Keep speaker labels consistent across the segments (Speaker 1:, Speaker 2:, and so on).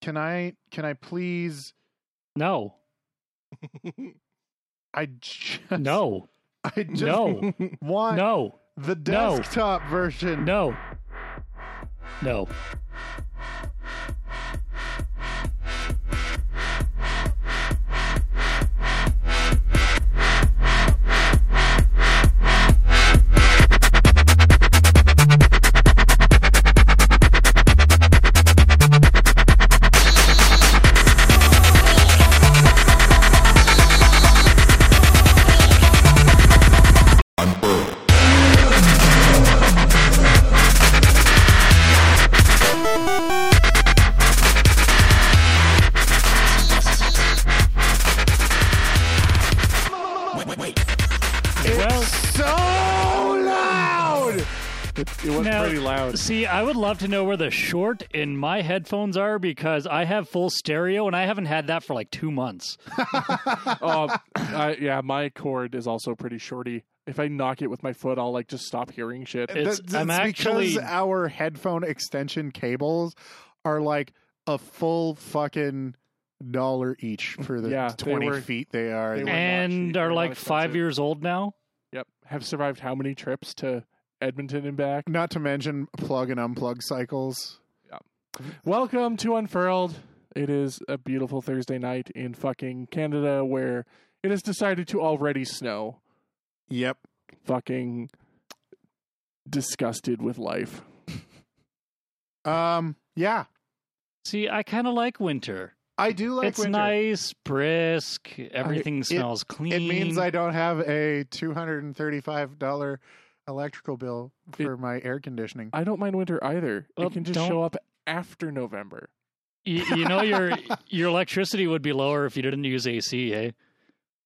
Speaker 1: can I can I please?
Speaker 2: No,
Speaker 1: I just,
Speaker 2: no,
Speaker 1: I just
Speaker 2: no,
Speaker 1: want
Speaker 2: no,
Speaker 1: the
Speaker 2: No.
Speaker 1: desktop version.
Speaker 2: no, no. Well,
Speaker 1: So loud.
Speaker 3: It, it was
Speaker 2: Now-
Speaker 3: pretty loud.
Speaker 2: see, I would love to know where the short in my headphones are because I have full stereo and I haven't had that for like two months.
Speaker 3: Oh, I, yeah, my cord is also pretty shorty. If I knock it with my foot, I'll like just stop hearing shit.
Speaker 2: It's-
Speaker 1: That's-
Speaker 2: I'm
Speaker 1: that's
Speaker 2: actually-
Speaker 1: because our headphone extension cables are like a full fucking dollar each for the
Speaker 3: Yeah, they
Speaker 1: twenty
Speaker 3: were-
Speaker 1: feet they are.
Speaker 3: they They were not cheap.
Speaker 2: and
Speaker 3: They're
Speaker 2: are
Speaker 3: not
Speaker 2: like five
Speaker 3: expensive.
Speaker 2: years old now.
Speaker 3: Yep. Have survived how many trips to Edmonton and back?
Speaker 2: Mm.
Speaker 1: Not to mention plug and unplug cycles.
Speaker 3: Welcome to Unfurled. It is a beautiful Thursday night in fucking Canada where it has decided to already snow.
Speaker 1: Yep.
Speaker 3: Fucking disgusted with life.
Speaker 1: Um. Yeah.
Speaker 2: See, I kind of like winter.
Speaker 1: I do like
Speaker 2: it's
Speaker 1: winter.
Speaker 2: nice, brisk. Everything
Speaker 1: it-
Speaker 2: smells clean.
Speaker 1: It means I don't have a two hundred and thirty-five dollar electrical bill for my air conditioning.
Speaker 3: I don't mind winter either.
Speaker 2: Well,
Speaker 3: it can just
Speaker 2: don't-
Speaker 3: show up after November.
Speaker 2: Y- you, know your your electricity would be lower if you didn't use AC. Eh?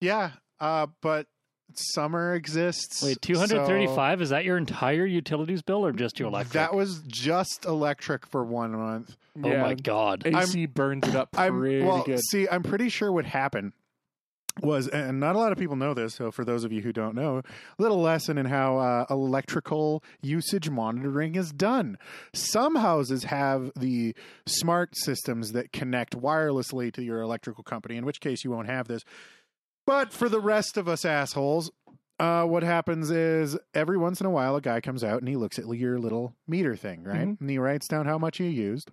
Speaker 1: Yeah. Uh. But summer exists.
Speaker 2: Wait,
Speaker 1: so-
Speaker 2: two hundred thirty-five. Is that your entire utilities bill or just your electric?
Speaker 1: That was just electric for one month.
Speaker 2: oh my god!
Speaker 3: AC burns it up
Speaker 1: I'm
Speaker 3: pretty
Speaker 1: well.
Speaker 3: good.
Speaker 1: See, I'm pretty sure what happened was, and not a lot of people know this. So, for those of you who don't know, little lesson in how uh, electrical usage monitoring is done. Some houses have the smart systems that connect wirelessly to your electrical company, in which case you won't have this. But for the rest of us assholes, uh, what happens is every once in a while a guy comes out and he looks at your little meter thing, right? And he writes down how much you used,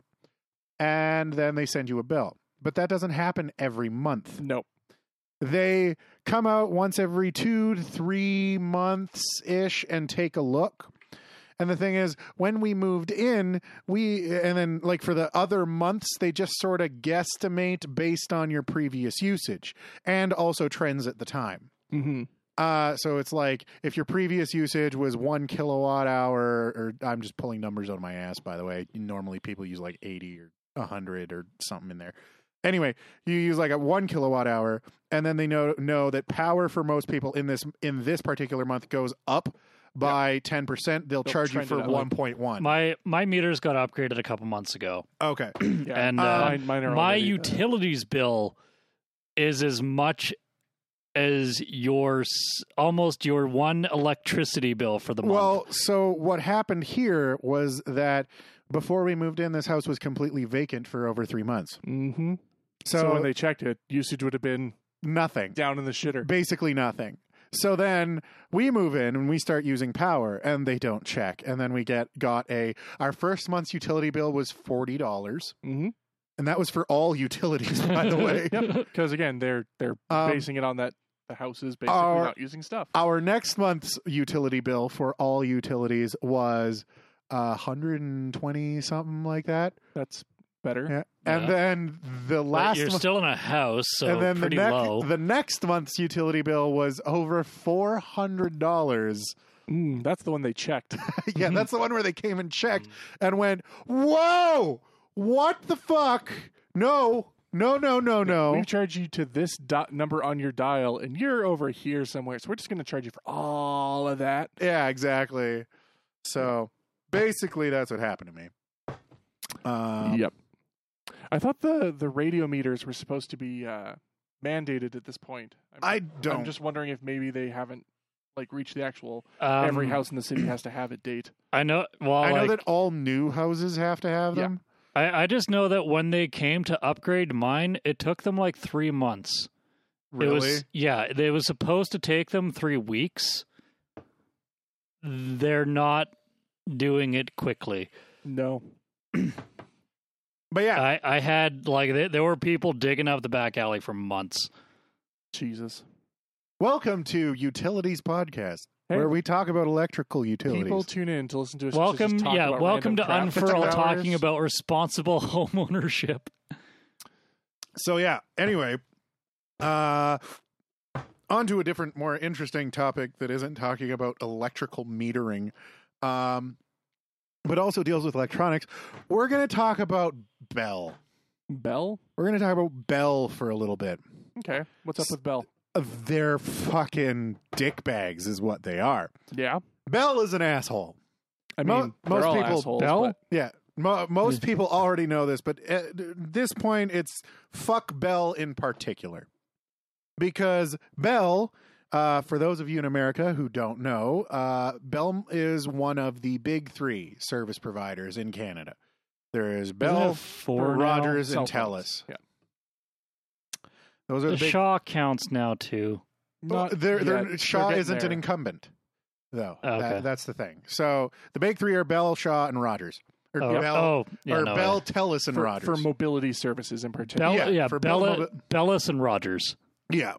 Speaker 1: and then they send you a bill. But that doesn't happen every month.
Speaker 3: No.
Speaker 1: They come out once every two to three months ish and take a look. And the thing is, when we moved in, we, and then like for the other months, they just sort of guesstimate based on your previous usage and also trends at the time.
Speaker 3: hmm
Speaker 1: Uh, so it's like if your previous usage was one kilowatt hour, or I'm just pulling numbers out of my ass, by the way. Normally people use like 80 or 100 or something in there. Anyway, you use like a one kilowatt hour, and then they know know that power for most people in this in this particular month goes up by ten percent. They'll
Speaker 3: They'll
Speaker 1: charge you
Speaker 3: trend it
Speaker 1: for
Speaker 3: up.
Speaker 1: one point one.
Speaker 2: My my meters got upgraded a couple months ago,
Speaker 1: Okay,
Speaker 3: Yeah.
Speaker 2: and
Speaker 1: Uh,
Speaker 2: uh,
Speaker 3: mine, mine are
Speaker 2: my
Speaker 3: already-
Speaker 2: utilities bill is as much as your s- almost your one electricity bill for the month.
Speaker 1: Well, so what happened here was that before we moved in, this house was completely vacant for over three months.
Speaker 3: Mhm.
Speaker 1: Mm-hmm. So,
Speaker 3: so when they checked it, usage would have been
Speaker 1: nothing.
Speaker 3: down in the shitter.
Speaker 1: basically nothing. So then we move in and we start using power and they don't check. And then we get got a our first month's utility bill was forty dollars.
Speaker 3: Mm-hmm.
Speaker 1: And that was for all utilities, by the way.
Speaker 3: Yep. Because again, they're they're
Speaker 1: Um,
Speaker 3: basing it on that the house is basically
Speaker 1: our-
Speaker 3: not using stuff.
Speaker 1: Our next month's utility bill for all utilities was uh, 120 something like that.
Speaker 3: That's better.
Speaker 1: Yeah. And
Speaker 2: Yeah.
Speaker 1: then the
Speaker 2: But
Speaker 1: last
Speaker 2: you're
Speaker 1: month,
Speaker 2: still in a house, so
Speaker 1: and then the
Speaker 2: pretty
Speaker 1: next
Speaker 2: low.
Speaker 1: the next month's utility bill was over four hundred dollars.
Speaker 3: Mm, that's the one they checked. Mm-hmm.
Speaker 1: yeah, that's the one where they came and checked
Speaker 3: Mm.
Speaker 1: and went, "Whoa, what the fuck? No, no, no, no, no."
Speaker 3: We've charged you to this dot number on your dial, and you're over here somewhere. So we're just going to charge you for all of that.
Speaker 1: Yeah, exactly. So basically, that's what happened to me. Um,
Speaker 3: yep. I thought the the radio meters were supposed to be uh, mandated at this point. I'm,
Speaker 1: I don't.
Speaker 3: I'm just wondering if maybe they haven't like reached the actual
Speaker 2: Um,
Speaker 3: every house in the city has to have a date.
Speaker 2: I know. Well,
Speaker 1: I know
Speaker 2: like,
Speaker 1: that all new houses have to have
Speaker 3: Yeah.
Speaker 1: them.
Speaker 2: I, I just know that when they came to upgrade mine, it took them like three months. It
Speaker 1: Really?
Speaker 2: was, yeah, it was supposed to take them three weeks. They're not doing it quickly.
Speaker 3: No.
Speaker 1: but yeah,
Speaker 2: I, I had like there, there were people digging up the back alley for months.
Speaker 3: Jesus.
Speaker 1: welcome to Utilities Podcast,
Speaker 3: Hey.
Speaker 1: where we talk about electrical utilities.
Speaker 3: People tune in to listen to us. just
Speaker 2: welcome,
Speaker 3: talk
Speaker 2: yeah,
Speaker 3: about
Speaker 2: welcome
Speaker 3: random
Speaker 2: to
Speaker 3: crap for two
Speaker 2: Unfurl
Speaker 3: hours.
Speaker 2: talking about responsible homeownership.
Speaker 1: So yeah. Anyway, uh, on to a different, more interesting topic that isn't talking about electrical metering, um, but also deals with electronics. We're going to talk about Bell.
Speaker 3: Bell.
Speaker 1: We're going to talk about Bell for a little bit.
Speaker 3: Okay, what's up with Bell?
Speaker 1: They're fucking dickbags, is what they are.
Speaker 3: Yeah,
Speaker 1: Bell is an asshole.
Speaker 3: I mean,
Speaker 1: Mo-
Speaker 3: they're
Speaker 1: most
Speaker 3: all
Speaker 1: people
Speaker 3: assholes,
Speaker 2: Bell?
Speaker 3: but-
Speaker 1: Yeah. Mo- most people already know this, but at this point, it's fuck Bell in particular. Because Bell, uh, for those of you in America who don't know, uh, Bell is one of the big three service providers in Canada. There is Bell,
Speaker 2: for
Speaker 1: Rogers,
Speaker 3: Cell
Speaker 1: and
Speaker 3: phones.
Speaker 1: TELUS.
Speaker 3: Yeah,
Speaker 1: Those are
Speaker 2: The
Speaker 1: the big.
Speaker 2: Shaw counts now too.
Speaker 1: Well,
Speaker 3: Not
Speaker 1: they're,
Speaker 3: yet.
Speaker 1: they're,
Speaker 3: They're
Speaker 1: Shaw
Speaker 3: getting
Speaker 1: isn't
Speaker 3: there.
Speaker 1: an incumbent, though.
Speaker 2: Okay.
Speaker 1: That- that's the thing. So the big three are Bell, Shaw, and Rogers. Or
Speaker 2: Oh,
Speaker 1: Bell,
Speaker 2: oh, yeah,
Speaker 1: or
Speaker 2: no,
Speaker 1: Bell, TELUS, and
Speaker 3: for,
Speaker 1: Rogers.
Speaker 3: for mobility services in particular.
Speaker 2: Bell,
Speaker 1: yeah,
Speaker 2: yeah,
Speaker 1: for
Speaker 2: Bella,
Speaker 1: Bell-
Speaker 2: Bellis and Rogers.
Speaker 1: Yeah.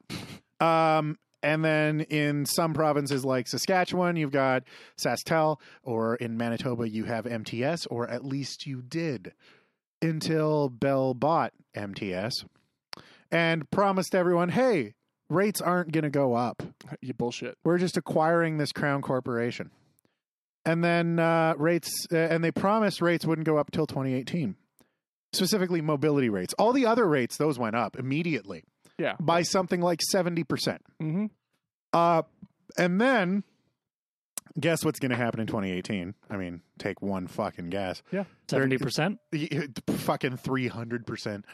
Speaker 1: Um, and then in some provinces like Saskatchewan, you've got SaskTel, or in Manitoba, you have MTS, or at least you did until Bell bought MTS and promised everyone, hey, rates aren't going to go up.
Speaker 3: You bullshit.
Speaker 1: We're just acquiring this Crown Corporation. And then uh, rates, uh, and they promised rates wouldn't go up till 2018, specifically mobility rates. All the other rates, those went up immediately
Speaker 3: Yeah.
Speaker 1: by something like 70%.
Speaker 3: Mm-hmm.
Speaker 1: Uh, and then guess what's going to happen in 2018? I mean, take one fucking guess. They're-
Speaker 2: Seventy percent.
Speaker 1: Y- y- Fucking 300%.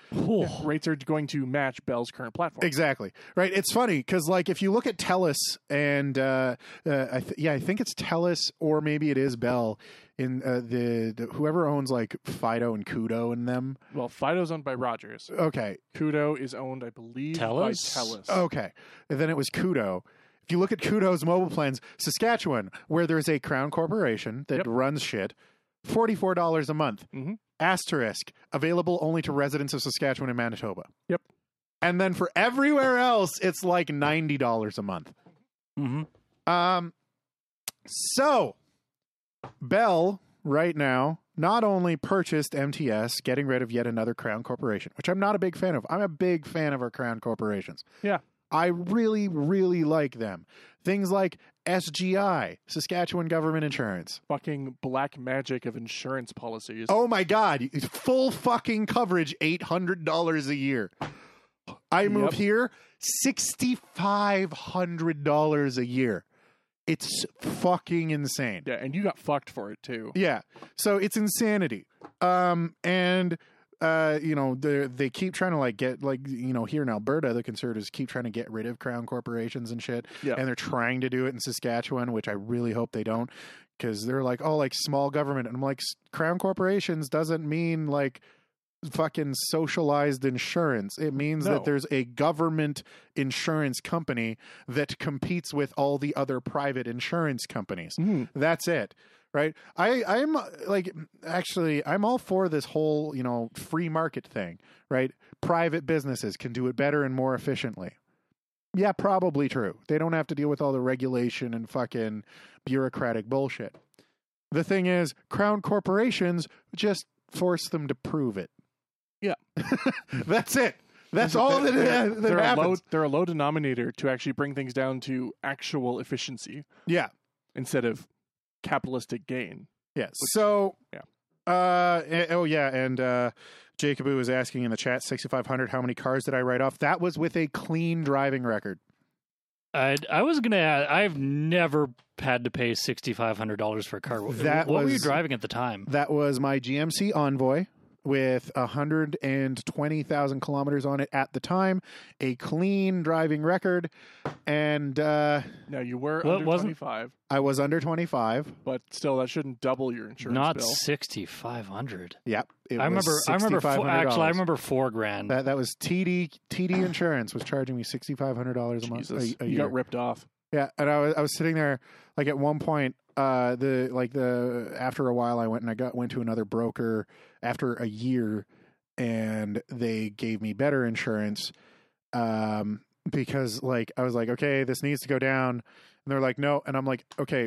Speaker 3: Rates are going to match Bell's current platform.
Speaker 1: Exactly. Right. It's funny because, like, if you look at TELUS and, uh, uh, I th- yeah, I think it's TELUS or maybe it is Bell in uh, the, the, whoever owns like Fido and Kudo in them.
Speaker 3: Well, Fido's owned by Rogers.
Speaker 1: Okay.
Speaker 3: Kudo is owned, I believe,
Speaker 2: Telus?
Speaker 3: by Telus.
Speaker 1: Okay. And then it was Kudo. If you look at Kudo's mobile plans, Saskatchewan, where there's a crown corporation that
Speaker 3: Yep.
Speaker 1: runs shit, $44 a month.
Speaker 3: Mhm.
Speaker 1: Asterisk, available only to residents of Saskatchewan and Manitoba.
Speaker 3: Yep.
Speaker 1: And then for everywhere else, it's like $90 a month.
Speaker 2: Mm-hmm.
Speaker 1: Um, so Bell right now not only purchased MTS, getting rid of yet another crown corporation, which I'm not a big fan of. I'm a big fan of our crown corporations.
Speaker 3: Yeah.
Speaker 1: I really, really like them. Things like SGI, Saskatchewan Government Insurance.
Speaker 3: Fucking black magic of insurance policies.
Speaker 1: Oh my God, full fucking coverage, $800 a year. I move
Speaker 3: Yep.
Speaker 1: here, $6,500 a year. It's fucking insane.
Speaker 3: Yeah, and you got fucked for it too.
Speaker 1: Yeah. So it's insanity. Um and uh you know they they keep trying to like get like you know here in Alberta the conservatives keep trying to get rid of crown corporations and shit
Speaker 3: Yeah.
Speaker 1: and they're trying to do it in Saskatchewan which I really hope they don't cuz they're like oh like small government and I'm like "S- crown corporations doesn't mean like fucking socialized insurance it means
Speaker 3: No.
Speaker 1: that there's a government insurance company that competes with all the other private insurance companies
Speaker 3: Mhm.
Speaker 1: that's it right i i'm uh, like actually i'm all for this whole you know free market thing right private businesses can do it better and more efficiently yeah probably true they don't have to deal with all the regulation and fucking bureaucratic bullshit the thing is crown corporations just force them to prove it
Speaker 3: Yeah.
Speaker 1: that's it that's all that,
Speaker 3: they're,
Speaker 1: that
Speaker 3: they're a
Speaker 1: happens.
Speaker 3: low, they're a low denominator to actually bring things down to actual efficiency
Speaker 1: yeah
Speaker 3: instead of capitalistic gain.
Speaker 1: Yeah. So
Speaker 3: yeah.
Speaker 1: Uh eh, oh yeah, and uh Jacobu is asking in the chat sixty five hundred how many cars did I write off? That was with a clean driving record.
Speaker 2: I I was gonna. Add, I've never had to pay sixty five hundred dollars for a car. What-
Speaker 1: That
Speaker 2: what were you
Speaker 1: was-
Speaker 2: driving at the time?
Speaker 1: That was my GMC Envoy, with 120,000 kilometers on it at the time, a clean driving record, and uh,
Speaker 3: No, you were
Speaker 2: Well, it
Speaker 3: under
Speaker 2: wasn't-
Speaker 3: 25,
Speaker 1: I was under 25,
Speaker 3: but still, that shouldn't double your insurance
Speaker 2: Not
Speaker 3: bill.
Speaker 2: sixty five hundred.
Speaker 1: Yep. It
Speaker 2: I remember.
Speaker 1: was
Speaker 2: I remember. Four,
Speaker 1: $6,500.
Speaker 2: actually, I remember four grand.
Speaker 1: that that was TD TD Insurance was charging me sixty five hundred dollars a month.
Speaker 3: Jesus,
Speaker 1: A, a
Speaker 3: you
Speaker 1: year.
Speaker 3: got ripped off.
Speaker 1: yeah, and I was I was sitting there like at one point uh the like the after a while I went and I got went to another broker after a year and they gave me better insurance um because like I was like okay this needs to go down and they're like no and I'm like okay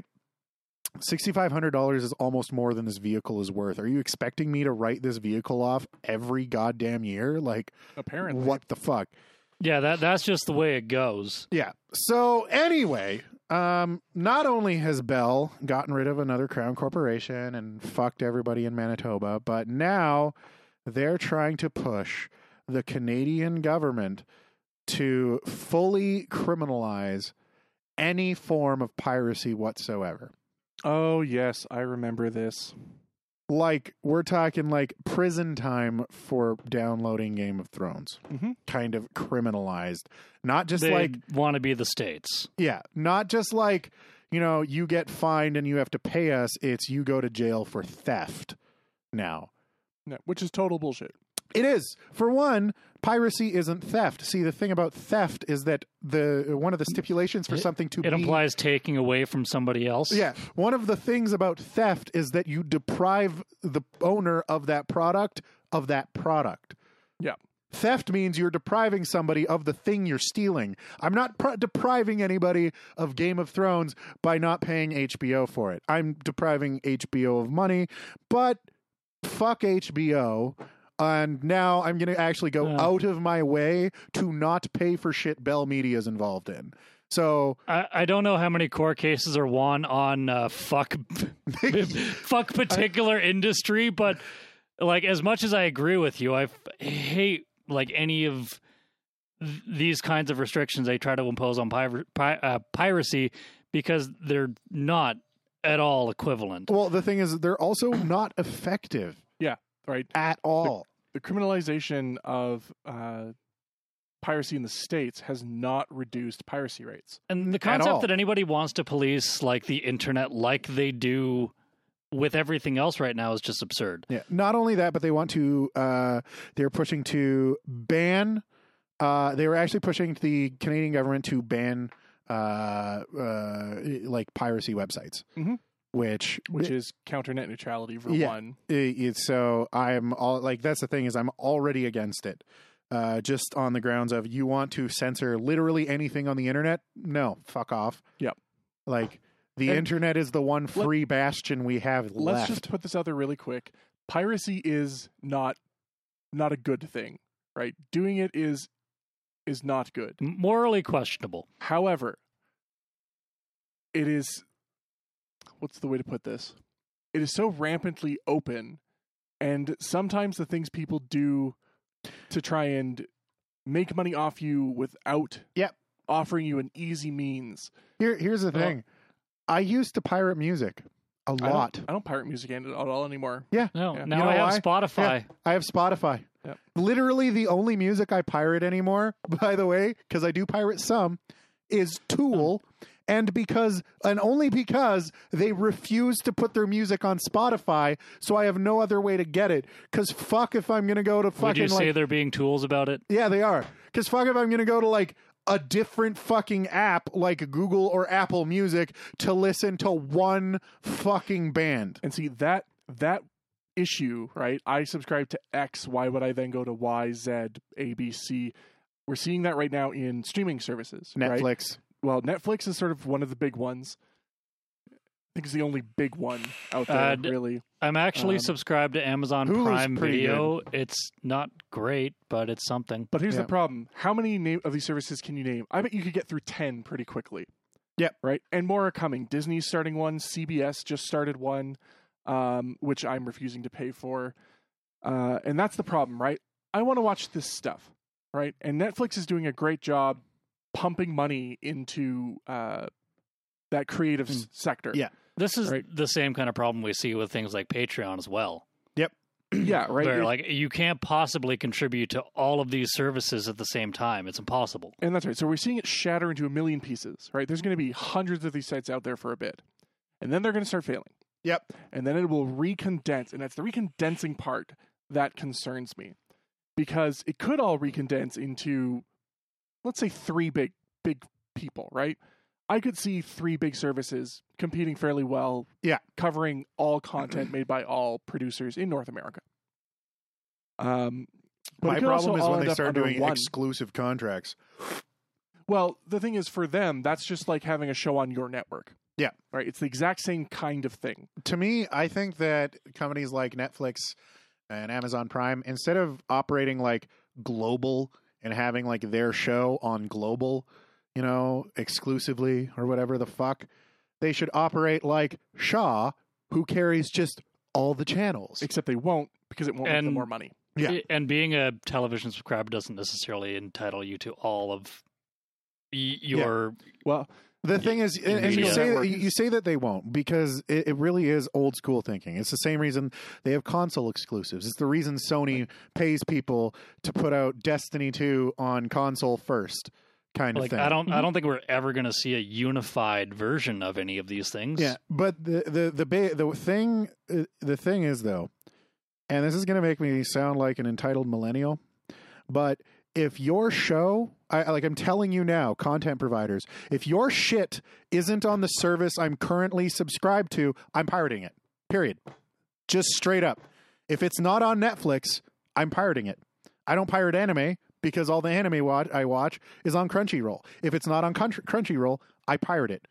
Speaker 1: $6500 is almost more than this vehicle is worth. Are you expecting me to write this vehicle off every goddamn year? Like
Speaker 3: Apparently,
Speaker 1: what the fuck?
Speaker 2: yeah, that that's just the way it goes.
Speaker 1: Yeah. So anyway, um, not only has Bell gotten rid of another crown corporation and fucked everybody in Manitoba, but now they're trying to push the Canadian government to fully criminalize any form of piracy whatsoever.
Speaker 3: Oh yes, I remember this.
Speaker 1: Like we're talking like prison time for downloading Game of Thrones,
Speaker 3: Mhm.
Speaker 1: kind of criminalized. Not just
Speaker 2: they
Speaker 1: like
Speaker 2: want to be the states.
Speaker 1: Yeah, not just like you know you get fined and you have to pay us. It's you go to jail for theft. Now
Speaker 3: No, which is total bullshit.
Speaker 1: it is for one piracy isn't theft. See the thing about theft is that the one of the stipulations for
Speaker 2: It-
Speaker 1: something to
Speaker 2: It
Speaker 1: be
Speaker 2: implies taking away from somebody else.
Speaker 1: yeah one of the things about theft is that you deprive the owner of that product of that product.
Speaker 3: Yeah.
Speaker 1: Theft means you're depriving somebody of the thing you're stealing. I'm not pr- depriving anybody of Game of Thrones by not paying HBO for it. I'm depriving HBO of money, but fuck HBO. And now I'm going to actually go
Speaker 2: Yeah.
Speaker 1: out of my way to not pay for shit Bell Media is involved in. So
Speaker 2: I, I don't know how many court cases are won on uh, fuck fuck particular industry, but like as much as I agree with you, I f- hate like any of th- these kinds of restrictions they try to impose on pir- pi- uh, piracy because they're not at all equivalent.
Speaker 1: well, the thing is, they're also not effective
Speaker 3: Right,
Speaker 1: at all.
Speaker 3: the criminalization of uh, piracy in the states has not reduced piracy rates.
Speaker 2: And the
Speaker 1: all.
Speaker 2: concept that anybody wants to police like the internet like they do with everything else right now is just absurd.
Speaker 1: Yeah. Not only that, but they want to. Uh, they're pushing to ban. Uh, they were actually pushing the Canadian government to ban uh, uh, like piracy websites,
Speaker 3: Mhm.
Speaker 1: Mm-hmm. which
Speaker 3: which is counter net neutrality for
Speaker 1: Yeah.
Speaker 3: one.
Speaker 1: it- it- so I'm all like that's the thing is I'm already against it. Uh, just on the grounds of you want to censor literally anything on the internet? No, fuck off.
Speaker 3: Yep.
Speaker 1: Like the
Speaker 3: And-
Speaker 1: internet is the one free bastion we have
Speaker 3: Let's
Speaker 1: left.
Speaker 3: just put this out there really quick. Piracy is not not a good thing, right? Doing it is is not good.
Speaker 2: Morally questionable.
Speaker 3: However, it is what's the way to put this? It is so rampantly open, and sometimes the things people do to try and make money off you without
Speaker 1: Yep.
Speaker 3: offering you an easy means.
Speaker 1: Here, here's the
Speaker 3: Well-
Speaker 1: thing. I used to pirate music a
Speaker 3: I don't-
Speaker 1: lot.
Speaker 3: I don't, pirate music at all anymore.
Speaker 2: No,
Speaker 3: Yeah.
Speaker 2: now
Speaker 1: You know
Speaker 2: I have
Speaker 1: why?
Speaker 2: Spotify.
Speaker 1: I have Spotify.
Speaker 3: Yep.
Speaker 1: Literally, the only music I pirate anymore, by the way, because I do pirate some, is Tool,
Speaker 3: Hmm.
Speaker 1: and because and only because they refuse to put their music on Spotify, so I have no other way to get it. Because fuck if I'm gonna go to
Speaker 2: Would you
Speaker 1: fucking
Speaker 2: say
Speaker 1: like
Speaker 2: they're being tools about it?
Speaker 1: yeah, they are. Because fuck if I'm gonna go to like a different fucking app like Google or Apple Music to listen to one fucking band.
Speaker 3: And see that that issue, right? I subscribe to X. Why would I then go to Y, Z, A, B, C? We're seeing that right now in streaming services. Right?
Speaker 1: Netflix.
Speaker 3: well, Netflix is sort of one of the big ones. I think it's the only big one out there,
Speaker 2: Uh, d-
Speaker 3: really.
Speaker 2: I'm actually
Speaker 3: Um,
Speaker 2: subscribed to Amazon
Speaker 1: Hulu's
Speaker 2: Prime
Speaker 1: pretty
Speaker 2: Video. It's not great, but it's something.
Speaker 3: But here's
Speaker 1: yeah.
Speaker 3: the problem: how many name of these services can you name? I bet you could get through ten pretty quickly.
Speaker 1: Yep.
Speaker 3: Right, and more are coming. Disney's starting one. CBS just started one, um, which I'm refusing to pay for. Uh, and that's the problem, right? I want to watch this stuff, right? And Netflix is doing a great job pumping money into uh, that creative s- sector.
Speaker 1: Mm. Yeah.
Speaker 2: This is
Speaker 3: Right.
Speaker 2: the same kind of problem we see with things like Patreon as well.
Speaker 3: yeah, right.
Speaker 2: where
Speaker 3: It-
Speaker 2: like you can't possibly contribute to all of these services at the same time. It's impossible.
Speaker 3: And that's right. So we're seeing it shatter into a million pieces, right? There's going to be hundreds of these sites out there for a bit. And then they're going to start failing.
Speaker 1: Yep.
Speaker 3: And then it will recondense. And that's the recondensing part that concerns me. Because it could all recondense into let's say three big big people, right? I could see three big services competing fairly well.
Speaker 1: Yeah.
Speaker 3: Covering all content made by all producers in North America. Um but it
Speaker 1: My
Speaker 3: could also
Speaker 1: problem is
Speaker 3: all
Speaker 1: when
Speaker 3: end
Speaker 1: they
Speaker 3: up
Speaker 1: start
Speaker 3: under
Speaker 1: doing
Speaker 3: one.
Speaker 1: exclusive contracts.
Speaker 3: Well, the thing is, for them, that's just like having a show on your network.
Speaker 1: Yeah.
Speaker 3: Right. It's the exact same kind of thing.
Speaker 1: To me, I think that companies like Netflix and Amazon Prime, instead of operating like global and having like their show on global, you know, exclusively or whatever the fuck, they should operate like Shaw, who carries just all the channels.
Speaker 3: Except they won't because it won't make them
Speaker 2: And-
Speaker 3: more money.
Speaker 1: Yeah.
Speaker 2: I- And being a television subscriber doesn't necessarily entitle you to all of y- your
Speaker 3: Well,
Speaker 1: The thing is, and, and you
Speaker 2: media
Speaker 1: say that,
Speaker 3: network.
Speaker 1: you say that they won't because it, it really is old school thinking. It's the same reason they have console exclusives. It's the reason Sony pays people to put out Destiny two on console first, kind of
Speaker 2: like
Speaker 1: thing. Mm-hmm.
Speaker 2: I don't I don't think we're ever going to see a unified version of any of these things.
Speaker 1: Yeah, but the the the ba- the thing uh, the thing is though, and this is going to make me sound like an entitled millennial, but if your show, I I- like I'm telling you now, content providers, if your shit isn't on the service I'm currently subscribed to, I'm pirating it. Period. Just straight up. If it's not on Netflix, I'm pirating it. I don't pirate anime because all the anime watch I watch is on Crunchyroll. If it's not on Crunch- Crunchyroll, I pirate it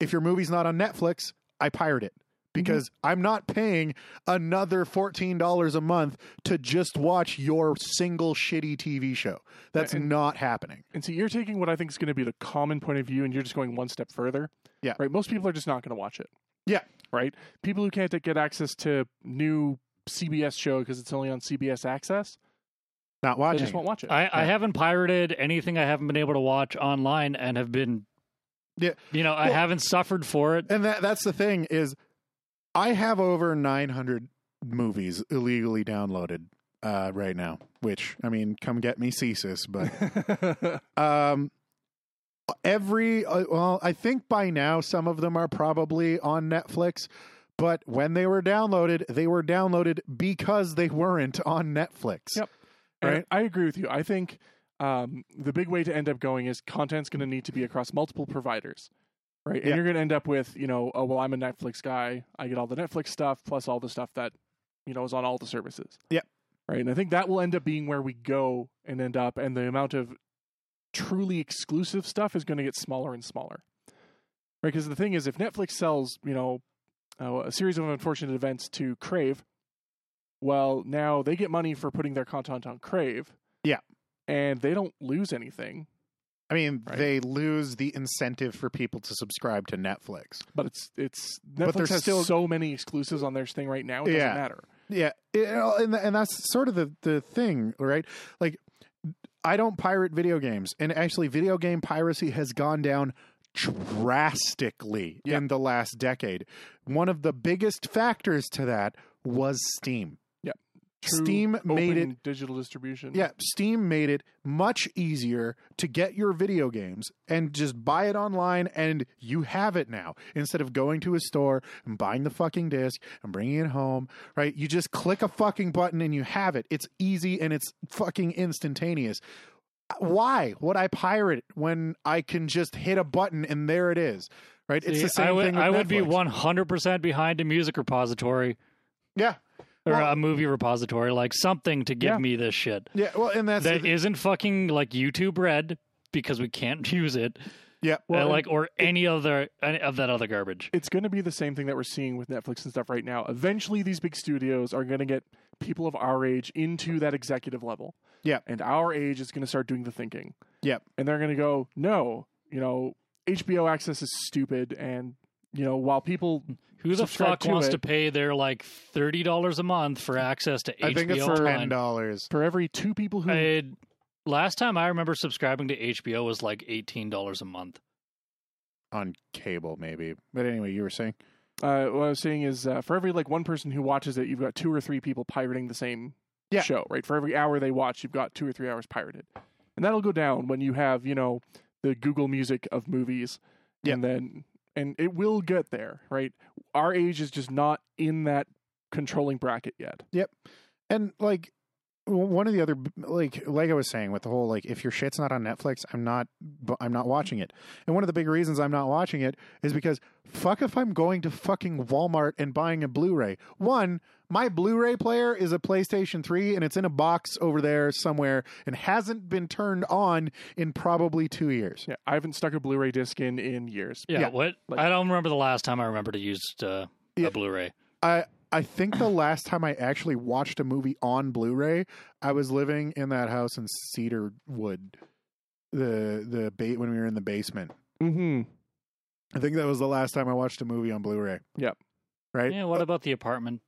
Speaker 1: if your movie's not on Netflix, I pirate it because
Speaker 3: Mm-hmm.
Speaker 1: I'm not paying another $14 a month to just watch your single shitty TV show. That's
Speaker 3: And-
Speaker 1: not happening.
Speaker 3: and so you're taking what I think is going to be the common point of view and you're just going one step further.
Speaker 1: Yeah.
Speaker 3: Right. Most people are just not going to watch it.
Speaker 1: Yeah.
Speaker 3: Right. People who can't get access to new CBS show because it's only on CBS Access,
Speaker 1: Not
Speaker 3: they
Speaker 1: watching.
Speaker 3: just won't watch it.
Speaker 2: I, I haven't pirated anything I haven't been able to watch online and have been
Speaker 1: Yeah.
Speaker 2: you know, I
Speaker 1: Well-
Speaker 2: haven't suffered for it.
Speaker 1: and that that's the thing is I have over 900 movies illegally downloaded uh, right now, which I mean, come get me CSIS, but um every uh, well i think by now some of them are probably on netflix but when they were downloaded they were downloaded because they weren't on netflix
Speaker 3: Yep.
Speaker 1: Right.
Speaker 3: And I agree with you. I think um, the big way to end up going is content's going to need to be across multiple providers, right? And
Speaker 1: Yeah.
Speaker 3: you're going to end up with, you know, oh well, I'm a Netflix guy. I get all the Netflix stuff plus all the stuff that you know is on all the services.
Speaker 1: Yep.
Speaker 3: Right. And I think that will end up being where we go and end up, and the amount of truly exclusive stuff is going to get smaller and smaller. Right. Because the thing is, if Netflix sells, you know, uh, a series of unfortunate events to Crave well, now they get money for putting their content on Crave.
Speaker 1: Yeah.
Speaker 3: And they don't lose anything,
Speaker 1: i mean
Speaker 3: Right.
Speaker 1: they lose the incentive for people to subscribe to netflix
Speaker 3: but it's it's
Speaker 1: But
Speaker 3: Netflix
Speaker 1: there's
Speaker 3: has
Speaker 1: still-
Speaker 3: so many exclusives on their thing right now. It doesn't
Speaker 1: Yeah.
Speaker 3: matter.
Speaker 1: Yeah, it, and and that's sort of the the thing, right? Like, I don't pirate video games, and actually, video game piracy has gone down drastically
Speaker 3: Yeah.
Speaker 1: in the last decade. One of the biggest factors to that was Steam.
Speaker 3: Yeah.
Speaker 1: Steam
Speaker 3: True
Speaker 1: made it
Speaker 3: open digital distribution.
Speaker 1: yeah, Steam made it much easier to get your video games and just buy it online and you have it now instead of going to a store and buying the fucking disc and bringing it home, right? You just click a fucking button and you have it. It's easy and it's fucking instantaneous. Why would I pirate it when I can just hit a button and there it is? Right? It's
Speaker 2: See,
Speaker 1: the same
Speaker 2: I would,
Speaker 1: thing. With
Speaker 2: I would be
Speaker 1: Netflix.
Speaker 2: 100% behind a music repository
Speaker 1: Yeah.
Speaker 2: or
Speaker 1: Well-
Speaker 2: a movie repository like something to give
Speaker 3: Yeah.
Speaker 2: me this shit.
Speaker 1: Yeah. Well, and that's
Speaker 2: that isn't fucking like YouTube Red because we can't use it,
Speaker 1: yeah.
Speaker 2: uh, like or any other any of that other garbage.
Speaker 3: It's going to be the same thing that we're seeing with Netflix and stuff right now. Eventually, these big studios are going to get people of our age into that executive level.
Speaker 1: Yeah.
Speaker 3: And our age is going to start doing the thinking.
Speaker 1: Yeah.
Speaker 3: And they're going to go, no, you know, HBO access is stupid. And, you know, while people
Speaker 2: Who the
Speaker 3: subscribe
Speaker 2: fuck
Speaker 3: to
Speaker 2: wants
Speaker 3: it.
Speaker 2: to pay their like thirty dollars a month for access to HBO?
Speaker 1: I think it's
Speaker 2: Prime?
Speaker 1: ten dollars.
Speaker 3: for every two people who
Speaker 2: I- last time I remember subscribing to HBO was like eighteen dollars a month.
Speaker 1: on cable maybe but anyway you were saying
Speaker 3: Uh, what I was saying is, uh, for every like one person who watches it, you've got two or three people pirating the same
Speaker 1: Yeah.
Speaker 3: show, right? For every hour they watch, you've got two or three hours pirated, and that'll go down when you have you know the Google Music of movies,
Speaker 1: Yeah.
Speaker 3: and then and it will get there, right? Our age is just not in that controlling bracket yet.
Speaker 1: And like w- one of the other like like I was saying with the whole like if your shit's not on Netflix, I'm not bu- I'm not watching it. And one of the big reasons I'm not watching it is because fuck if I'm going to fucking Walmart and buying a Blu-ray. One, my Blu-ray player is a PlayStation 3 and it's in a box over there somewhere and hasn't been turned on in probably 2 years.
Speaker 3: Yeah, I haven't stuck a Blu-ray disc in in years.
Speaker 2: Yeah,
Speaker 1: Yeah.
Speaker 2: what?
Speaker 3: Like-
Speaker 2: I don't remember the last time I remember to use uh,
Speaker 1: Yeah.
Speaker 2: a Blu-ray.
Speaker 1: I I think the last time I actually watched a movie on Blu-ray, I was living in that house in Cedarwood, the the bait when we were in the basement.
Speaker 3: Mm-hmm.
Speaker 1: I think that was the last time I watched a movie on Blu-ray.
Speaker 3: Yep.
Speaker 1: Right.
Speaker 2: yeah, what about the apartment?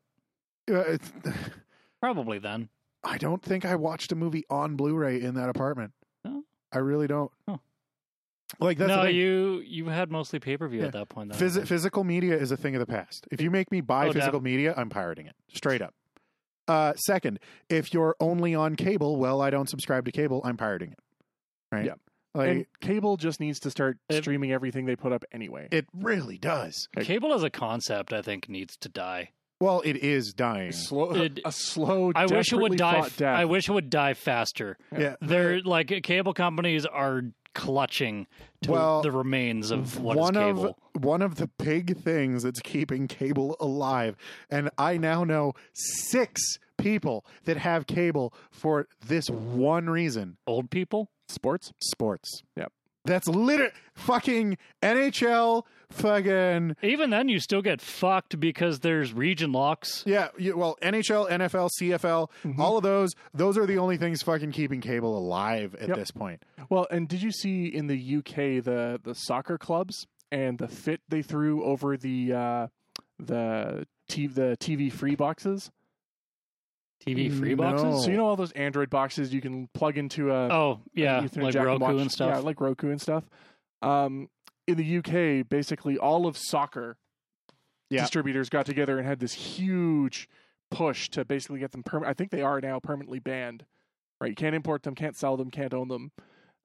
Speaker 1: Uh, it's,
Speaker 2: Probably then.
Speaker 1: I don't think I watched a movie on Blu-ray in that apartment.
Speaker 2: No?
Speaker 1: I really don't.
Speaker 2: Huh.
Speaker 1: Like that's the
Speaker 2: no,
Speaker 1: thing.
Speaker 2: you you had mostly pay-per-view
Speaker 1: Yeah.
Speaker 2: at that point. Though,
Speaker 1: Phys- physical media is a thing of the past. If you make me buy
Speaker 2: Oh,
Speaker 1: physical media, I'm pirating it straight up. Uh, second, if you're only on cable, well, I don't subscribe to cable. I'm pirating it. Right?
Speaker 3: Yep.
Speaker 1: Like
Speaker 3: and cable just needs to start
Speaker 2: It-
Speaker 3: streaming everything they put up anyway.
Speaker 1: it really does.
Speaker 2: Cable as a concept, I think, needs to die.
Speaker 1: Well, it is dying.
Speaker 3: slow,
Speaker 2: It-
Speaker 3: a slow.
Speaker 2: I wish it would
Speaker 3: desperately
Speaker 2: die.
Speaker 3: fought
Speaker 2: f-
Speaker 3: death.
Speaker 2: I wish it would die faster.
Speaker 1: Yeah.
Speaker 2: They're like cable companies are clutching to
Speaker 1: Well,
Speaker 2: the remains of what is
Speaker 1: one
Speaker 2: cable.
Speaker 1: of one of the big things that's keeping cable alive, and I now know six people that have cable for this one reason:
Speaker 2: Old people.
Speaker 3: sports.
Speaker 1: sports.
Speaker 3: Yep.
Speaker 1: That's literally fucking NHL, fucking
Speaker 2: Even then, you still get fucked because there's region locks.
Speaker 1: Yeah, you, well, NHL, NFL, CFL,
Speaker 3: Mm-hmm.
Speaker 1: all of those, those are the only things fucking keeping cable alive at
Speaker 3: Yep.
Speaker 1: this point.
Speaker 3: Well, and did you see in the UK the the soccer clubs and the fit they threw over the uh, the t- the TV free boxes?
Speaker 2: TV
Speaker 3: Mm,
Speaker 2: free
Speaker 1: No.
Speaker 2: boxes.
Speaker 3: So you know all those Android boxes you can plug into a
Speaker 2: Oh yeah,
Speaker 3: Ethernet
Speaker 2: like
Speaker 3: jack
Speaker 2: Roku
Speaker 3: watch-
Speaker 2: and stuff.
Speaker 3: Yeah, like Roku and stuff. Um, in the UK, basically all of soccer
Speaker 1: Yeah.
Speaker 3: distributors got together and had this huge push to basically get them permanent. I think they are now permanently banned. Right, you can't import them, can't sell them, can't own them,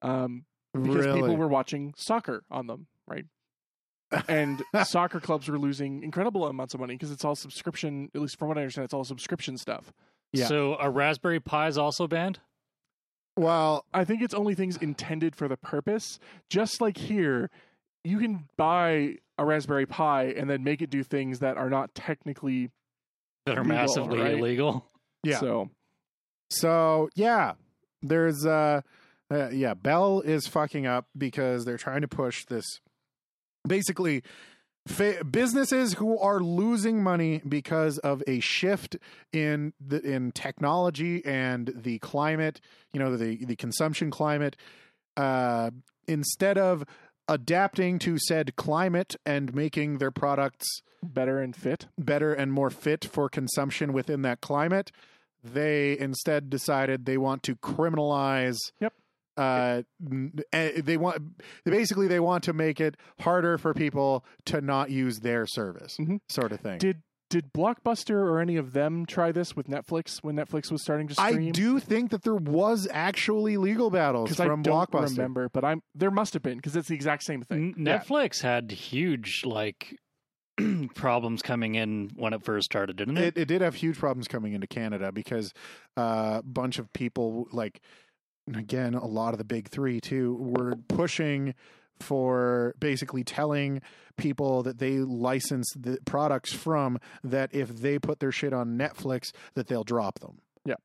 Speaker 3: um, because
Speaker 1: really?
Speaker 3: people were watching soccer on them. Right, and soccer clubs were losing incredible amounts of money because it's all subscription. At least from what I understand, it's all subscription stuff.
Speaker 1: Yeah.
Speaker 2: So a Raspberry Pi is also banned.
Speaker 1: well,
Speaker 3: I think it's only things intended for the purpose. Just like here, you can buy a Raspberry Pi and then make it do things that are not technically
Speaker 2: that are
Speaker 3: Illegal,
Speaker 2: massively
Speaker 3: right?
Speaker 2: illegal.
Speaker 1: Yeah.
Speaker 3: so.
Speaker 1: so yeah, there's, uh, uh, yeah, Bell is fucking up because they're trying to push this basically. Fa- businesses who are losing money because of a shift in the in technology and the climate, you know, the the consumption climate uh, instead of adapting to said climate and making their products
Speaker 3: Better and fit.
Speaker 1: better and more fit for consumption within that climate, they instead decided they want to criminalize.
Speaker 3: Yep.
Speaker 1: Uh, n- eh, they want basically they want to make it harder for people to not use their service,
Speaker 3: Mhm.
Speaker 1: sort of thing.
Speaker 3: Did did Blockbuster or any of them try this with Netflix when Netflix was starting to
Speaker 1: I
Speaker 3: stream?
Speaker 1: do think that there was actually legal battles
Speaker 3: because I
Speaker 1: from
Speaker 3: don't
Speaker 1: Blockbuster.
Speaker 3: remember, but I'm there must have been because it's the exact same thing.
Speaker 2: N- Netflix had huge like problems coming in when it first started, didn't it?
Speaker 1: it, it did have huge problems coming into Canada because a bunch of people, like, and again, a lot of the big three too, were pushing for basically telling people that they license the products from that if they put their shit on Netflix, that they'll drop them.
Speaker 3: Yeah.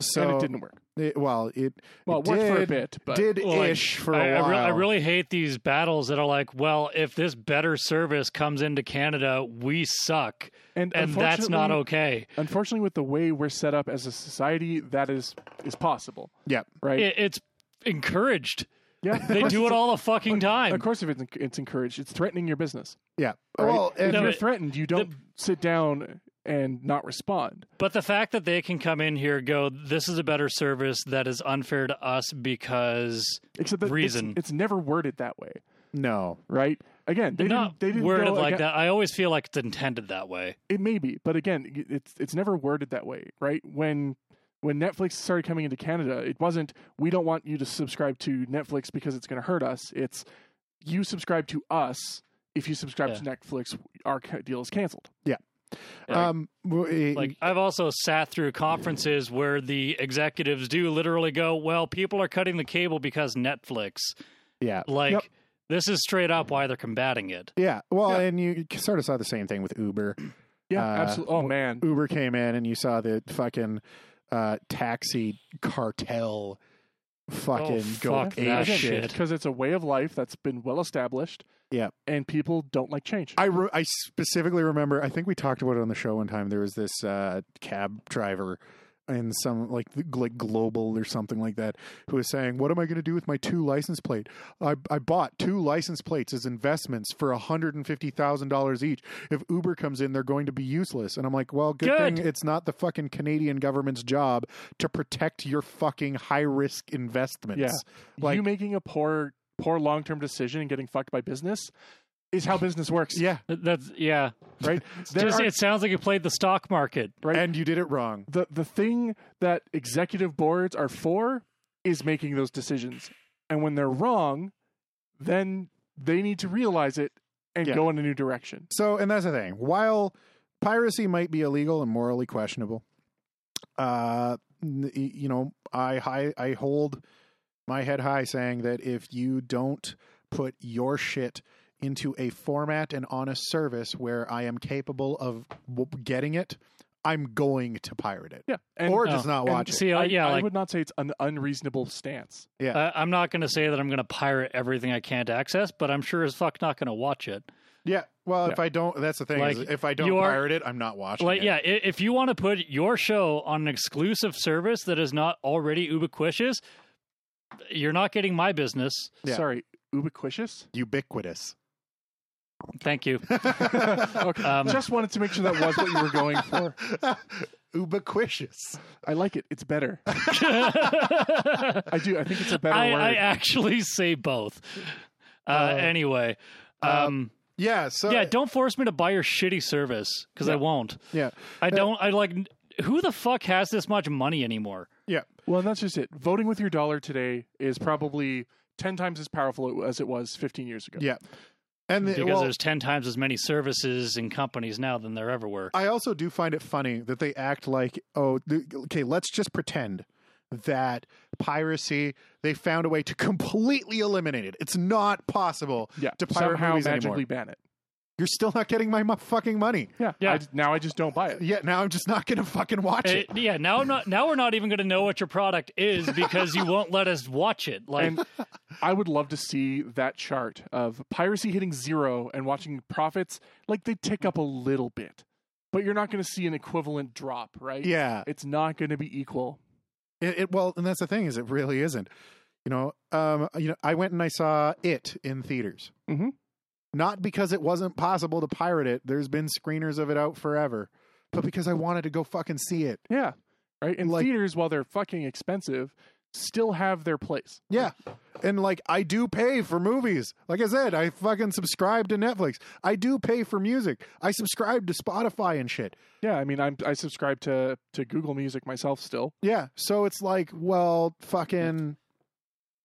Speaker 1: So
Speaker 3: and it didn't work.
Speaker 1: it- well, it
Speaker 3: Well, it,
Speaker 1: it
Speaker 3: worked
Speaker 1: did,
Speaker 3: for a bit, but
Speaker 1: did
Speaker 2: Well,
Speaker 1: ish for a
Speaker 2: I, I
Speaker 1: while.
Speaker 2: re- I really hate these battles that are like, well, if this better service comes into Canada, we suck,
Speaker 3: and,
Speaker 2: and that's not
Speaker 3: unfortunately-
Speaker 2: okay.
Speaker 3: Unfortunately, with the way we're set up as a society, that is is possible.
Speaker 1: Yep.
Speaker 3: Right.
Speaker 2: It, it's encouraged.
Speaker 3: yeah. of
Speaker 2: They
Speaker 3: course
Speaker 2: do
Speaker 3: it's-
Speaker 2: it all the fucking time.
Speaker 3: Of course, if it's, it's encouraged, it's threatening your business.
Speaker 1: yeah.
Speaker 3: Right?
Speaker 1: Well,
Speaker 3: if
Speaker 1: and
Speaker 2: No,
Speaker 3: you're
Speaker 2: but-
Speaker 3: threatened, you don't sit down and not respond.
Speaker 2: But the fact that they can come in here, go, this is a better service that is unfair to us because
Speaker 3: Except that it's-
Speaker 2: Reason.
Speaker 3: It's, never worded that way,
Speaker 1: no.
Speaker 3: right? Again, they
Speaker 2: They're not
Speaker 3: didn't, they didn't
Speaker 2: worded
Speaker 3: go
Speaker 2: like
Speaker 3: aga-
Speaker 2: that. I always feel like it's intended that way.
Speaker 3: It may be, but again, it's it's never worded that way, right? When when Netflix started coming into Canada, it wasn't we don't want you to subscribe to Netflix because it's going to hurt us. It's you subscribe to us. If you subscribe to Netflix, our ca- deal is canceled.
Speaker 2: Yeah.
Speaker 1: Um, w-
Speaker 2: Like I've also sat through conferences where the executives do literally go, "Well, people are cutting the cable because Netflix."
Speaker 1: yeah,
Speaker 2: Like
Speaker 3: Yep.
Speaker 2: this is straight up why they're combating it.
Speaker 1: yeah. Well,
Speaker 3: Yeah.
Speaker 1: and you sort of saw the same thing with Uber.
Speaker 3: Yeah,
Speaker 1: Uh,
Speaker 3: absolutely. Oh man,
Speaker 1: Uber came in, and you saw the fucking uh, taxi cartel fucking go
Speaker 2: fuck
Speaker 1: ape
Speaker 2: that
Speaker 1: shit.
Speaker 2: shit.
Speaker 3: because it's a way of life that's been well established.
Speaker 1: Yeah.
Speaker 3: and people don't like change.
Speaker 1: I, re- I specifically remember I think we talked about it on the show one time there was this uh, cab driver in some like like global or something like that who was saying what am I going to do with my two license plate I, I bought two license plates as investments for $150,000 each if Uber comes in they're going to be useless and I'm like well good,
Speaker 2: Good.
Speaker 1: thing it's not the fucking Canadian government's job to protect your fucking high risk investments like-
Speaker 3: you making a poor poor long term decision and getting fucked by business is how business works.
Speaker 1: yeah
Speaker 2: That's yeah.
Speaker 3: right. There
Speaker 2: Just,
Speaker 3: are-
Speaker 2: it sounds like you played the stock market.
Speaker 3: Right.
Speaker 1: and you did it wrong
Speaker 3: the the thing that executive boards are for is making those decisions, and when they're wrong, then they need to realize it and
Speaker 1: Yeah.
Speaker 3: go in a new direction.
Speaker 1: So, and that's the thing. While piracy might be illegal and morally questionable, uh, n- y- you know, I high, I hold my head high saying that if you don't put your shit into a format and on a service where I am capable of w- getting it, I'm going to pirate it
Speaker 3: Yeah, and
Speaker 1: or
Speaker 2: Oh.
Speaker 1: just not
Speaker 3: and
Speaker 1: watch it.
Speaker 2: See, uh,
Speaker 3: I,
Speaker 2: yeah,
Speaker 3: I
Speaker 2: like
Speaker 3: would not say it's an unreasonable stance.
Speaker 2: I, I'm not going to say that I'm going to pirate everything I can't access, but I'm sure as fuck not going to watch it.
Speaker 1: Yeah. Well, if I don't, that's the thing. is
Speaker 2: Like,
Speaker 1: if I don't
Speaker 2: you are-
Speaker 1: pirate it, I'm not watching
Speaker 2: Like,
Speaker 1: it.
Speaker 2: yeah, i- if you want to put your show on an exclusive service that is not already ubiquitous, you're not getting my business.
Speaker 1: Yeah.
Speaker 3: Sorry, ubiquitous.
Speaker 1: Ubiquitous.
Speaker 2: Thank you.
Speaker 3: Okay,
Speaker 2: Um,
Speaker 3: just wanted to make sure that was what you were going for.
Speaker 1: Ubiquitous.
Speaker 3: I like it. It's better.
Speaker 2: I,
Speaker 3: I do. I think it's a better word.
Speaker 2: I actually say both. Uh, anyway, um,
Speaker 1: Yeah. So
Speaker 2: yeah, don't force me to buy your shitty service because I won't.
Speaker 1: uh, yeah.
Speaker 2: I don't. I like. n- Who the fuck has this much money anymore?
Speaker 1: Yeah.
Speaker 3: Well, and that's just it. Voting with your dollar today is probably 10 times as powerful as it was 15 years ago.
Speaker 1: Yeah. And the,
Speaker 2: Because
Speaker 1: well,
Speaker 2: there's ten times as many services and companies now than there ever were.
Speaker 1: I also do find it funny that they act like, oh, th- okay, let's just pretend that piracy they found a way to completely eliminate it. It's not possible
Speaker 3: Yeah.
Speaker 1: to pirate
Speaker 3: Somehow
Speaker 1: movies
Speaker 3: magically
Speaker 1: anymore.
Speaker 3: ban it.
Speaker 1: You're still not getting my mu- fucking money.
Speaker 3: Yeah.
Speaker 2: Yeah.
Speaker 3: I just- now I just don't buy it.
Speaker 1: Yeah, now I'm just not going to fucking watch
Speaker 2: Uh,
Speaker 1: it.
Speaker 2: yeah, now I'm not. Now we're not even going to know what your product is because you won't let us watch it. Like,
Speaker 3: And I would love to see that chart of piracy hitting zero and watching profits like they tick up a little bit. But you're not going to see an equivalent drop, right?
Speaker 1: Yeah.
Speaker 3: It's not going to be equal.
Speaker 1: It, it well, and that's the thing is, it really isn't. You know, um, you know, I went and I saw it in theaters.
Speaker 3: Mhm.
Speaker 1: Not because it wasn't possible to pirate it. There's been screeners of it out forever, but because I wanted to go fucking see it.
Speaker 3: Yeah. Right? And
Speaker 1: Like-
Speaker 3: theaters, while they're fucking expensive, still have their place.
Speaker 1: Yeah. And like I do pay for movies. Like I said, I fucking subscribe to Netflix. I do pay for music. I subscribe to Spotify and shit.
Speaker 3: Yeah, I mean, I'm I subscribe to to Google Music myself still.
Speaker 1: Yeah. So it's like, well, fucking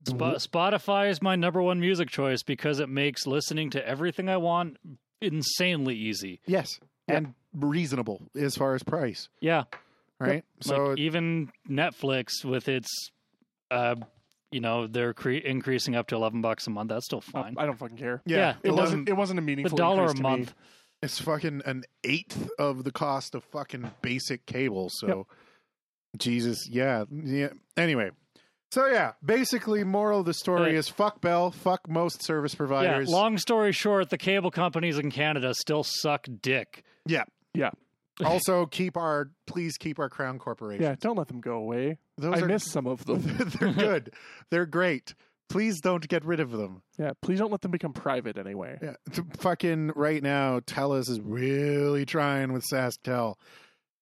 Speaker 2: Spo- Spotify is my number one music choice because it makes listening to everything I want insanely easy.
Speaker 1: yes. And reasonable as far as price,
Speaker 2: Yeah,
Speaker 1: right? So
Speaker 2: like even Netflix with its, uh, you know, they're cre- increasing up to eleven bucks a month. That's
Speaker 1: Oh,
Speaker 2: still fine.
Speaker 3: I don't fucking care.
Speaker 1: yeah,
Speaker 2: yeah,
Speaker 3: It
Speaker 2: Um,
Speaker 3: wasn't. It wasn't a
Speaker 2: the
Speaker 3: meaningful
Speaker 2: dollar
Speaker 3: increase
Speaker 2: a
Speaker 3: to
Speaker 2: month.
Speaker 3: Me.
Speaker 1: It's fucking an eighth of the cost of fucking basic cable. So, Jesus, yeah, yeah. Anyway, so yeah, basically, moral of the story
Speaker 2: Hey.
Speaker 1: is fuck Bell, fuck most service
Speaker 2: Yeah.
Speaker 1: providers.
Speaker 2: Long story short, the cable companies in Canada still suck dick.
Speaker 1: Yeah.
Speaker 3: Yeah.
Speaker 1: also, keep our please keep our crown corporation.
Speaker 3: Yeah, don't let them go away.
Speaker 1: Those
Speaker 3: I
Speaker 1: are
Speaker 3: miss some of them.
Speaker 1: they're good. they're great. Please don't get rid of them.
Speaker 3: yeah, please don't let them become private anyway.
Speaker 1: Yeah. T- Fucking right now, Telus is really trying with SaskTel.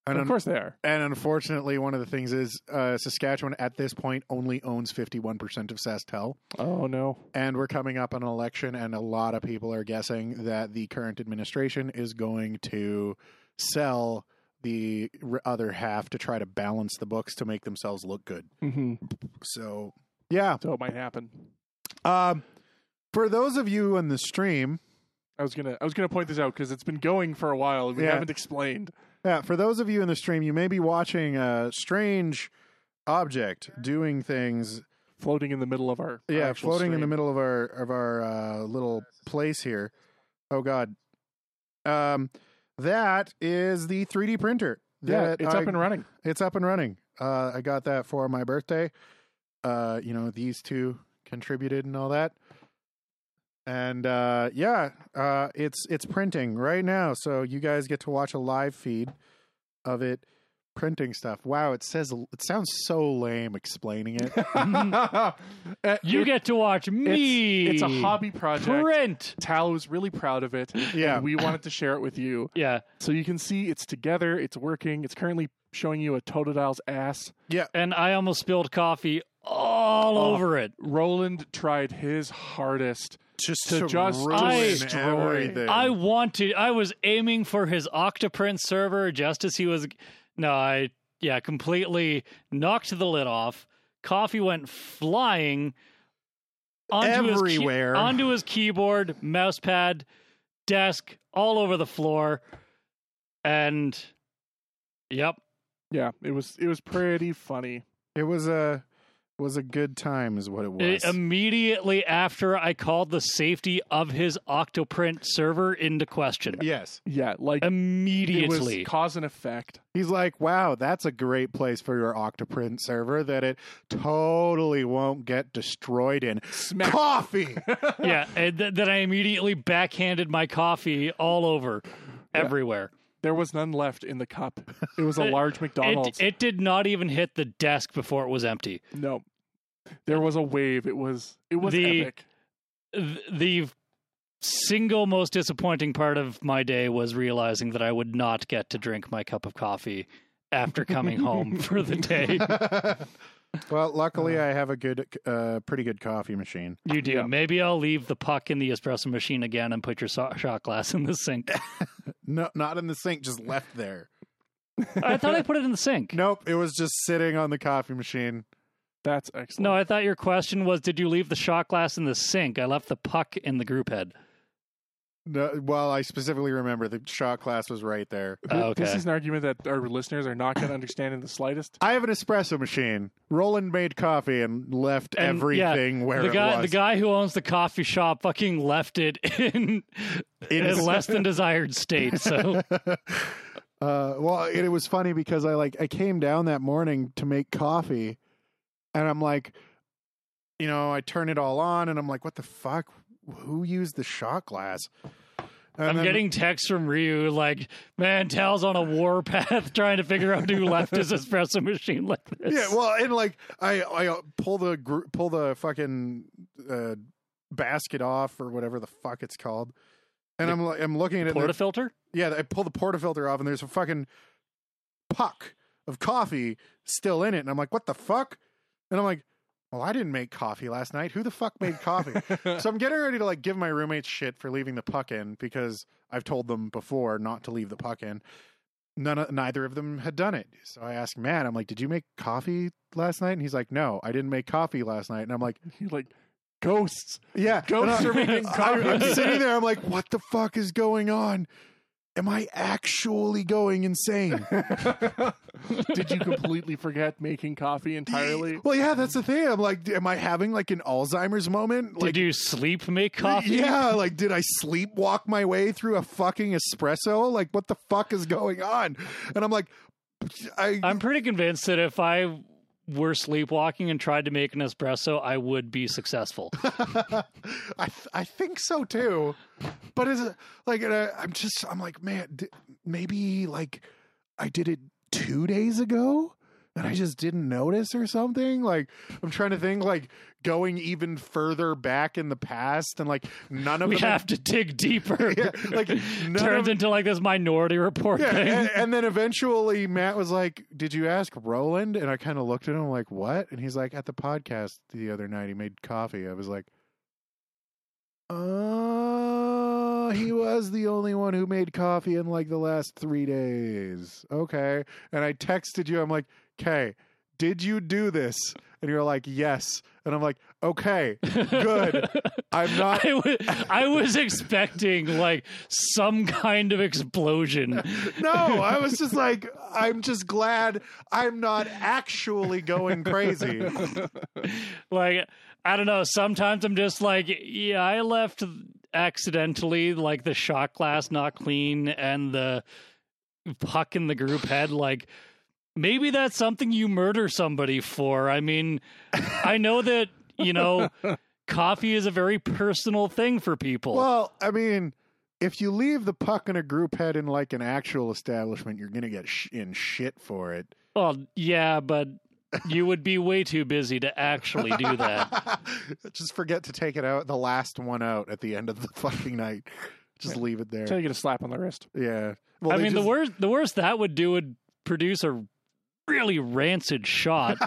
Speaker 1: And
Speaker 3: of
Speaker 1: un-
Speaker 3: course they are.
Speaker 1: And unfortunately, one of the things is uh, Saskatchewan at this point only owns 51% of SaskTel.
Speaker 3: Oh no.
Speaker 1: And we're coming up on an election, and a lot of people are guessing that the current administration is going to sell the r- other half to try to balance the books to make themselves look good.
Speaker 3: hmm
Speaker 1: So, yeah.
Speaker 3: So it might happen.
Speaker 1: Um, for those of you on the stream,
Speaker 3: I was gonna I was gonna point this out because it's been going for a while. We
Speaker 1: Yeah.
Speaker 3: haven't explained.
Speaker 1: Yeah, for those of you in the stream, you may be watching a strange object doing things.
Speaker 3: Floating in the middle of our our
Speaker 1: Yeah,
Speaker 3: actual
Speaker 1: floating in the
Speaker 3: stream.
Speaker 1: middle of our of our uh, little place here. Oh God, um, that is the 3D printer.
Speaker 3: Yeah,
Speaker 1: that
Speaker 3: it's
Speaker 1: I-
Speaker 3: up and running.
Speaker 1: it's up and running. Uh, I got that for my birthday. Uh, you know, these two contributed and all that. And uh, yeah, uh, it's it's printing right now, so you guys get to watch a live feed of it printing stuff. Wow, it says it sounds so lame explaining it.
Speaker 3: Uh,
Speaker 2: You
Speaker 3: it-
Speaker 2: get to watch me.
Speaker 3: It's a hobby project.
Speaker 2: Print.
Speaker 3: Tal was really proud of it.
Speaker 1: Yeah.
Speaker 3: and we wanted to share it with you,
Speaker 2: Yeah.
Speaker 3: so you can see it's together. It's working. It's currently showing you a Totodile's ass.
Speaker 2: And I almost spilled coffee all
Speaker 3: Oh.
Speaker 2: over it.
Speaker 3: Roland tried his hardest.
Speaker 1: just
Speaker 3: To just
Speaker 1: ruin
Speaker 3: destroy.
Speaker 1: everything.
Speaker 2: I wanted. I was aiming for his Octoprint server just as he was. No, I yeah, completely knocked the lid off. Coffee went flying onto His key-
Speaker 1: Everywhere.
Speaker 2: onto his keyboard, mouse pad, desk, all over the floor, and yep,
Speaker 3: Yeah, it was it was pretty funny.
Speaker 1: it was a was a good time, is what it was.
Speaker 2: It- immediately after I called the safety of his Octoprint server into question.
Speaker 1: yes,
Speaker 3: Yeah, like it was
Speaker 2: Immediately,
Speaker 3: cause and effect.
Speaker 1: He's like, wow, that's a great place for your Octoprint server that it totally won't get destroyed in.
Speaker 3: Smack.
Speaker 1: Coffee!
Speaker 2: yeah, and th- then I immediately backhanded my coffee all over, everywhere.
Speaker 3: There was none left in the cup. It was a large McDonald's.
Speaker 2: It it did not even hit the desk before it was empty.
Speaker 3: no, there was a wave. It was it was
Speaker 2: The-
Speaker 3: epic.
Speaker 2: Th- The single most disappointing part of my day was realizing that I would not get to drink my cup of coffee after coming home for the day.
Speaker 1: well, luckily, I have a good, uh, pretty good coffee machine.
Speaker 2: You do.
Speaker 3: Yeah.
Speaker 2: Maybe I'll leave the puck in the espresso machine again and put your so- shot glass in the sink.
Speaker 1: No, not in the sink, just left there.
Speaker 2: I thought I put it in the sink.
Speaker 1: Nope, it was just sitting on the coffee machine.
Speaker 3: That's excellent.
Speaker 2: No, I thought your question was Did you leave the shot glass in the sink? I left the puck in the group head.
Speaker 1: No, well, I specifically remember the shot glass was right there.
Speaker 3: Th-
Speaker 2: Oh,
Speaker 3: This
Speaker 2: okay.
Speaker 3: is an argument that our listeners are not going to understand in the slightest.
Speaker 1: I have an espresso machine. Roland made coffee and left
Speaker 2: And, yeah,
Speaker 1: everything where
Speaker 2: the
Speaker 1: it
Speaker 2: guy,
Speaker 1: was.
Speaker 2: the guy who owns the coffee shop, fucking left it in,
Speaker 1: It
Speaker 2: in
Speaker 1: is-
Speaker 2: less than desired state. So
Speaker 1: uh, well, it, it was funny because I like I came down that morning to make coffee, and I'm like, you know, I turn it all on, and I'm like, what the fuck? Who used the shot glass? And
Speaker 2: I'm
Speaker 1: then-
Speaker 2: getting texts from Ryu like, "Man, Tal's on a warpath trying to figure out who left his espresso machine like this."
Speaker 1: yeah. Well, and like I I uh, pull the gr- pull the fucking uh, basket off or whatever the fuck it's called, and I'm like I'm looking at it. and there-
Speaker 2: portafilter.
Speaker 1: yeah, I pull the portafilter off, and there's a fucking puck of coffee still in it, and I'm like, what the fuck? And I'm like, well, I didn't make coffee last night. Who the fuck made coffee? so I'm getting ready to like give my roommates shit for leaving the puck in because I've told them before not to leave the puck in. None, of, neither of them had done it. So I asked Matt, I'm like, did you make coffee last night? And he's like, no, I didn't make coffee last night. And I'm like,
Speaker 3: You're like ghosts.
Speaker 1: yeah,
Speaker 3: Ghosts
Speaker 1: And I-
Speaker 3: are making
Speaker 1: I, am
Speaker 3: coffee.
Speaker 1: sitting there. I'm like, what the fuck is going on? Am I actually going insane?
Speaker 3: Did you completely forget making coffee entirely?
Speaker 1: Well, yeah, that's the thing. I'm like, am I having like an Alzheimer's moment? Like,
Speaker 2: Did you sleep make coffee?
Speaker 1: Yeah, like, did I sleepwalk my way through a fucking espresso? Like, what the fuck is going on? And I'm like, I
Speaker 2: I'm pretty convinced that if I were sleepwalking and tried to make an espresso, I would be successful.
Speaker 1: I th- I think so too. But is it like and I, I'm just I'm like man, d- maybe like I did it two days ago, that I just didn't notice or something? Like I'm trying to think like going even further back in the past and like none of
Speaker 2: we
Speaker 1: them
Speaker 2: have to dig deeper.
Speaker 1: Yeah, like, none of-
Speaker 2: turns into like this Minority Report
Speaker 1: Yeah,
Speaker 2: thing.
Speaker 1: and, and then eventually Matt was like, "Did you ask Roland?" And I kind of looked at him like, "What?" And he's like, "At the podcast the other night, he made coffee." I was like, "Uh, he was the only one who made coffee in like the last three days." Okay, and I texted you. I'm like, "Okay, did you do this?" And you're like, "Yes," and I'm like, "Okay, eh, good. I'm not."
Speaker 2: I wa- I was expecting like some kind of explosion.
Speaker 1: No, I was just like, I'm just glad I'm not actually going crazy.
Speaker 2: Like I don't know. Sometimes I'm just like, yeah, I left accidentally like the shot glass not clean and the puck in the group head. Like maybe that's something you murder somebody for. I mean, I know that you know. Coffee is a very personal thing for people.
Speaker 1: Well, I mean, if you leave the puck in a group head in like an actual establishment, you're gonna get sh- in shit for it.
Speaker 2: Well, yeah, but you would be way too busy to actually do that.
Speaker 1: just forget to take it out, the last one out at the end of the fucking night. Just leave it there.
Speaker 3: Trying to get a slap on the wrist.
Speaker 1: Yeah. Well,
Speaker 2: I
Speaker 1: they
Speaker 2: mean,
Speaker 1: just-
Speaker 2: the worst the worst that would do would produce a really rancid shot.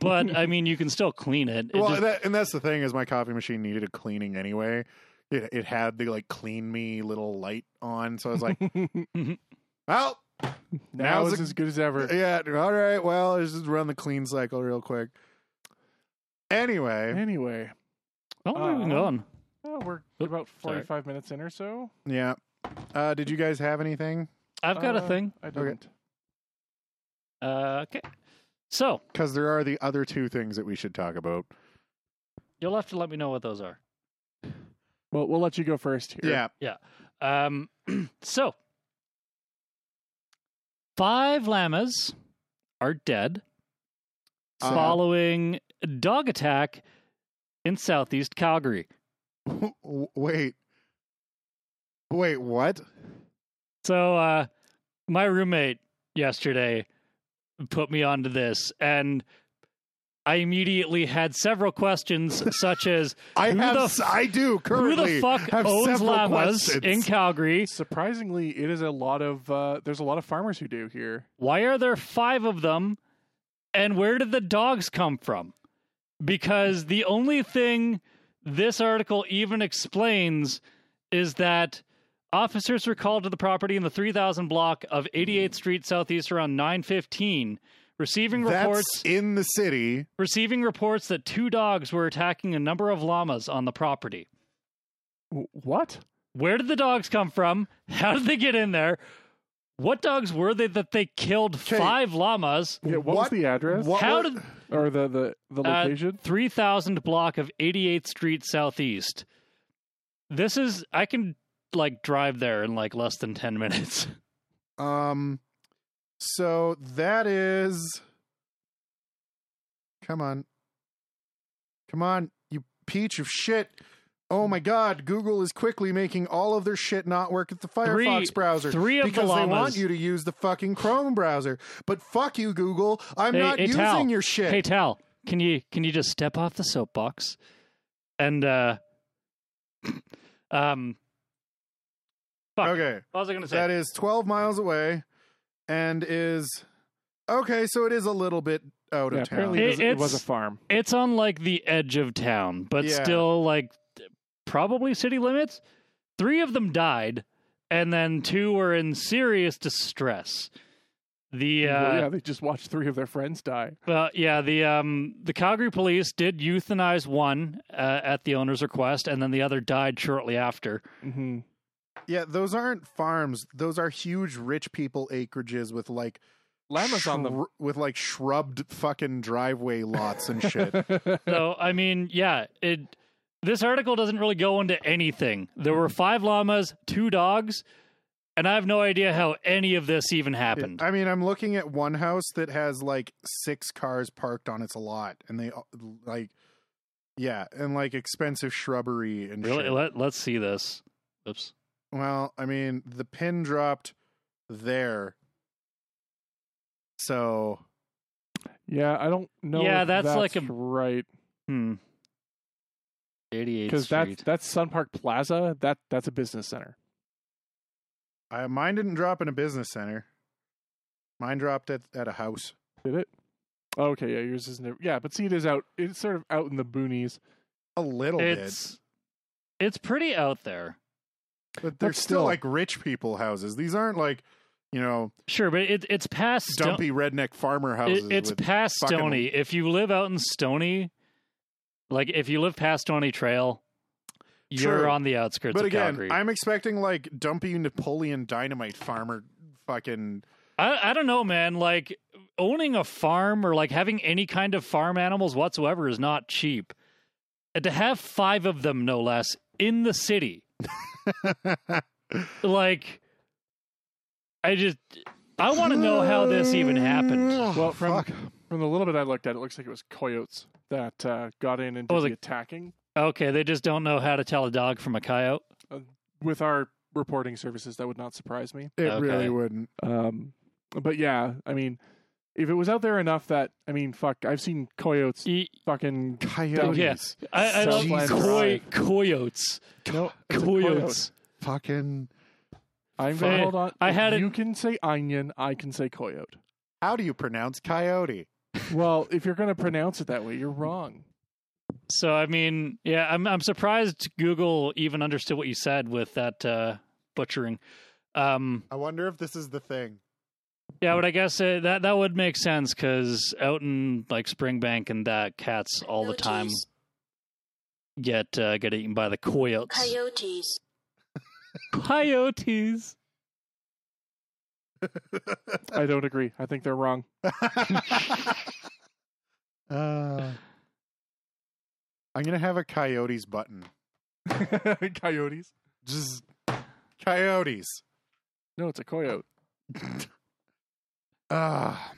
Speaker 2: but I mean, you can still clean it. It
Speaker 1: Well,
Speaker 2: just-
Speaker 1: that, and that's the thing is my coffee machine needed a cleaning anyway. It, it had the like clean me little light on, so I was like, well,
Speaker 3: Now
Speaker 1: Now's
Speaker 3: is
Speaker 1: a-
Speaker 3: as good as ever.
Speaker 1: Yeah. All right. Well, let's just run the clean cycle real quick. Anyway,
Speaker 3: Anyway,
Speaker 2: oh, where are we
Speaker 3: uh,
Speaker 1: Uh-huh.
Speaker 2: going?
Speaker 3: uh, we're
Speaker 2: Oop,
Speaker 3: about
Speaker 2: sorry.
Speaker 3: 45 minutes in or so.
Speaker 1: yeah. Uh, did you guys have anything?
Speaker 2: I've got
Speaker 1: Uh-huh.
Speaker 3: Uh,
Speaker 2: a thing.
Speaker 3: I didn't.
Speaker 2: Uh, okay, so
Speaker 1: Because there are the other two things that we should talk about.
Speaker 2: you'll have to let me know what those are.
Speaker 3: Well, we'll let you go first here.
Speaker 1: Yeah.
Speaker 2: Um, so five llamas are dead
Speaker 1: Uh-huh.
Speaker 2: following a dog attack in southeast Calgary.
Speaker 1: W- Wait. Wait. What?
Speaker 2: So uh my roommate yesterday put me onto this and I immediately had several questions such as
Speaker 1: I
Speaker 2: Who
Speaker 1: have.
Speaker 2: the
Speaker 1: s- I do
Speaker 2: who
Speaker 1: currently.
Speaker 2: the fuck
Speaker 1: have
Speaker 2: owns
Speaker 1: several
Speaker 2: llamas
Speaker 1: questions.
Speaker 2: in Calgary?
Speaker 3: Surprisingly, it is a lot of uh, there's a lot of farmers who do here.
Speaker 2: Why are there 5 of them? And where did the dogs come from? Because the only thing this article even explains is that officers were called to the property in the 3000 block of 88th Street Southeast around 9:15, receiving reports
Speaker 1: That's in the city.
Speaker 2: receiving reports that two dogs were attacking a number of llamas on the property.
Speaker 3: W- what?
Speaker 2: Where did the dogs come from? How did they get in there? What dogs were they that they killed five llamas?
Speaker 3: Yeah, what, was
Speaker 1: What-
Speaker 3: the address
Speaker 1: what
Speaker 2: How
Speaker 1: were-
Speaker 2: did
Speaker 3: or the the, the
Speaker 2: uh,
Speaker 3: location?
Speaker 2: 3000 block of 88th Street Southeast? This is I can like drive there in like less than 10 minutes.
Speaker 1: Um, so that is. Come on. Come on, you peach of shit. Oh my god, Google is quickly making all of their shit not work at the
Speaker 2: Three-
Speaker 1: Firefox browser.
Speaker 2: three of the
Speaker 1: because they want
Speaker 2: llamas-
Speaker 1: you to use the fucking Chrome browser. But fuck you, Google. I'm
Speaker 2: Hey-
Speaker 1: not
Speaker 2: hey,
Speaker 1: using
Speaker 2: Tal.
Speaker 1: your shit.
Speaker 2: Hey Tal, can you can you just step off the soapbox and uh um fuck.
Speaker 1: okay.
Speaker 2: What was I going to say?
Speaker 1: That is 12 miles away and is Okay, so it is a little bit out
Speaker 3: Yeah,
Speaker 1: of town.
Speaker 3: apparently, it, was-
Speaker 2: It-
Speaker 3: it was a
Speaker 2: it's-
Speaker 3: farm.
Speaker 2: it's on like the edge of town, but
Speaker 1: Yeah.
Speaker 2: still like probably city limits. Three of them died, and then two were in serious distress. The
Speaker 3: Well,
Speaker 2: uh,
Speaker 3: yeah, they just watched three of their friends die.
Speaker 2: Well, yeah, the um, the Calgary police did euthanize one uh, at the owner's request, and then the other died shortly after.
Speaker 3: hmm
Speaker 1: Yeah, those aren't farms. Those are huge rich people acreages with like
Speaker 3: Llamas on
Speaker 1: shru- with like shrubbed fucking driveway lots and shit.
Speaker 3: them.
Speaker 2: So, I mean, yeah, it. This article doesn't really go into anything. There were five llamas, two dogs, and I have no idea how any of this even happened.
Speaker 1: I mean, I'm looking at one house that has like six cars parked on its lot, and they all- like, yeah, and like expensive shrubbery and
Speaker 2: really,
Speaker 1: shit.
Speaker 2: let, let's see this. Oops.
Speaker 1: well, I mean, the pin dropped there, so
Speaker 3: Yeah, I don't know.
Speaker 2: Yeah,
Speaker 3: if
Speaker 2: that's like a-
Speaker 3: right
Speaker 2: Hmm. 88th
Speaker 3: because
Speaker 2: Street.
Speaker 3: that's that's Sun Park Plaza. That that's a business center.
Speaker 1: I, mine didn't drop in a business center. Mine dropped at, at a house.
Speaker 3: Did it? Oh, Okay, yeah, yours is never. Yeah, but see, it is out. It's sort of out in the boonies.
Speaker 1: A little
Speaker 2: it's it's pretty out there.
Speaker 1: bit. But they're
Speaker 3: but
Speaker 1: still,
Speaker 3: still.
Speaker 1: like rich people houses. These aren't like, you know,
Speaker 2: Sure, but it, it's past Sto-
Speaker 1: dumpy redneck farmer
Speaker 2: it-
Speaker 1: houses.
Speaker 2: it's
Speaker 1: with-
Speaker 2: past
Speaker 1: fucking-
Speaker 2: Stony. If you live out in Stony, like if you live past Stony Trail, you're
Speaker 1: True.
Speaker 2: on the outskirts
Speaker 1: but
Speaker 2: of
Speaker 1: again,
Speaker 2: Calgary.
Speaker 1: I'm expecting like dumpy Napoleon Dynamite farmer fucking
Speaker 2: I, I don't know, man. Like owning a farm or like having any kind of farm animals whatsoever is not cheap. And to have five of them, no less, in the city, like I just I want to know how this even happened.
Speaker 3: Well, from
Speaker 1: Fuck.
Speaker 3: from the little bit I looked at, it looks like it was coyotes that uh, got in and did
Speaker 2: Oh,
Speaker 3: the
Speaker 2: the-
Speaker 3: attacking.
Speaker 2: Okay, they just don't know how to tell a dog from a coyote.
Speaker 3: With our reporting services, that would not surprise me.
Speaker 1: it
Speaker 2: okay.
Speaker 1: really wouldn't.
Speaker 3: Um, but yeah, I mean, if it was out there enough that I mean, fuck, I've seen coyotes
Speaker 2: E-
Speaker 3: fucking
Speaker 2: Oh,
Speaker 1: Coyotes.
Speaker 2: Yes. I, I love
Speaker 1: Jesus.
Speaker 2: coy, coyotes.
Speaker 3: no it's a coyote.
Speaker 2: Coyotes.
Speaker 1: Fucking
Speaker 3: I'm gonna
Speaker 2: Hey,
Speaker 3: hold on.
Speaker 2: I had it-
Speaker 3: you can say onion. I can say coyote.
Speaker 1: How do you pronounce coyote?
Speaker 3: Well, if you're gonna pronounce it that way, you're wrong.
Speaker 2: So I mean, yeah, I'm I'm surprised Google even understood what you said with that uh, butchering. Um,
Speaker 1: I wonder if this is the thing.
Speaker 2: yeah, but I guess uh that that would make sense because out in like Springbank and that, cats all the time
Speaker 4: Coyotes.
Speaker 2: get uh, get eaten by the coyotes.
Speaker 4: Coyotes.
Speaker 2: Coyotes.
Speaker 3: I don't agree. I think they're wrong.
Speaker 1: Uh, I'm gonna have a coyotes button.
Speaker 3: Coyotes.
Speaker 1: Just coyotes.
Speaker 3: No, it's a coyote.
Speaker 1: Ah,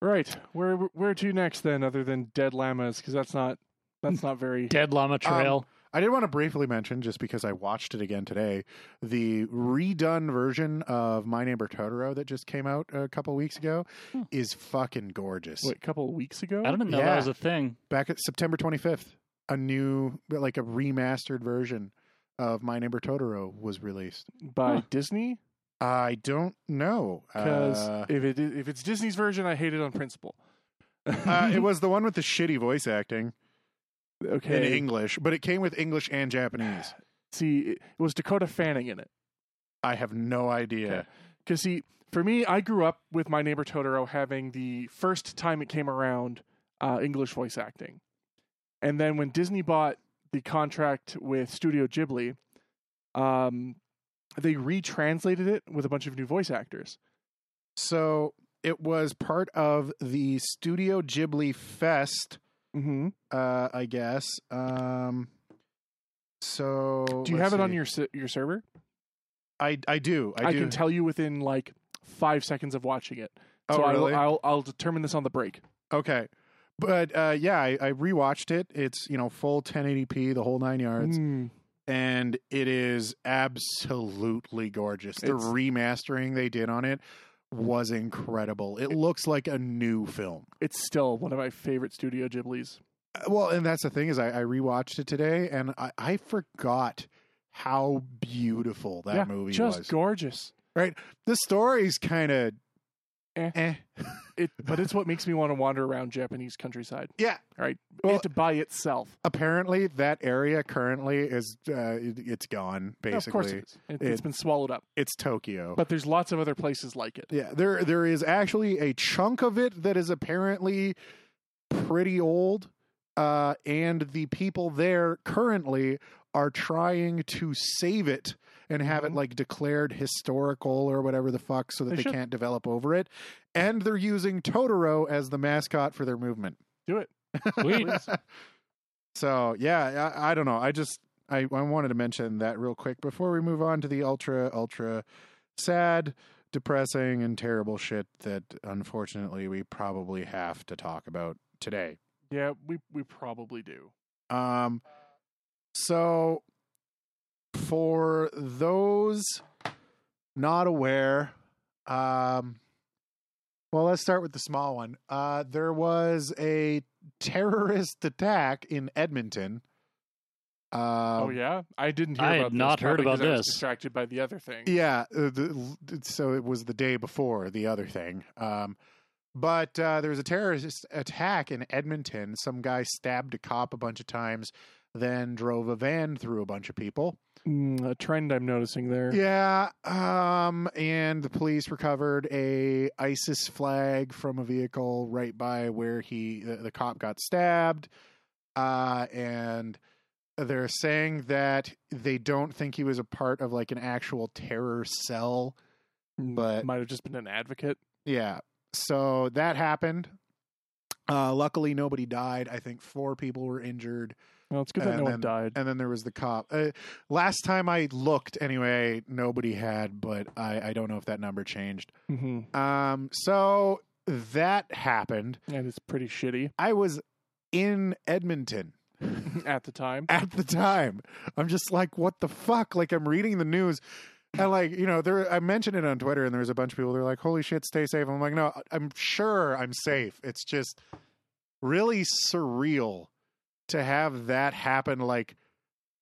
Speaker 3: Right. Where where to next then, other than dead llamas? Because that's not that's not very.
Speaker 2: Dead llama trail.
Speaker 1: I did want to briefly mention, just because I watched it again today, the redone version of My Neighbor Totoro that just came out a couple weeks ago
Speaker 2: Hmm.
Speaker 1: is fucking gorgeous.
Speaker 3: Wait, a couple of weeks ago.
Speaker 2: I didn't know
Speaker 1: yeah.
Speaker 2: that was a thing.
Speaker 1: Back at September 25th, a new, like a remastered version of My Neighbor Totoro was released.
Speaker 3: by
Speaker 2: Huh.
Speaker 3: Disney.
Speaker 1: I don't know
Speaker 3: Because
Speaker 1: Uh,
Speaker 3: if it i- if it's Disney's version, I hate it on principle.
Speaker 1: uh, it was the one with the shitty voice acting in
Speaker 3: okay.
Speaker 1: English, but it came with English and Japanese.
Speaker 3: See, it it was Dakota Fanning in it.
Speaker 1: I have no idea.
Speaker 3: Because see, for me, I grew up with My Neighbor Totoro having the first time it came around uh, English voice acting, and then when Disney bought the contract with Studio Ghibli, um, they retranslated it with a bunch of new voice actors.
Speaker 1: So it was part of the Studio Ghibli Fest,
Speaker 3: Mm-hmm.
Speaker 1: uh, I guess. Um, so
Speaker 3: Do you
Speaker 1: let's
Speaker 3: have it on
Speaker 1: see.
Speaker 3: your se- your server?
Speaker 1: I I do. I,
Speaker 3: I,
Speaker 1: do.
Speaker 3: can tell you within like five seconds of watching it.
Speaker 1: Oh,
Speaker 3: so
Speaker 1: really?
Speaker 3: I'll, I'll I'll determine this on the break.
Speaker 1: okay. But uh, yeah, I, I rewatched it. It's you know full 1080p, the whole nine yards.
Speaker 3: Mm.
Speaker 1: and it is absolutely gorgeous. The
Speaker 3: It's-
Speaker 1: remastering they did on it was incredible. It looks like a new film.
Speaker 3: It's still one of my favorite Studio Ghibli's.
Speaker 1: Uh, Well, and that's the thing is I, I rewatched it today and I, I forgot how beautiful that
Speaker 3: Yeah,
Speaker 1: movie
Speaker 3: just
Speaker 1: was.
Speaker 3: gorgeous.
Speaker 1: the story's kind of
Speaker 3: Eh. It, but it's what makes me want to wander around Japanese countryside.
Speaker 1: Yeah.
Speaker 3: Well,
Speaker 1: Well-
Speaker 3: it by itself.
Speaker 1: Apparently, that area currently is uh, it- it's gone.
Speaker 3: No,
Speaker 1: Basically,
Speaker 3: of course, it is. It, has
Speaker 1: it-
Speaker 3: been swallowed up.
Speaker 1: it's Tokyo.
Speaker 3: But there's lots of other places like it.
Speaker 1: Yeah, there there is actually a chunk of it that is apparently pretty old, uh, and the people there currently are trying to save it and have
Speaker 3: Mhm.
Speaker 1: it like declared historical or whatever the fuck, so that
Speaker 3: They
Speaker 1: they,
Speaker 3: should.
Speaker 1: can't develop over it. And they're using Totoro as the mascot for their movement.
Speaker 3: Do it.
Speaker 2: Sweet.
Speaker 1: So yeah, I, I don't know. I just I, I wanted to mention that real quick before we move on to the ultra ultra sad, depressing, and terrible shit that unfortunately we probably have to talk about today.
Speaker 3: Yeah, we we probably do.
Speaker 1: Um, so for those not aware, um, Well, let's start with the small one. Uh, there was a terrorist attack in Edmonton. Uh,
Speaker 3: oh yeah, I didn't hear.
Speaker 2: I
Speaker 3: about
Speaker 2: had
Speaker 3: this,
Speaker 2: not heard
Speaker 3: probably 'cause
Speaker 2: about
Speaker 3: I was
Speaker 2: this.
Speaker 3: Distracted by the other thing.
Speaker 1: Yeah, uh, the, so it was the day before the other thing. Um, but uh, there was a terrorist attack in Edmonton. Some guy stabbed a cop a bunch of times, then drove a van through a bunch of people.
Speaker 3: Mm, a trend I'm noticing there.
Speaker 1: Yeah, um, and the police recovered a ISIS flag from a vehicle right by where he the, the cop got stabbed, uh, and they're saying that they don't think he was a part of like an actual terror cell.
Speaker 3: Mm,
Speaker 1: but-
Speaker 3: might have just been an advocate.
Speaker 1: Yeah, so that happened. Uh, luckily, nobody died. I think four people were injured.
Speaker 3: Well, it's good that
Speaker 1: And
Speaker 3: no
Speaker 1: then-
Speaker 3: one died.
Speaker 1: and then there was the cop. Uh, last time I looked, anyway, nobody had, but I, I don't know if that number changed.
Speaker 3: hmm
Speaker 1: Um, so that happened.
Speaker 3: And it's pretty shitty
Speaker 1: I was in Edmonton
Speaker 3: at the time.
Speaker 1: at the time. I'm just like, what the fuck? Like, I'm reading the news. And like you know, there I mentioned it on Twitter, and there was a bunch of people. They're like, "Holy shit, stay safe!" I'm like, "No, I'm sure I'm safe." It's just really surreal to have that happen, like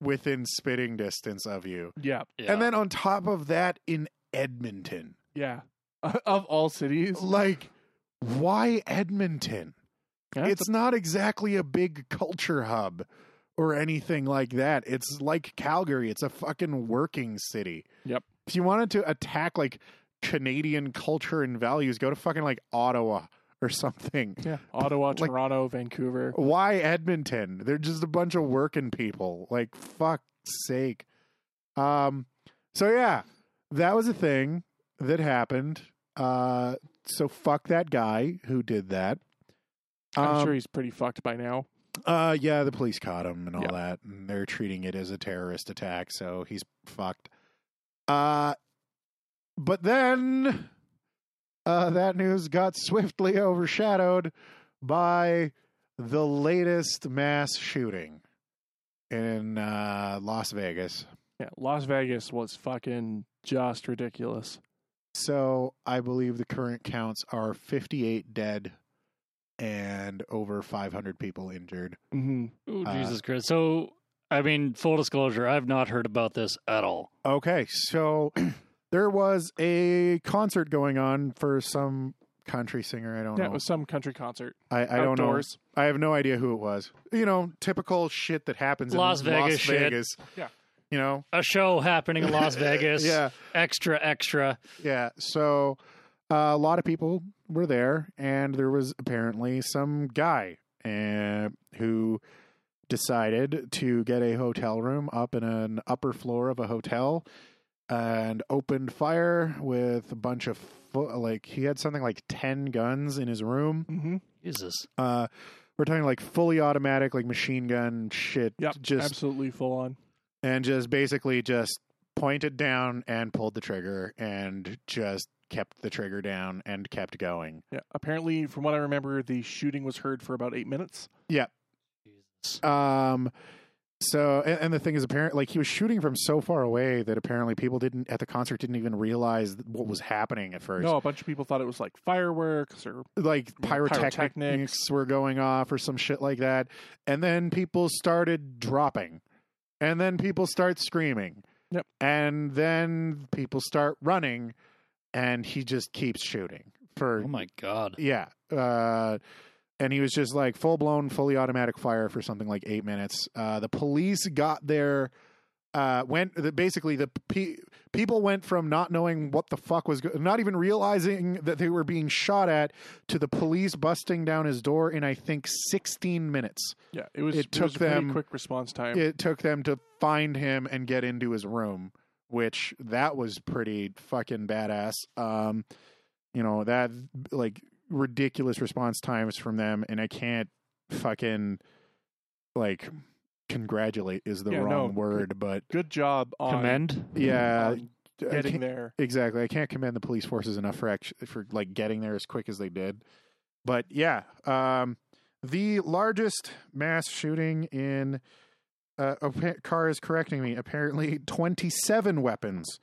Speaker 1: within spitting distance of you.
Speaker 3: Yeah,
Speaker 2: Yeah.
Speaker 1: And then on top of that, in Edmonton,
Speaker 3: yeah. of all cities,
Speaker 1: like, why Edmonton?
Speaker 3: Yeah,
Speaker 1: it's not exactly a big culture hub or anything like that. It's like Calgary. It's a fucking working city.
Speaker 3: Yep.
Speaker 1: If you wanted to attack like Canadian culture and values, go to fucking like Ottawa or something.
Speaker 3: yeah. Ottawa,
Speaker 1: Like-
Speaker 3: Toronto, Vancouver.
Speaker 1: Why Edmonton? They're just a bunch of working people. Like fuck's sake. Um so yeah, that was a thing that happened. Uh so fuck that guy who did that.
Speaker 3: I'm
Speaker 1: Um,
Speaker 3: sure he's pretty fucked by now.
Speaker 1: Uh, yeah, the police caught him and all
Speaker 3: Yeah.
Speaker 1: that, and they're treating it as a terrorist attack, so he's fucked. Uh, but then, uh, that news got swiftly overshadowed by the latest mass shooting in uh, Las Vegas.
Speaker 3: Yeah, Las Vegas was fucking just ridiculous.
Speaker 1: So I believe the current counts are 58 dead and over 500 people injured.
Speaker 3: Mm-hmm.
Speaker 2: Ooh,
Speaker 1: Uh,
Speaker 2: Jesus Christ. So, I mean, full disclosure, I've not heard about this at all.
Speaker 1: Okay, so there was a concert going on for some country singer. I don't
Speaker 3: Yeah,
Speaker 1: know.
Speaker 3: it was some country concert.
Speaker 1: I, I don't know.
Speaker 3: outdoors.
Speaker 1: I have no idea who it was. You know, typical shit that happens
Speaker 2: Las
Speaker 1: in
Speaker 2: Vegas
Speaker 1: Las
Speaker 2: shit.
Speaker 1: Vegas.
Speaker 3: Yeah.
Speaker 1: You know.
Speaker 2: A show happening in Las Vegas.
Speaker 1: yeah,
Speaker 2: Extra, extra.
Speaker 1: yeah. So uh, a lot of people were there, and there was apparently some guy uh, who decided to get a hotel room up in an upper floor of a hotel and opened fire with a bunch of fo- like he had something like 10 guns in his room
Speaker 3: Mm-hmm.
Speaker 2: Jesus.
Speaker 1: uh we're talking like fully automatic like machine gun shit
Speaker 3: Yep,
Speaker 1: just
Speaker 3: absolutely full on.
Speaker 1: and just basically just pointed down and pulled the trigger and just kept the trigger down and kept going
Speaker 3: Yeah. Apparently, from what I remember, the shooting was heard for about eight minutes.
Speaker 2: Jesus.
Speaker 1: Um, so and, and the thing is, apparently, like he was shooting from so far away that apparently people didn't at the concert didn't even realize what was happening at first.
Speaker 3: No, a bunch of people thought it was like fireworks or
Speaker 1: Like
Speaker 3: Yeah,
Speaker 1: pyrotechnics,
Speaker 3: pyrotechnics.
Speaker 1: were going off or some shit like that, and then people started dropping, and then people start screaming,
Speaker 3: Yep.
Speaker 1: and then people start running, and he just keeps shooting for
Speaker 2: Oh, my God.
Speaker 1: yeah. Uh, and he was just like full blown, fully automatic fire for something like eight minutes. Uh, the police got there. Uh, went the, basically the pe- people went from not knowing what the fuck was go- not even realizing that they were being shot at to the police busting down his door in I think 16 minutes.
Speaker 3: yeah, it was.
Speaker 1: It
Speaker 3: It, was
Speaker 1: took
Speaker 3: a pretty
Speaker 1: them-
Speaker 3: quick response time.
Speaker 1: It took them to find him and get into his room, which that was pretty fucking badass. Um, you know that like ridiculous response times from them, and I can't fucking like congratulate is the
Speaker 3: Yeah,
Speaker 1: wrong
Speaker 3: no. Mm-hmm.
Speaker 1: word, but
Speaker 3: Good job on
Speaker 2: Commend.
Speaker 1: yeah,
Speaker 3: on
Speaker 1: I
Speaker 3: getting
Speaker 1: can't-
Speaker 3: there.
Speaker 1: exactly. I can't commend the police forces enough for act- for like getting there as quick as they did. But yeah, um, the largest mass shooting in uh, appa- car is correcting me. Apparently, twenty seven weapons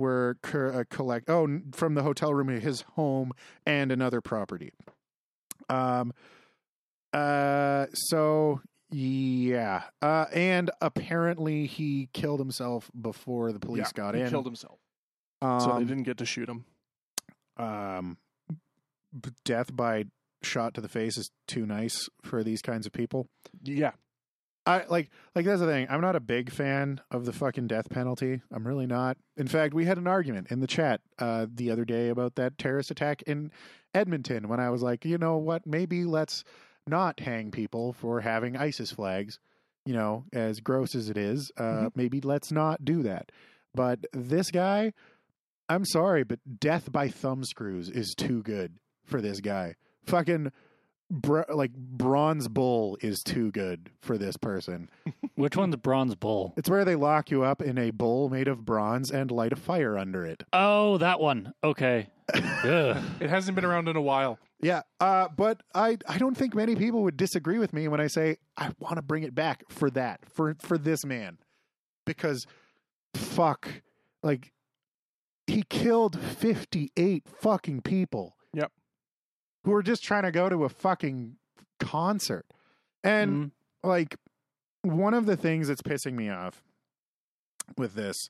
Speaker 1: were co- uh, collect oh n- from the hotel room his home and another property um uh so yeah uh and apparently he killed himself before the police
Speaker 3: Yeah,
Speaker 1: got
Speaker 3: he
Speaker 1: in
Speaker 3: killed himself,
Speaker 1: um,
Speaker 3: so they didn't get to shoot him.
Speaker 1: um b- death by shot to the face is too nice for these kinds of people
Speaker 3: Yeah,
Speaker 1: I like like that's the thing. I'm not a big fan of the fucking death penalty. I'm really not. In fact, we had an argument in the chat uh, the other day about that terrorist attack in Edmonton when I was like, you know what, maybe let's not hang people for having ISIS flags. You know, as gross as it is, uh,
Speaker 3: Mhm.
Speaker 1: maybe let's not do that. But this guy, I'm sorry, but death by thumb screws is too good for this guy. Fucking br- like bronze bull is too good for this person.
Speaker 2: Which one's Bronze Bull?
Speaker 1: It's where they lock you up in a bowl made of bronze and light a fire under it.
Speaker 2: Oh, that one. Okay. Ugh.
Speaker 3: it hasn't been around in a while.
Speaker 1: Yeah, uh, but I I don't think many people would disagree with me when I say I want to bring it back for that for for this man because fuck like he killed 58 fucking people.
Speaker 3: Yep.
Speaker 1: Who were just trying to go to a fucking concert. And
Speaker 2: Mhm.
Speaker 1: like one of the things that's pissing me off with this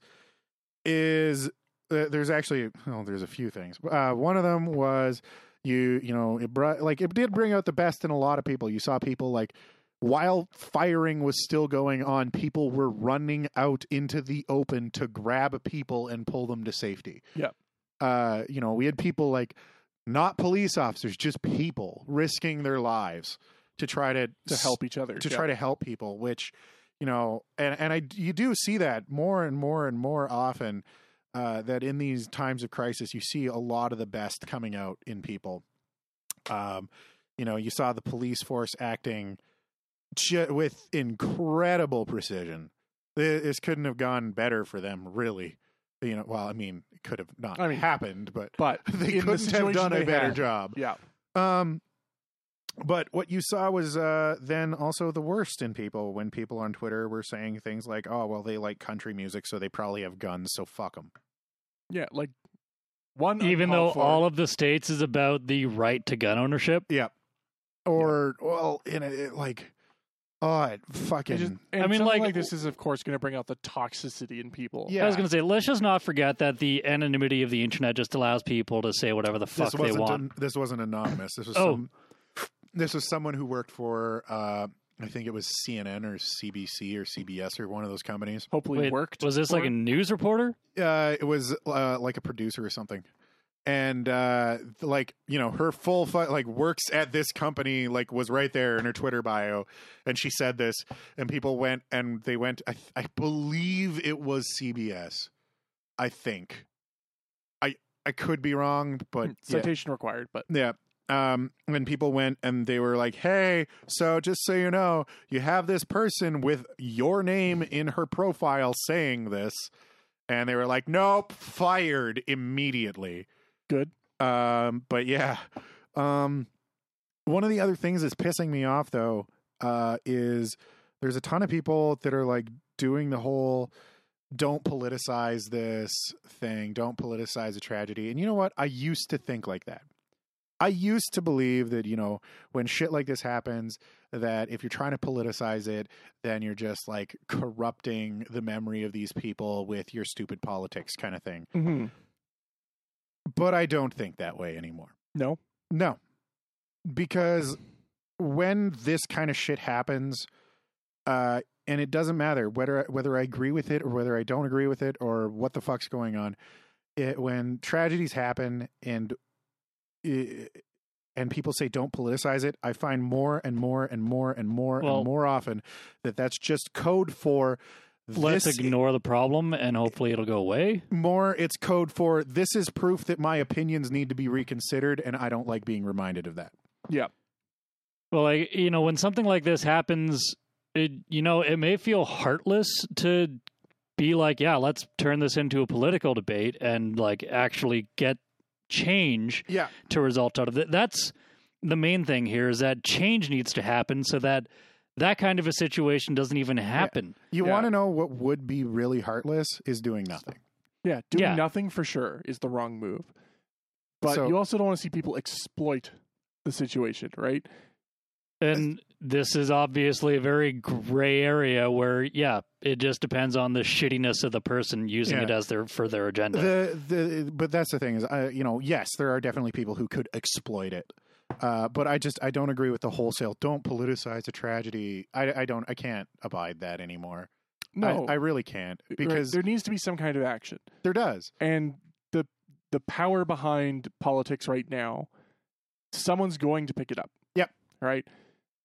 Speaker 1: is uh, there's actually well, there's a few things. Uh, one of them was you you know it brought like it did bring out the best in a lot of people. You saw people like while firing was still going on, people were running out into the open to grab people and pull them to safety.
Speaker 3: Yep.
Speaker 1: Uh, you know, we had people like not police officers, just people risking their lives to try to
Speaker 3: To help each other,
Speaker 1: to
Speaker 3: yeah.
Speaker 1: try to help people which you know and and i you do see that more and more and more often uh that in these times of crisis you see a lot of the best coming out in people um you know you saw the police force acting ju- with incredible precision Th- this couldn't have gone better for them really you know well i mean it could have not
Speaker 3: I mean,
Speaker 1: happened but
Speaker 3: but
Speaker 1: they
Speaker 3: in the
Speaker 1: couldn't have
Speaker 3: situation
Speaker 1: done a
Speaker 3: they
Speaker 1: better
Speaker 3: had-
Speaker 1: job
Speaker 3: Yeah,
Speaker 1: um, but what you saw was uh, then also the worst in people when people on Twitter were saying things like, "Oh, well, they like country music, so they probably have guns, so fuck them."
Speaker 3: yeah, like one.
Speaker 2: Even though
Speaker 3: uncalled for-
Speaker 2: all of the states is about the right to gun ownership.
Speaker 1: Yeah. Or well, in it, it like, oh, it fucking
Speaker 3: It just- and
Speaker 2: I mean,
Speaker 3: something
Speaker 2: like-
Speaker 3: this is of course going to bring out the toxicity in people.
Speaker 1: yeah.
Speaker 2: I was going to say, let's just not forget that the anonymity of the internet just allows people to say whatever the fuck
Speaker 1: this
Speaker 2: they
Speaker 1: wasn't
Speaker 2: want.
Speaker 1: an- this wasn't anonymous. This was
Speaker 2: Oh.
Speaker 1: some, this was someone who worked for uh, I think it was CNN or CBC or CBS or one of those companies.
Speaker 3: Hopefully
Speaker 2: Wait,
Speaker 3: worked.
Speaker 2: Was this
Speaker 3: for
Speaker 2: like a
Speaker 3: it.
Speaker 2: news reporter?
Speaker 1: uh, it was uh, like a producer or something and uh th- like you know her full fu- like works at this company like was right there in her twitter bio and she said this and people went and they went i, th- I believe it was cbs i think i i could be wrong
Speaker 3: Hmm,
Speaker 1: but yeah.
Speaker 3: citation required? But
Speaker 1: Yeah. Um, and people went and they were like, hey, so just so you know, you have this person with your name in her profile saying this. And they were like, nope, fired immediately.
Speaker 3: Good.
Speaker 1: Um, but yeah. Um, one of the other things that's pissing me off, though, uh, is there's a ton of people that are like doing the whole don't politicize this thing, don't politicize a tragedy. And you know what? I used to think like that. I used to believe that, you know, when shit like this happens, that if you're trying to politicize it, then you're just like corrupting the memory of these people with your stupid politics kind of thing.
Speaker 3: Mhm.
Speaker 1: But I don't think that way anymore.
Speaker 3: no,
Speaker 1: No. Because when this kind of shit happens, uh, and it doesn't matter whether whether I agree with it or whether I don't agree with it or what the fuck's going on, it, when tragedies happen and i- and people say don't politicize it, I find more and more and more and more
Speaker 2: Well-
Speaker 1: and more often that that's just code for
Speaker 2: Let's
Speaker 1: this
Speaker 2: ignore the problem and hopefully it'll go away.
Speaker 1: more it's code for this is proof that my opinions need to be reconsidered and I don't like being reminded of that.
Speaker 2: Well, like you know, when something like this happens, it you know, it may feel heartless to be like, yeah, let's turn this into a political debate and like actually get change
Speaker 1: Yeah.
Speaker 2: to result out of it. That's the main thing here is that change needs to happen so that that kind of a situation doesn't even happen.
Speaker 1: You
Speaker 3: Yeah.
Speaker 1: want to know what would be really heartless is doing nothing.
Speaker 3: Yeah, doing
Speaker 2: Yeah.
Speaker 3: nothing for sure is the wrong move. But
Speaker 1: So-
Speaker 3: you also don't want to see people exploit the situation, right?
Speaker 2: And this is obviously a very gray area where, yeah, it just depends on the shittiness of the person using
Speaker 1: Yeah.
Speaker 2: it as their for their agenda.
Speaker 1: the the but that's the thing is uh, you know yes there are definitely people who could exploit it uh, but i just i don't agree with the wholesale don't politicize a tragedy i, I don't i can't abide that anymore
Speaker 3: No,
Speaker 1: I, I really can't
Speaker 3: right,
Speaker 1: because
Speaker 3: there needs to be some kind of action,
Speaker 1: there does
Speaker 3: and the the power behind politics right now, someone's going to pick it up.
Speaker 1: Yep.
Speaker 3: Right.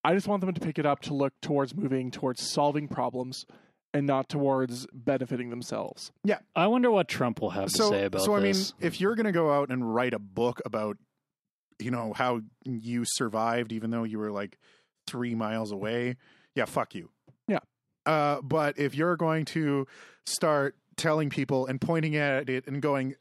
Speaker 3: I just want them to pick it up to look towards moving towards solving problems, and not towards benefiting themselves.
Speaker 2: I wonder what Trump will have
Speaker 1: so
Speaker 2: to say about
Speaker 1: so i mean
Speaker 2: this.
Speaker 1: if you're going to go out and write a book about you know how you survived even though you were like 3 miles away yeah fuck you
Speaker 3: Yeah.
Speaker 1: uh but if you're going to start telling people and pointing at it and going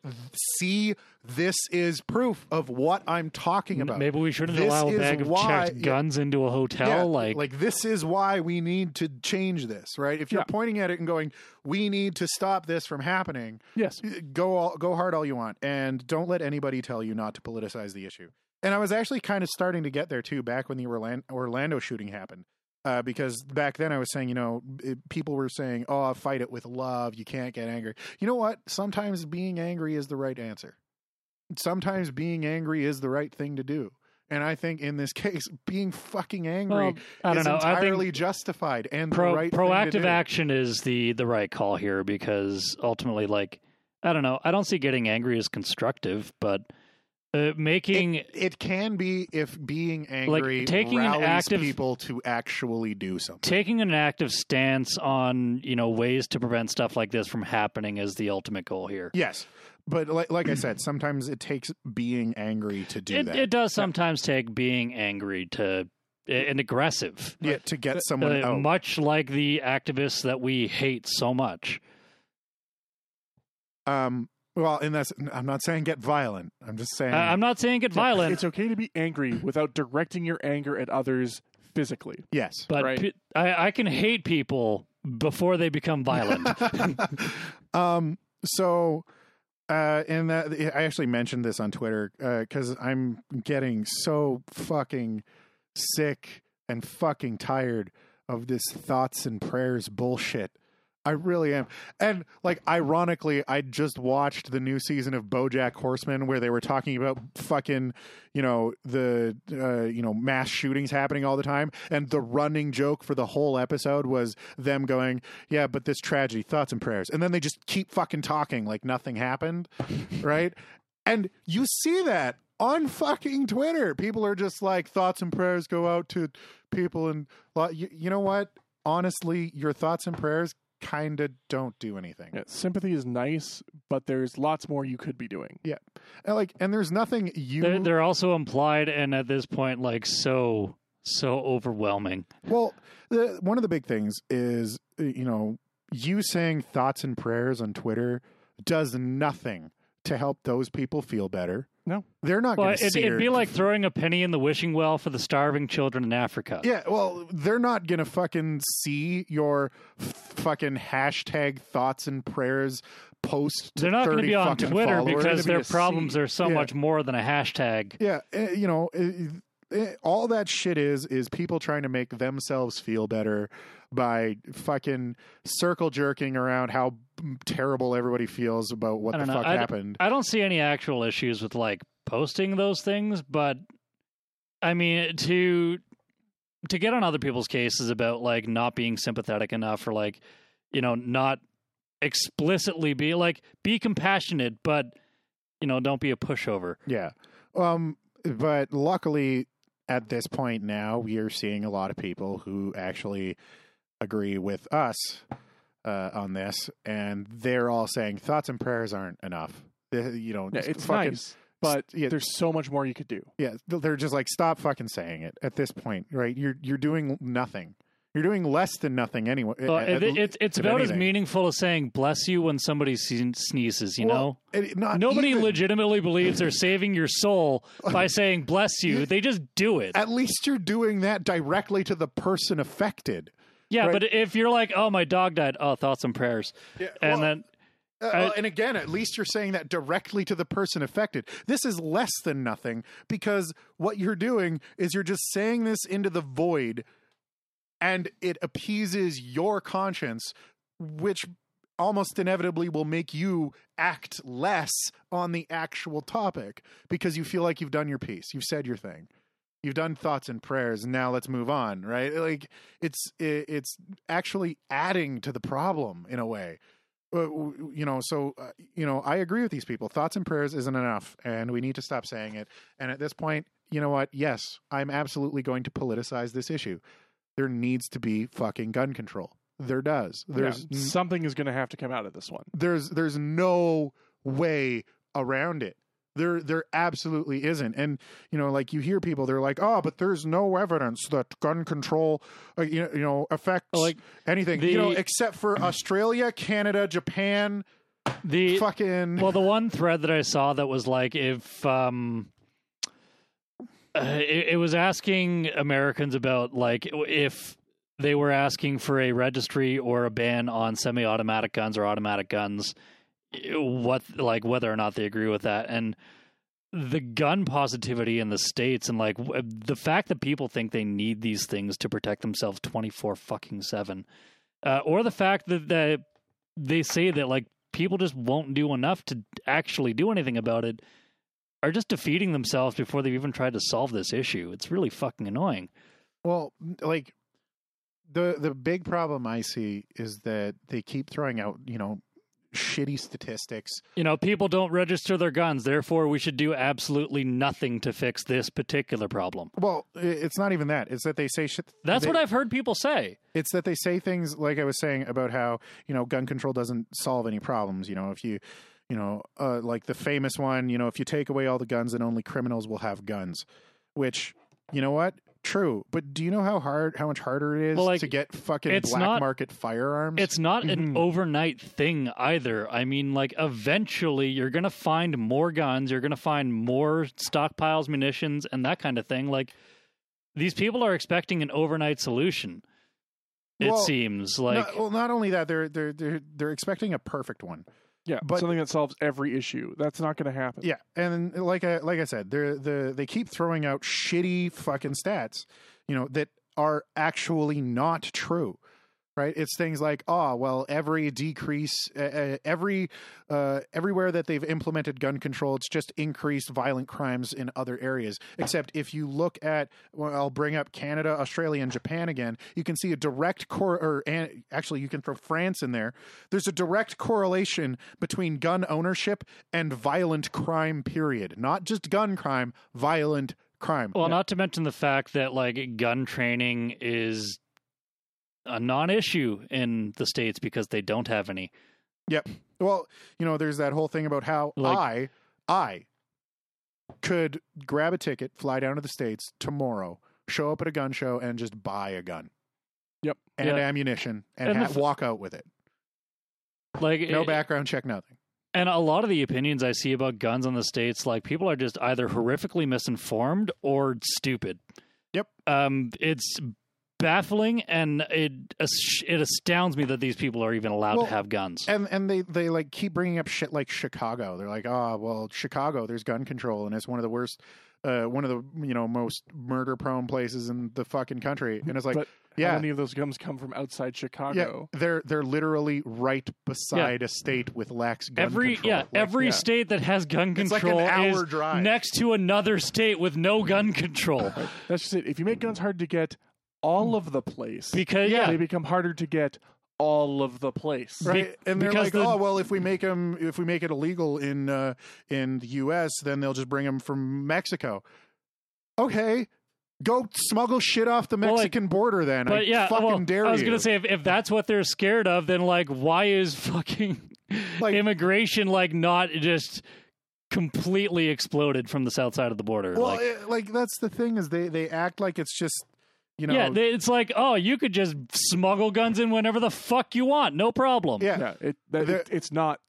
Speaker 1: see this is proof of what i'm talking about
Speaker 2: Maybe we shouldn't
Speaker 1: This
Speaker 2: allow a
Speaker 1: is
Speaker 2: bag of
Speaker 1: why-
Speaker 2: checked guns into a hotel.
Speaker 1: Yeah,
Speaker 2: like,
Speaker 1: this is why we need to change this, right? If you're
Speaker 3: Yeah.
Speaker 1: pointing at it and going, "We need to stop this from happening,"
Speaker 3: Yes.
Speaker 1: uh, go all, go hard all you want, and don't let anybody tell you not to politicize the issue. And I was actually kind of starting to get there too, back when the Orlando, Orlando shooting happened, uh, because back then I was saying, you know, it, people were saying, "Oh, fight it with love. You can't get angry." You know what? Sometimes being angry is the right answer. Sometimes being angry is the right thing to do. And I think in this case, being fucking angry
Speaker 2: well, I don't
Speaker 1: is
Speaker 2: know. I think
Speaker 1: entirely justified and the
Speaker 2: pro-
Speaker 1: right thing to
Speaker 2: proactive
Speaker 1: do.
Speaker 2: action is the the right call here because ultimately like i don't know i don't see getting angry as constructive but uh, making
Speaker 1: It can be if being angry
Speaker 2: taking an
Speaker 1: rallies
Speaker 2: active-
Speaker 1: people to actually do something.
Speaker 2: taking an active stance on you know ways to prevent stuff like this from happening is the ultimate goal here
Speaker 1: Yes, but like, like I said, sometimes it takes being angry to do
Speaker 2: it,
Speaker 1: that.
Speaker 2: it does sometimes take being angry to and aggressive
Speaker 1: yeah, to get
Speaker 2: Uh,
Speaker 1: someone oh. out.
Speaker 2: much like the activists that we hate so much
Speaker 1: um, well, and that's I'm not saying get violent. I'm just saying
Speaker 2: I, am not saying get violent
Speaker 3: It's okay to be angry without directing your anger at others physically.
Speaker 1: yes.
Speaker 2: but
Speaker 3: right.
Speaker 2: pe- I, I can hate people before they become violent
Speaker 1: um, so, uh, and that I actually mentioned this on Twitter because I'm getting so fucking sick and fucking tired of this thoughts and prayers bullshit. I really am. And like ironically, I just watched the new season of BoJack Horseman where they were talking about fucking, you know, the uh, you know, mass shootings happening all the time and the running joke for the whole episode was them going, yeah, but this tragedy, thoughts and prayers. And then they just keep fucking talking like nothing happened, right? And you see that on fucking Twitter. People are just like thoughts and prayers go out to people and you, you know what? Honestly, your thoughts and prayers kind of don't do anything.
Speaker 3: Yeah, sympathy is nice, but there's lots more you could be doing.
Speaker 1: And like and there's nothing you
Speaker 2: They're, they're also implied and at this point like so so overwhelming.
Speaker 1: Well, the, one of the big things is, uh, you know, you saying thoughts and prayers on Twitter does nothing to help those people feel better.
Speaker 3: No.
Speaker 1: They're not
Speaker 2: Well,
Speaker 1: going to
Speaker 2: it,
Speaker 1: see
Speaker 2: it'd be like throwing a penny in the wishing well for the starving children in Africa.
Speaker 1: Yeah, well, they're not going to fucking see your f- fucking hashtag thoughts and prayers post. to
Speaker 2: They're not going to
Speaker 1: 30
Speaker 2: be on
Speaker 1: fucking
Speaker 2: Twitter
Speaker 1: followers.
Speaker 2: because
Speaker 3: They're gonna
Speaker 2: their
Speaker 3: be a
Speaker 2: problems
Speaker 3: sea.
Speaker 2: are so
Speaker 1: Yeah.
Speaker 2: much more than a hashtag.
Speaker 1: Yeah, eh, you know, eh, eh, all that shit is is people trying to make themselves feel better by fucking circle jerking around how terrible everybody feels about what
Speaker 2: I
Speaker 1: the
Speaker 2: don't know.
Speaker 1: fuck
Speaker 2: I d-
Speaker 1: happened.
Speaker 2: I don't see any actual issues with like posting those things, but I mean to to get on other people's cases about like not being sympathetic enough or like you know not explicitly be like be compassionate, but you know don't be a pushover.
Speaker 1: Yeah. Um but luckily at this point now we are seeing a lot of people who actually agree with us uh, on this and they're all saying thoughts and prayers aren't enough. Eh, You know,
Speaker 3: Yeah, it's
Speaker 1: fucking-
Speaker 3: nice, but
Speaker 1: yeah.
Speaker 3: there's so much more you could do.
Speaker 1: Yeah, th- they're just like stop fucking saying it at this point, right? You're you're doing nothing. You're doing less than nothing anyway.
Speaker 2: Well,
Speaker 1: at-
Speaker 2: it,
Speaker 1: at-
Speaker 2: it's it's
Speaker 1: if
Speaker 2: about as
Speaker 1: anything.
Speaker 2: meaningful as saying "bless you" when somebody sne- sneezes. You
Speaker 1: Well, it-
Speaker 2: know,
Speaker 1: not
Speaker 2: nobody
Speaker 1: even-
Speaker 2: legitimately believes they're saving your soul by saying "bless you." They just do it.
Speaker 1: At least you're doing that directly to the person affected.
Speaker 2: yeah,
Speaker 1: right.
Speaker 2: but if you're like, "Oh, my dog died," oh, thoughts and prayers,
Speaker 1: Yeah, well,
Speaker 2: and then
Speaker 1: Uh, well, and again, at least you're saying that directly to the person affected. This is less than nothing because what you're doing is you're just saying this into the void and it appeases your conscience, which almost inevitably will make you act less on the actual topic because you feel like you've done your piece, you've said your thing. You've done thoughts and prayers. Now let's move on, right? Like it's it- it's actually adding to the problem in a way uh, you know so uh, you know i agree with these people thoughts and prayers isn't enough and we need to stop saying it and at this point you know what yes i'm absolutely going to politicize this issue there needs to be fucking gun control there does there's
Speaker 3: Yeah, something is going to have to come out of this one.
Speaker 1: there's there's no way around it there there absolutely isn't and you know like you hear people they're like oh but there's no evidence that gun control uh, you, know, you know affects
Speaker 2: Like,
Speaker 1: anything you know
Speaker 2: the-
Speaker 1: except for australia canada japan
Speaker 2: the
Speaker 1: fucking
Speaker 2: well, the one thread that I saw that was like if um, uh, it, it was asking Americans about like if they were asking for a registry or a ban on semi-automatic guns or automatic guns, what like whether or not they agree with that and the gun positivity in the states and like w- the fact that people think they need these things to protect themselves 24 fucking 7 uh, or the fact that, that they say that like people just won't do enough to actually do anything about it are just defeating themselves before they've even tried to solve this issue. It's really fucking annoying.
Speaker 1: well like the the big problem i see is that they keep throwing out you know shitty statistics
Speaker 2: You know, people don't register their guns, therefore we should do absolutely nothing to fix this particular problem.
Speaker 1: well i- it's not even that it's that they say shit
Speaker 2: That's
Speaker 1: they,
Speaker 2: what I've heard people say.
Speaker 1: it's that they say things like i was saying about how you know gun control doesn't solve any problems you know if you you know uh, like the famous one you know if you take away all the guns then only criminals will have guns which you know what true but do you know how hard how much harder it is
Speaker 2: Well, like,
Speaker 1: to get fucking
Speaker 2: it's
Speaker 1: black
Speaker 2: not-
Speaker 1: market firearms
Speaker 2: It's not an
Speaker 1: Mm-hmm.
Speaker 3: Mhm.
Speaker 2: overnight thing either. I mean, like, eventually you're going to find more guns, you're going to find more stockpiles, munitions, and that kind of thing. Like, these people are expecting an overnight solution. It
Speaker 1: Well,
Speaker 2: seems
Speaker 1: No-
Speaker 2: like
Speaker 1: well, not only that, they're they're they're they're expecting a perfect one.
Speaker 3: Yeah,
Speaker 1: But-
Speaker 3: something that solves every issue. That's not going to happen.
Speaker 1: Yeah, and like I like I said, they're the they keep throwing out shitty fucking stats, you know, that are actually not true. Right? It's things like, ah, well, every decrease, uh, uh, every uh, everywhere that they've implemented gun control, it's just increased violent crimes in other areas. Except if you look at, well, I'll bring up Canada, Australia, and Japan again. You can see a direct core, or and actually, you can throw France in there. There's a direct correlation between gun ownership and violent crime. Period. Not just gun crime, violent crime.
Speaker 2: Well, not to mention the fact that like gun training is a non-issue in the states because they don't have any.
Speaker 1: Well, you know, there's that whole thing about how
Speaker 2: Like-
Speaker 1: I, I could grab a ticket, fly down to the States tomorrow, show up at a gun show, and just buy a gun.
Speaker 3: Yep.
Speaker 1: And
Speaker 2: Yeah.
Speaker 1: ammunition and,
Speaker 2: And the
Speaker 1: ha-
Speaker 2: f-
Speaker 1: walk out with it.
Speaker 2: Like
Speaker 1: No
Speaker 2: it-
Speaker 1: background check, nothing.
Speaker 2: and a lot of the opinions I see about guns in the states, like people are just either horrifically misinformed or stupid.
Speaker 1: Yep.
Speaker 2: Um, it's baffling, and it as- it astounds me that these people are even allowed
Speaker 1: Well,
Speaker 2: to have guns.
Speaker 1: And and they they like keep bringing up shit like Chicago. They're like, "Ah, well, Chicago, there's gun control and it's one of the worst uh, one of the you know most murder prone places in the fucking country." And it's like,
Speaker 3: But How
Speaker 1: yeah,
Speaker 3: many of those gums come from outside Chicago?
Speaker 1: they're they're literally right beside a state with lax gun
Speaker 2: every
Speaker 1: control.
Speaker 2: yeah,
Speaker 1: Like,
Speaker 2: every
Speaker 3: yeah.
Speaker 2: state that has gun
Speaker 1: It's like
Speaker 2: control
Speaker 1: an hour
Speaker 2: is
Speaker 1: drive.
Speaker 2: next to another state with no gun control.
Speaker 3: That's just it. If you make guns hard to get all of the place,
Speaker 2: Because yeah,
Speaker 3: they become harder to get all of the place.
Speaker 1: right and they're
Speaker 2: because
Speaker 1: like
Speaker 2: the-
Speaker 1: oh well if we make 'em- if we make it illegal in uh in the us then they'll just bring them from mexico okay go smuggle shit off the
Speaker 2: Well, like-
Speaker 1: mexican border then i
Speaker 2: but yeah,
Speaker 1: fucking
Speaker 2: well,
Speaker 1: dare
Speaker 2: I was
Speaker 1: you
Speaker 2: gonna say if, if that's what they're scared of, then like why is fucking
Speaker 1: Like-
Speaker 2: immigration like not just completely exploded from the south side of the border?
Speaker 1: well
Speaker 2: like,
Speaker 1: eh, like that's the thing is they they act like it's just you know
Speaker 2: yeah, they, it's like oh, you could just smuggle guns in whenever the fuck you want, no problem.
Speaker 1: yeah,
Speaker 3: Yeah, it, that,
Speaker 1: There-
Speaker 3: it- it's not.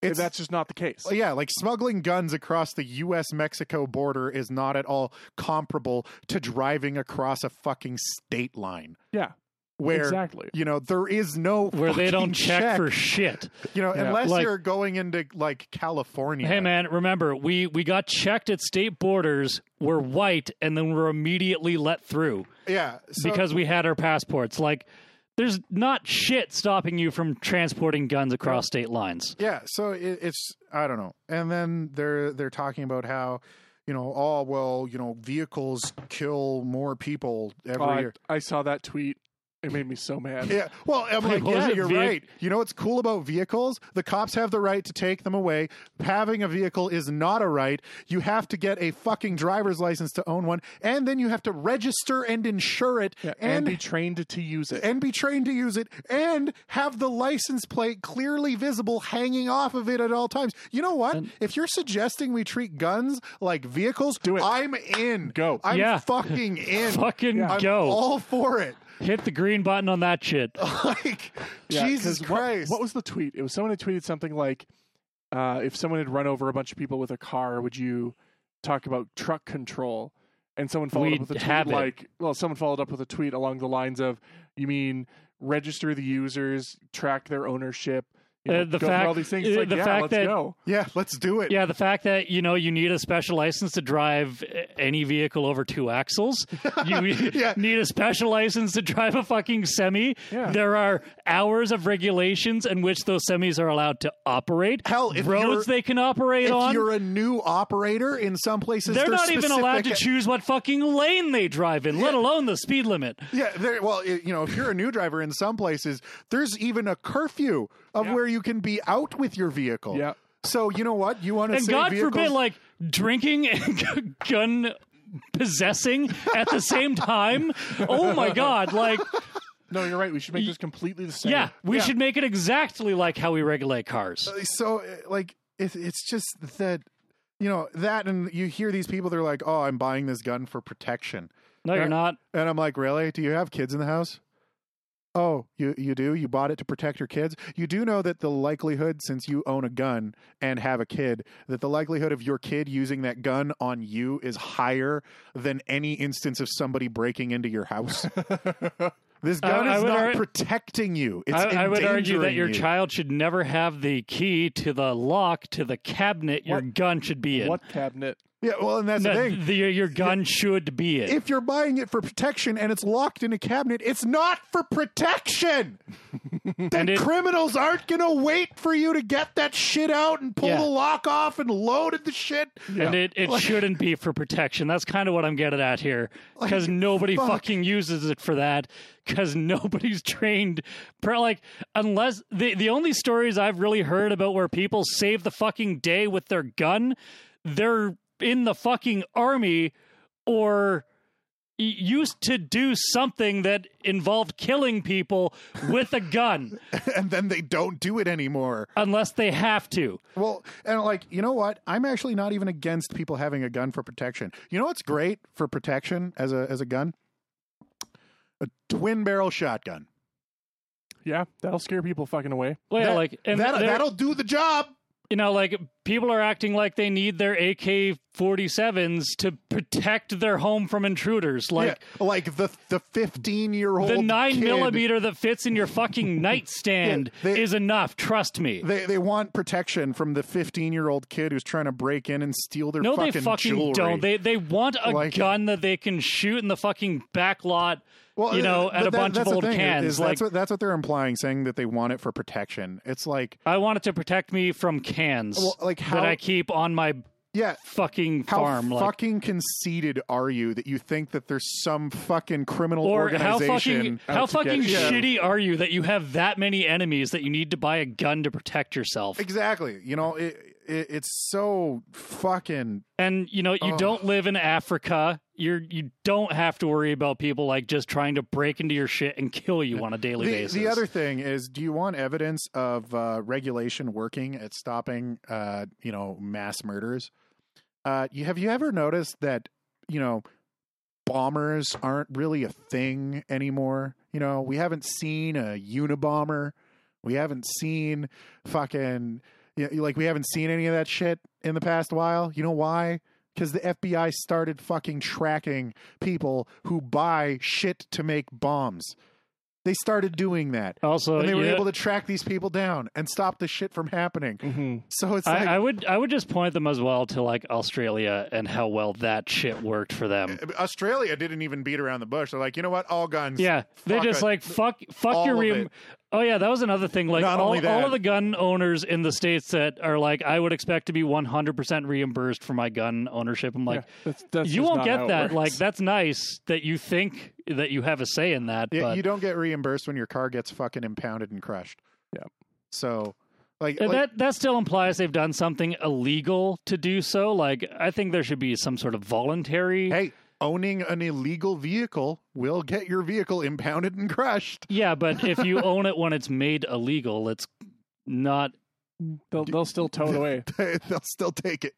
Speaker 1: it's
Speaker 3: that's just not the case.
Speaker 1: Well, yeah, like smuggling guns across the U.S. Mexico border is not at all comparable to driving across a fucking state line.
Speaker 3: Yeah.
Speaker 1: where
Speaker 3: exactly.
Speaker 1: you know there is no
Speaker 2: where they
Speaker 1: fucking
Speaker 2: don't check, for shit.
Speaker 1: you know
Speaker 3: Yeah.
Speaker 1: unless
Speaker 2: Like-
Speaker 1: you're going into like California.
Speaker 2: Hey man, remember we we got checked at state borders. We're white, and then we're immediately let through
Speaker 1: yeah, so,
Speaker 2: because we had our passports. Like, there's not shit stopping you from transporting guns across state lines.
Speaker 1: yeah, so it, it's I don't know, and then they're they're talking about how you know oh well you know vehicles kill more people every
Speaker 2: Oh,
Speaker 3: Uh,
Speaker 1: year.
Speaker 3: I saw that tweet. It made me so mad.
Speaker 1: Yeah. Well, I'm like,
Speaker 2: what was
Speaker 1: yeah,
Speaker 2: it,
Speaker 1: you're
Speaker 2: vehi-
Speaker 1: right. You know what's cool about vehicles? The cops have the right to take them away. Having a vehicle is not a right. You have to get a fucking driver's license to own one, and then you have to register and insure it,
Speaker 3: Yeah, and,
Speaker 1: and
Speaker 3: be trained to use it.
Speaker 1: and be trained to use it and have the license plate clearly visible hanging off of it at all times. You know what? if you're suggesting we treat guns like vehicles,
Speaker 3: Do it.
Speaker 1: I'm in.
Speaker 3: Go.
Speaker 1: I'm
Speaker 2: Yeah.
Speaker 1: fucking in.
Speaker 2: Fucking
Speaker 1: I'm
Speaker 2: go.
Speaker 1: all for it.
Speaker 2: Hit the green button on that shit.
Speaker 1: Like
Speaker 3: Yeah, 'cause
Speaker 1: Jesus
Speaker 3: what-
Speaker 1: Christ.
Speaker 3: What, was the tweet? It was someone had tweeted something like, uh, "If someone had run over a bunch of people with a car, would you talk about truck control?" And someone followed
Speaker 2: We'd
Speaker 3: up with a tweet
Speaker 2: have it.
Speaker 3: like, "Well, someone followed up with a tweet along the lines of, you mean register the users, track their ownership, you
Speaker 2: Uh,
Speaker 3: know,
Speaker 2: the
Speaker 3: go through
Speaker 2: fact-
Speaker 3: all these things."
Speaker 2: uh,
Speaker 3: It's like,
Speaker 2: the
Speaker 3: yeah,
Speaker 2: fact
Speaker 3: let's
Speaker 2: that-
Speaker 3: go.
Speaker 1: Yeah, let's do it.
Speaker 2: Yeah, the fact that you know you need a special license to drive uh, any vehicle over two axles, you
Speaker 1: Yeah.
Speaker 2: need a special license to drive a fucking semi.
Speaker 3: Yeah.
Speaker 2: There are hours of regulations in which those semis are allowed to operate.
Speaker 1: Hell, if you're-
Speaker 2: roads they can operate
Speaker 1: If
Speaker 2: on.
Speaker 1: you're a new operator in some places,
Speaker 2: they're
Speaker 1: they're
Speaker 2: not even allowed to
Speaker 1: specific-
Speaker 2: choose what fucking lane they drive in, let alone the speed limit.
Speaker 1: Yeah, they're- well, it- you know, if you're a new driver in some places, there's even a curfew of
Speaker 3: Yeah.
Speaker 1: where you can be out with your vehicle.
Speaker 3: Yeah.
Speaker 1: So you know what? You want to
Speaker 2: And
Speaker 1: say
Speaker 2: God
Speaker 1: vehicles?
Speaker 2: forbid, like drinking and gun possessing at the same time. Oh my God! Like.
Speaker 3: No, you're right. We should make this completely the same.
Speaker 2: Yeah, we
Speaker 1: Yeah.
Speaker 2: should make it exactly like how we regulate cars.
Speaker 1: so uh, like it, it's just that you know that, and you hear these people. They're like, "Oh, I'm buying this gun for protection,"
Speaker 2: No, you're not.
Speaker 1: and I'm like, "Really? Do you have kids in the house?" Oh, you you do. You bought it to protect your kids. You do know that the likelihood, since you own a gun and have a kid, that the likelihood of your kid using that gun on you is higher than any instance of somebody breaking into your house. this gun
Speaker 2: I
Speaker 1: is
Speaker 2: would
Speaker 1: not
Speaker 2: ar-
Speaker 1: protecting you. It's
Speaker 2: I, I would argue that
Speaker 1: endangering
Speaker 2: your
Speaker 1: you.
Speaker 2: child should never have the key to the lock to the cabinet your
Speaker 3: What-
Speaker 2: gun should be in.
Speaker 3: What cabinet?
Speaker 1: Yeah, well, and that's
Speaker 2: No,
Speaker 1: the thing.
Speaker 2: the- your gun should be in.
Speaker 1: if you're buying it for protection and it's locked in a cabinet, it's not for protection.
Speaker 2: And
Speaker 1: the
Speaker 2: it-
Speaker 1: criminals aren't going to wait for you to get that shit out and pull
Speaker 2: Yeah.
Speaker 1: the lock off and load it the shit.
Speaker 2: and it, it shouldn't be for protection. That's kind of what I'm getting at here. Because nobody
Speaker 1: fuck.
Speaker 2: fucking uses it for that. Because nobody's trained. Per, like, unless the, the only stories I've really heard about where people save the fucking day with their gun, they're in the fucking army or y- used to do something that involved killing people with a gun
Speaker 1: And then they don't do it anymore.
Speaker 2: unless they have to
Speaker 1: Well, and like, you know what? I'm actually not even against people having a gun for protection. You know what's great for protection as a as a gun? A twin barrel shotgun.
Speaker 3: Yeah, that'll scare people fucking away.
Speaker 2: well, yeah,
Speaker 1: That-
Speaker 2: like and
Speaker 1: that,
Speaker 2: they're-
Speaker 1: that'll do the job.
Speaker 2: you know, like people are acting like they need their AK 47s to protect their home from intruders. Like
Speaker 1: Yeah, like the the 15 year old
Speaker 2: the nine
Speaker 1: kid.
Speaker 2: millimeter that fits in your fucking nightstand
Speaker 1: Yeah, they-
Speaker 2: is enough. Trust me.
Speaker 1: They they want protection from the 15 year old kid who's trying to break in and steal their
Speaker 2: no,
Speaker 1: fucking
Speaker 2: they fucking
Speaker 1: jewelry.
Speaker 2: don't. They they want a
Speaker 1: Like-
Speaker 2: gun that they can shoot in the fucking back lot,
Speaker 1: well,
Speaker 2: you know,
Speaker 1: uh,
Speaker 2: at
Speaker 1: but
Speaker 2: a
Speaker 1: that-
Speaker 2: bunch of
Speaker 1: that's the
Speaker 2: old
Speaker 1: thing,
Speaker 2: cans.
Speaker 1: Is
Speaker 2: like
Speaker 1: that's what that's what they're implying, saying that they want it for protection. It's like
Speaker 2: I want it to protect me from cans
Speaker 1: Well, like, how-
Speaker 2: that I keep on my
Speaker 1: yeah.
Speaker 2: fucking
Speaker 1: How
Speaker 2: farm. like
Speaker 1: fucking conceited are you that you think that there's some fucking criminal
Speaker 2: or how fucking
Speaker 1: organization?
Speaker 2: how
Speaker 3: out to get
Speaker 2: fucking
Speaker 3: you.
Speaker 2: shitty are you that you have that many enemies that you need to buy a gun to protect yourself?
Speaker 1: exactly. You know, it, it it's so fucking
Speaker 2: And you know you
Speaker 1: Ugh.
Speaker 2: don't live in Africa. You're you don't have to worry about people like just trying to break into your shit and kill you on a daily
Speaker 1: the,
Speaker 2: basis.
Speaker 1: the other thing is, do you want evidence of uh, regulation working at stopping, uh, you know, mass murders? Uh, you, have you ever noticed that, you know, bombers aren't really a thing anymore? You know, we haven't seen a Unabomber. We haven't seen fucking, you know, like, we haven't seen any of that shit in the past while. You know why? Because the FBI started fucking tracking people who buy shit to make bombs. They started doing that.
Speaker 2: Also,
Speaker 1: and they were
Speaker 2: Uh, yeah,
Speaker 1: able to track these people down and stop the shit from happening.
Speaker 3: Mm-hmm.
Speaker 1: So it's
Speaker 2: I,
Speaker 1: like
Speaker 2: I would I would just point them as well to like Australia and how well that shit worked for them.
Speaker 1: Australia didn't even beat around the bush. They're like, you know what? All guns.
Speaker 2: Yeah, they
Speaker 1: Fuck
Speaker 2: just
Speaker 1: it.
Speaker 2: like fuck fuck your
Speaker 1: All of
Speaker 2: rem-
Speaker 1: it.
Speaker 2: Oh yeah, that was another thing. Like
Speaker 1: Not
Speaker 2: all,
Speaker 1: only
Speaker 2: all
Speaker 1: that-
Speaker 2: of the gun owners in the states that are like, I would expect to be one hundred percent reimbursed for my gun ownership. I'm like,
Speaker 3: that's, that's
Speaker 2: you
Speaker 3: just
Speaker 2: won't
Speaker 3: not how
Speaker 2: get
Speaker 3: it
Speaker 2: that.
Speaker 3: works.
Speaker 2: Like that's nice that you think that you have a say in that.
Speaker 1: Yeah,
Speaker 2: but
Speaker 1: you don't get reimbursed when your car gets fucking impounded and crushed.
Speaker 3: Yeah.
Speaker 1: So, like,
Speaker 2: And
Speaker 1: like-
Speaker 2: that that still implies they've done something illegal to do so. Like I think there should be some sort of voluntary.
Speaker 1: hey, owning an illegal vehicle will get your vehicle impounded and crushed.
Speaker 2: Yeah, but if you own it when it's made illegal, it's not.
Speaker 3: they'll, they'll still tow it away.
Speaker 1: They'll still take it.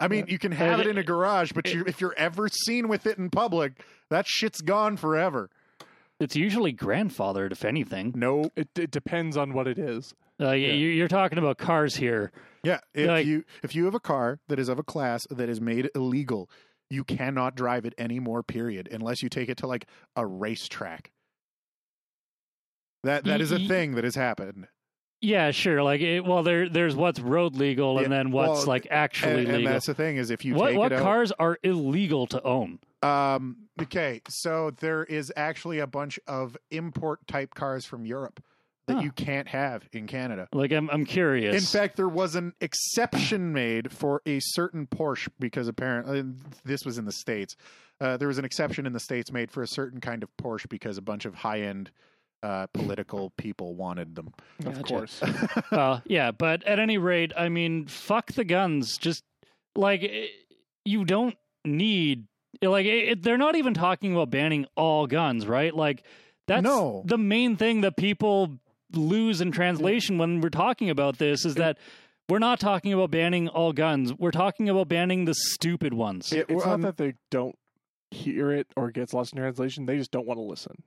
Speaker 1: I mean, you can have it,
Speaker 2: It-
Speaker 1: in a garage, but you, if you're ever seen with it in public, that shit's gone forever.
Speaker 2: It's usually grandfathered, if anything.
Speaker 1: No.
Speaker 3: It, it depends on what it is.
Speaker 2: Uh, you You're talking about cars here.
Speaker 1: Yeah. If
Speaker 2: Like-
Speaker 1: you if you have a car that is of a class that is made illegal, you cannot drive it anymore. Period. Unless you take it to like a racetrack. That that is a
Speaker 2: Ye-
Speaker 1: thing that has happened.
Speaker 2: Yeah, sure. Like, it, well, there there's what's road legal and
Speaker 1: Yeah,
Speaker 2: then what's
Speaker 1: well,
Speaker 2: like actually
Speaker 1: and, and
Speaker 2: legal.
Speaker 1: that's the thing is if you
Speaker 2: What
Speaker 1: take
Speaker 2: what
Speaker 1: it
Speaker 2: cars are illegal to own?
Speaker 1: out, um, okay, so there is actually a bunch of import type cars from Europe that
Speaker 2: Huh.
Speaker 1: you can't have in Canada.
Speaker 2: Like, I'm I'm curious.
Speaker 1: In fact, there was an exception made for a certain Porsche because apparently and this was in the states. Uh, there was an exception in the states made for a certain kind of Porsche because a bunch of high end uh, political people wanted them.
Speaker 3: Of
Speaker 2: Gotcha.
Speaker 3: course.
Speaker 2: Well, yeah, but at any rate, I mean, fuck the guns. Just like it- you don't need like it, it- they're not even talking about banning all guns, right? Like that's
Speaker 1: No.
Speaker 2: the main thing that people lose in translation when we're talking about this is that we're not talking about banning all guns. We're talking about banning the stupid ones.
Speaker 1: It-
Speaker 3: it's
Speaker 1: um,
Speaker 3: not that they don't hear it or gets lost in translation. They just don't want to listen.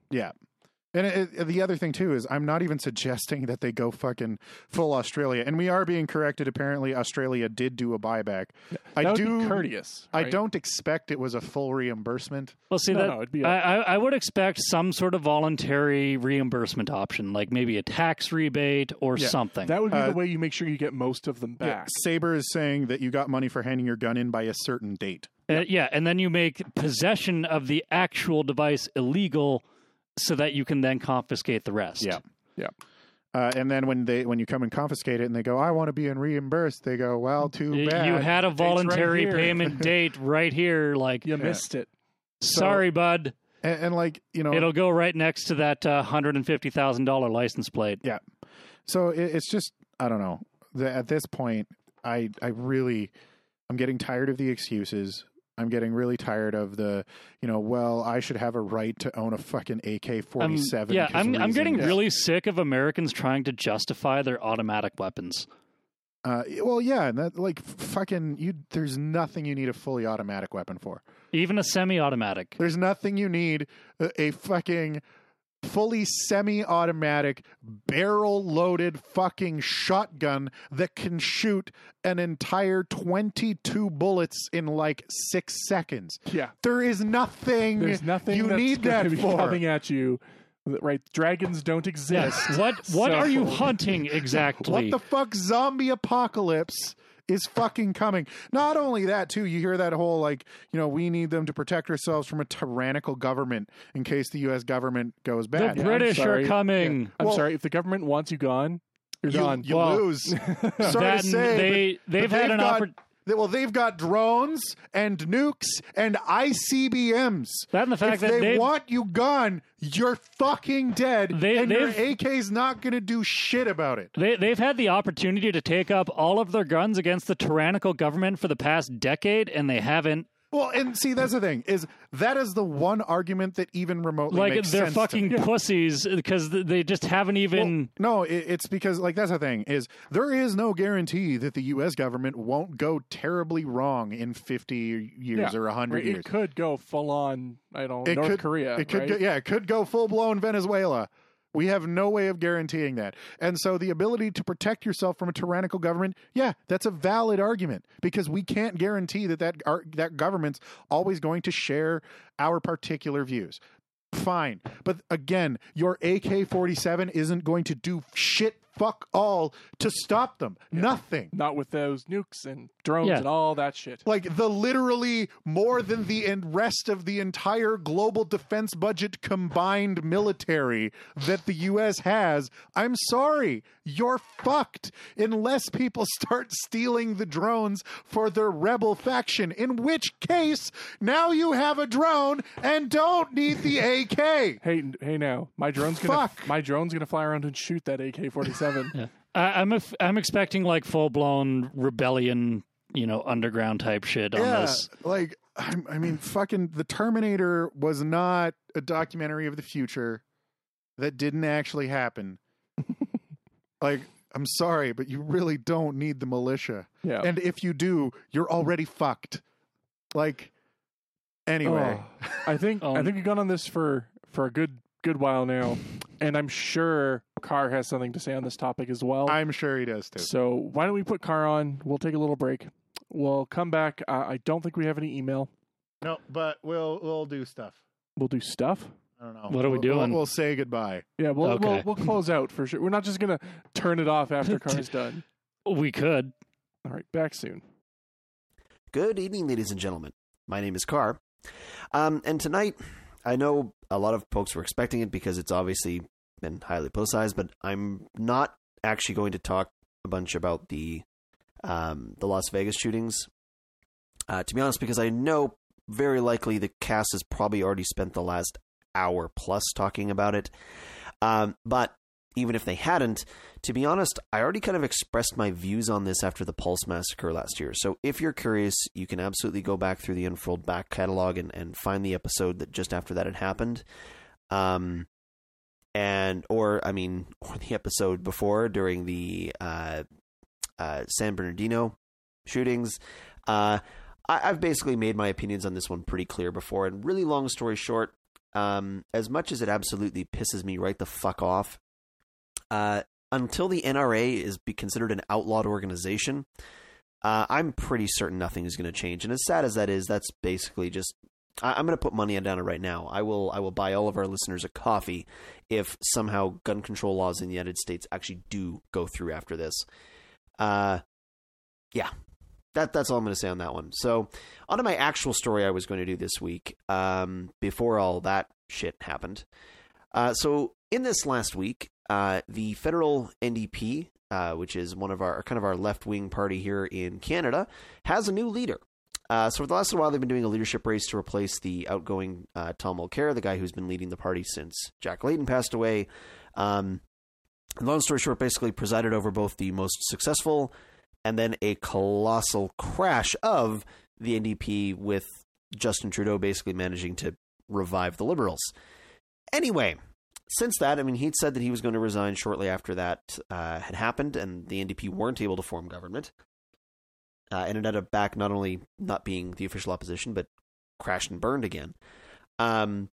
Speaker 1: And it, it- the other thing too is, I'm not even suggesting that they go fucking full Australia. And we are being corrected. Apparently, Australia did do a buyback. I
Speaker 3: that would
Speaker 1: do.
Speaker 3: be courteous.
Speaker 1: I
Speaker 3: right?
Speaker 1: don't expect it was a full reimbursement.
Speaker 2: Well, see
Speaker 3: No,
Speaker 2: that
Speaker 3: no, it'd be a-
Speaker 2: I, I I would expect some sort of voluntary reimbursement option, like maybe a tax rebate or
Speaker 1: Yeah,
Speaker 2: something.
Speaker 3: That would be
Speaker 1: Uh,
Speaker 3: the way you make sure you get most of them back.
Speaker 1: Saber is saying that you got money for handing your gun in by a certain date.
Speaker 2: Uh, yeah, and then you make possession of the actual device illegal so that you can then confiscate the rest.
Speaker 1: Yeah.
Speaker 3: Yeah.
Speaker 1: Uh, and then when they when you come and confiscate it, and they go, "I want to be in reimbursed," they go, "Well,
Speaker 2: Y-
Speaker 1: too bad."
Speaker 2: You had a
Speaker 3: right
Speaker 2: voluntary
Speaker 3: here.
Speaker 2: payment date right here. Like,
Speaker 3: You missed it.
Speaker 2: sorry, bud.
Speaker 1: and, and like you know,
Speaker 2: It'll go right next to that uh, $150,000 license plate.
Speaker 1: so it, it's just i don't know the, at this point i i really i'm getting tired of the excuses i'm getting really tired of the you know well i should have a right to own a fucking
Speaker 2: I'm-
Speaker 1: ak-47
Speaker 2: Um, yeah,
Speaker 1: 'cause
Speaker 2: I'm, I'm getting
Speaker 1: reasons.
Speaker 2: really sick of Americans trying to justify their automatic weapons.
Speaker 1: uh, well yeah and that like f- fucking you there's nothing you need a fully automatic weapon for
Speaker 2: Even a semi automatic.
Speaker 1: there's nothing you need a, a fucking fully semi-automatic barrel loaded fucking shotgun that can shoot an entire 22 bullets in like 6 seconds.
Speaker 3: Yeah.
Speaker 1: There is nothing
Speaker 3: There's nothing
Speaker 1: you
Speaker 3: that's
Speaker 1: need
Speaker 3: gonna
Speaker 1: that
Speaker 3: be
Speaker 1: for.
Speaker 3: coming at you. Right. Dragons don't exist.
Speaker 2: Yes. What what
Speaker 3: So-
Speaker 2: are you hunting exactly?
Speaker 1: What the fuck zombie apocalypse is fucking coming. Not only that too, you hear that whole like, you know, we need them to protect ourselves from a tyrannical government in case the US government goes
Speaker 2: the
Speaker 1: bad.
Speaker 3: Yeah, I'm
Speaker 2: British are
Speaker 3: sorry.
Speaker 2: coming.
Speaker 3: I'm
Speaker 1: Well-
Speaker 3: sorry. If the government wants you gone, you're
Speaker 1: you,
Speaker 3: gone.
Speaker 1: you
Speaker 2: Well-
Speaker 1: lose. Sorry
Speaker 2: That
Speaker 1: to
Speaker 2: and
Speaker 1: say, but-
Speaker 2: they they've
Speaker 1: But
Speaker 2: had an
Speaker 1: got,
Speaker 2: opportunity.
Speaker 1: they- well, they've got drones and nukes and ICBMs.
Speaker 2: That and the fact
Speaker 1: if
Speaker 2: that
Speaker 1: they
Speaker 2: they've-
Speaker 1: want you gone, you're fucking dead,
Speaker 2: They-
Speaker 1: and your
Speaker 2: they've-
Speaker 1: AK's not going to do shit about it.
Speaker 2: They, they've had the opportunity to take up all of their guns against the tyrannical government for the past decade, and they haven't.
Speaker 1: Well, and see, that's the thing is that is the one argument that even remotely
Speaker 2: Like
Speaker 1: makes
Speaker 2: they're
Speaker 1: sense to me.
Speaker 2: fucking pussies because th- they just haven't even.
Speaker 1: No, it, it's because like that's the thing is there is no guarantee that the U.S. government won't go terribly wrong in fifty years
Speaker 3: Yeah.
Speaker 1: or hundred
Speaker 3: Right,
Speaker 1: years.
Speaker 3: It could go full on. I don't.
Speaker 1: It
Speaker 3: North
Speaker 1: could-
Speaker 3: Korea.
Speaker 1: It could
Speaker 3: right?
Speaker 1: go, yeah, it could go full blown Venezuela. We have no way of guaranteeing that. And so the ability to protect yourself from a tyrannical government, yeah, that's a valid argument because we can't guarantee that that, ar- that government's always going to share our particular views. fine. But again, your AK 47 isn't going to do shit, fuck all to stop them. Nothing.
Speaker 3: Not with those nukes and drones
Speaker 2: Yeah.
Speaker 3: and all that shit.
Speaker 1: Like the literally more than the en- rest of the entire global defense budget combined military that the US has, I'm sorry, you're fucked unless people start stealing the drones for their rebel faction, in which case now you have a drone and don't need the AK.
Speaker 3: Hey, n- hey, now my drone's gonna
Speaker 1: Fuck.
Speaker 3: my drone's gonna fly around and shoot that AK forty seven.
Speaker 2: I, I'm af- I'm expecting like full blown rebellion, you know, underground type shit on this.
Speaker 1: Like, I, I mean, fucking The Terminator was not a documentary of the future that didn't actually happen. like, I'm sorry, but you really don't need the militia.
Speaker 3: Yeah.
Speaker 2: Oh.
Speaker 1: And if you do, you're already fucked. Like, anyway.
Speaker 3: Oh, I think I
Speaker 2: Um,
Speaker 3: think we've gone on this for for a good good while now, and I'm sure Carr has something to say on this topic as well.
Speaker 1: I'm sure he does too.
Speaker 3: so why don't we put Carr on? We'll take a little break. We'll come back. Uh, I don't think we have any email.
Speaker 1: No, but we'll we'll do stuff.
Speaker 3: We'll do stuff.
Speaker 1: I don't know.
Speaker 2: What are we
Speaker 1: We'll- we'll-
Speaker 2: doing?
Speaker 1: We'll, say goodbye.
Speaker 3: Yeah, we'll,
Speaker 2: Okay.
Speaker 3: we'll we'll close out for sure. We're not just gonna turn it off after Carr's done.
Speaker 2: We could.
Speaker 3: All right, back soon.
Speaker 4: Good evening, ladies and gentlemen. My name is Carr. Um, and tonight, I know a lot of folks were expecting it because it's obviously been highly publicized, but I'm not actually going to talk a bunch about the um, the Las Vegas shootings. Uh, to be honest, because I know very likely the cast has probably already spent the last hour plus talking about it. Um, but even if they hadn't, to be honest, I already kind of expressed my views on this after the Pulse Massacre last year. So if you're curious, you can absolutely go back through the Unfold back catalog and, and find the episode that just after that had happened. Um, and, or, I mean, or the episode before during the uh, uh, San Bernardino shootings. Uh, I, I've basically made my opinions on this one pretty clear before. And really long story short, um, as much as it absolutely pisses me right the fuck off, uh, until the NRA is be considered an outlawed organization, uh, I'm pretty certain nothing is going to change. And as sad as that is, that's basically just. I, I'm going to put money down it right now. I will. I will buy all of our listeners a coffee if somehow gun control laws in the United States actually do go through after this. Uh, yeah, that that's all I'm going to say on that one. So, on to my actual story I was going to do this week. Um, before all that shit happened. Uh, so in this last week, uh, the federal NDP, uh, which is one of our kind of our left wing party here in Canada, has a new leader. Uh, so for the last little while, they've been doing a leadership race to replace the outgoing uh, Tom Mulcair, the guy who's been leading the party since Jack Layton passed away. Um, long story short, basically presided over both the most successful and then a colossal crash of the NDP with Justin Trudeau basically managing to revive the Liberals. Anyway, since that, I mean, he'd said that he was going to resign shortly after that uh, had happened, and the NDP weren't able to form government. Uh, and it ended up back not only not being the official opposition, but crashed and burned again. Um,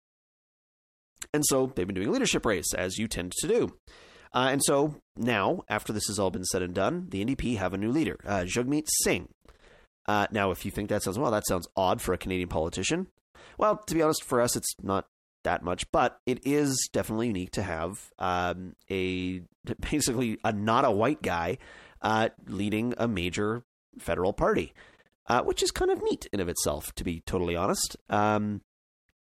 Speaker 4: and so they've been doing a leadership race, as you tend to do. Uh, and so now, after this has all been said and done, the NDP have a new leader, uh, Jugmeet Singh. Uh, now, if you think that sounds well, that sounds odd for a Canadian politician. Well, to be honest, for us, it's not that much, but it is definitely unique to have um, a basically a not a white guy uh, leading a major federal party, uh, which is kind of neat in of itself, to be totally honest. Um,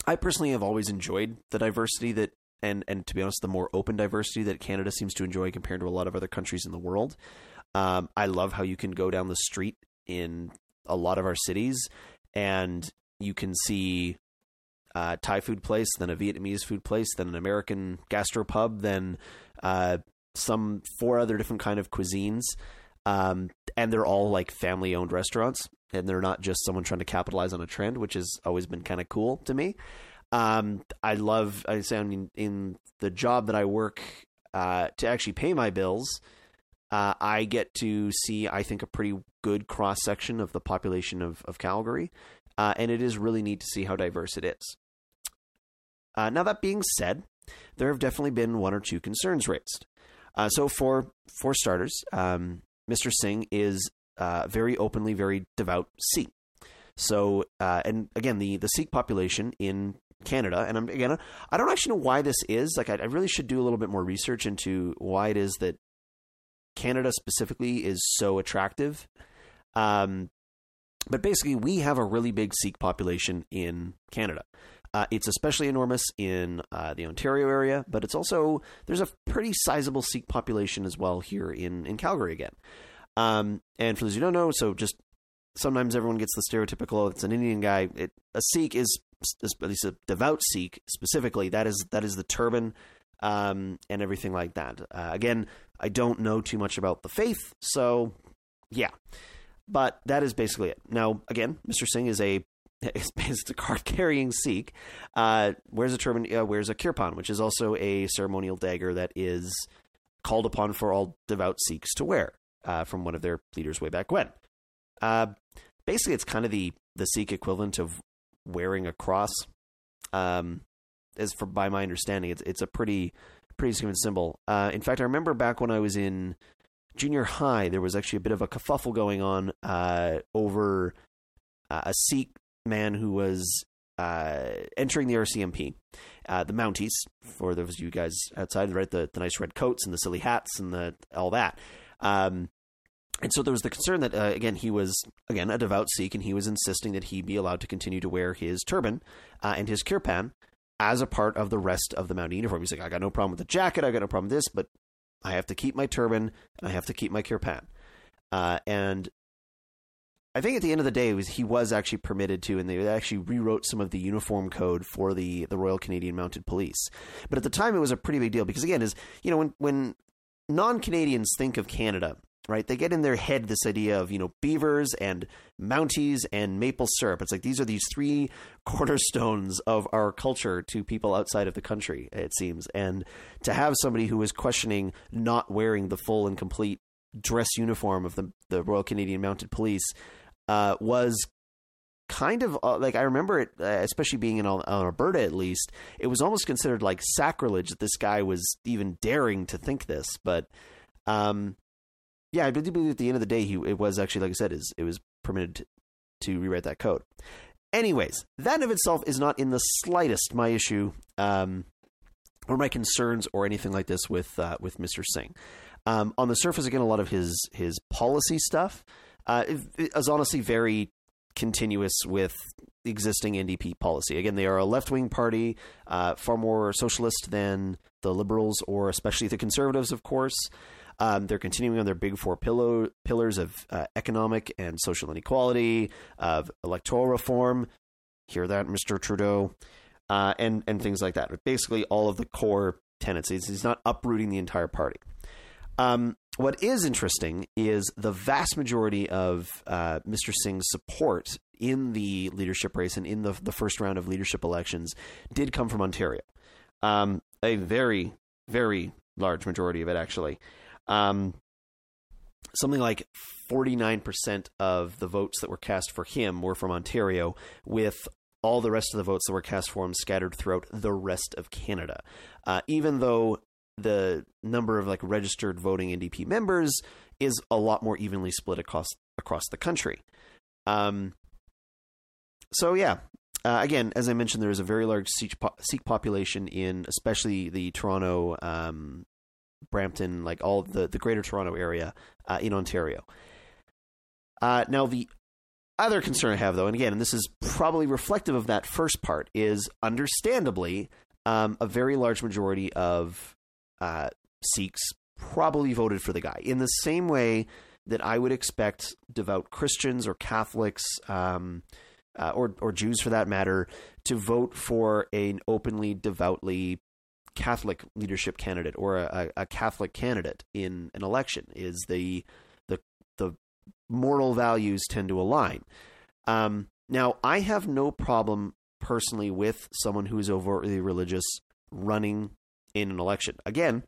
Speaker 4: I personally have always enjoyed the diversity that. And, and to be honest, the more open diversity that Canada seems to enjoy compared to a lot of other countries in the world. Um, I love how you can go down the street in a lot of our cities and you can see uh, Thai food place, then a Vietnamese food place, then an American gastropub, then uh, some four other different kind of cuisines, um, and they're all like family owned restaurants, and they're not just someone trying to capitalize on a trend, which has always been kind of cool to me. Um, I love. I say, I mean, in the job that I work uh, to actually pay my bills. Uh, I get to see, I think, a pretty good cross section of the population of, of Calgary, uh, and it is really neat to see how diverse it is. Uh, now, that being said, there have definitely been one or two concerns raised. Uh, so, for for starters, um, Mr. Singh is uh, very openly, very devout Sikh. So, uh, and again, the the Sikh population in Canada. And I'm again, I don't actually know why this is. Like, I, I really should do a little bit more research into why it is that Canada specifically is so attractive. Um, but basically, we have a really big Sikh population in Canada. Uh, it's especially enormous in uh, the Ontario area, but it's also there's a pretty sizable Sikh population as well here in in Calgary again. Um, and for those who don't know, so just sometimes everyone gets the stereotypical oh, it's an Indian guy. It, a Sikh is, is at least a devout Sikh specifically. That is that is the turban um, and everything like that. Uh, again, I don't know too much about the faith, so yeah. But that is basically it. Now, again, Mr. Singh is a is, is a card carrying Sikh. Uh, wears a turban, uh, wears a kirpan, which is also a ceremonial dagger that is called upon for all devout Sikhs to wear uh, from one of their leaders way back when. Uh, basically, it's kind of the the Sikh equivalent of wearing a cross. Um, as for by my understanding, it's it's a pretty pretty significant symbol. Uh, in fact, I remember back when I was in junior high, there was actually a bit of a kerfuffle going on uh, over uh, a Sikh man who was uh, entering the RCMP, uh, the Mounties. For those of you guys outside, right, the the nice red coats and the silly hats and the all that. Um, and so there was the concern that uh, again he was again a devout Sikh, and he was insisting that he be allowed to continue to wear his turban uh, and his kirpan as a part of the rest of the mountain uniform. He's like, I got no problem with the jacket, I got no problem with this, but I have to keep my turban and I have to keep my kirpan. Uh, and I think at the end of the day, it was, he was actually permitted to, and they actually rewrote some of the uniform code for the the Royal Canadian Mounted Police. But at the time, it was a pretty big deal because again, is you know when when non Canadians think of Canada, right? They get in their head this idea of, you know, beavers and mounties and maple syrup. It's like these are these three cornerstones of our culture to people outside of the country, it seems. And to have somebody who is questioning not wearing the full and complete dress uniform of the, the Royal Canadian Mounted Police uh, was kind of uh, like I remember it, uh, especially being in Al- Alberta at least, it was almost considered like sacrilege that this guy was even daring to think this. But um, yeah, I do believe at the end of the day, he it was actually like I said, is it was permitted to, to rewrite that code. Anyways, that of itself is not in the slightest my issue um, or my concerns or anything like this with uh, with Mister Singh. Um, on the surface, again, a lot of his his policy stuff uh, it- it is honestly very continuous with existing NDP policy. Again, they are a left wing party, uh, far more socialist than the liberals or especially the conservatives, of course. Um, they're continuing on their big four pillow, pillars of uh, economic and social inequality, of electoral reform. Hear that, Mr. Trudeau, uh, and and things like that. Basically, all of the core tenets. He's, he's not uprooting the entire party. Um, what is interesting is the vast majority of uh, Mr. Singh's support in the leadership race and in the, the first round of leadership elections did come from Ontario. Um, a very, very large majority of it, actually. Um, something like 49% of the votes that were cast for him were from Ontario, with all the rest of the votes that were cast for him scattered throughout the rest of Canada. Uh, even though the number of like registered voting NDP members is a lot more evenly split across across the country. Um, so yeah, uh, again, as I mentioned, there is a very large Sikh, po- Sikh population in especially the Toronto, um, Brampton, like all the the Greater Toronto area uh, in Ontario. Uh, now the other concern I have, though, and again, and this is probably reflective of that first part, is understandably um, a very large majority of uh, Sikhs probably voted for the guy in the same way that I would expect devout Christians or Catholics um, uh, or or Jews for that matter to vote for an openly devoutly Catholic leadership candidate or a, a a Catholic candidate in an election is the the the moral values tend to align. Um, now I have no problem personally with someone who is overtly religious running in an election. Again,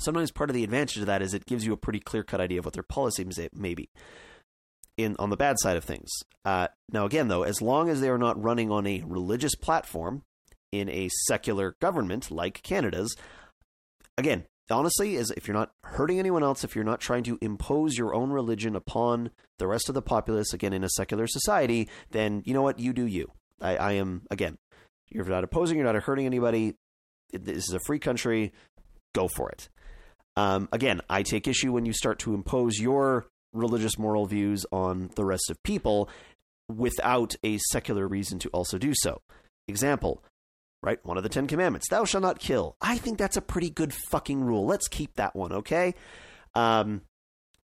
Speaker 4: sometimes part of the advantage of that is it gives you a pretty clear cut idea of what their policy may- may be. In on the bad side of things, uh, now again though, as long as they are not running on a religious platform in a secular government like Canada's, again, honestly, is if you're not hurting anyone else, if you're not trying to impose your own religion upon the rest of the populace, again in a secular society, then you know what you do. You, I, I am again You're not opposing. You're not hurting anybody. It- This is a free country. Go for it. Um, again, I take issue when you start to impose your religious moral views on the rest of people without a secular reason to also do so. Example, right? One of the Ten Commandments: "Thou shalt not kill." I think that's a pretty good fucking rule. Let's keep that one, okay? Um,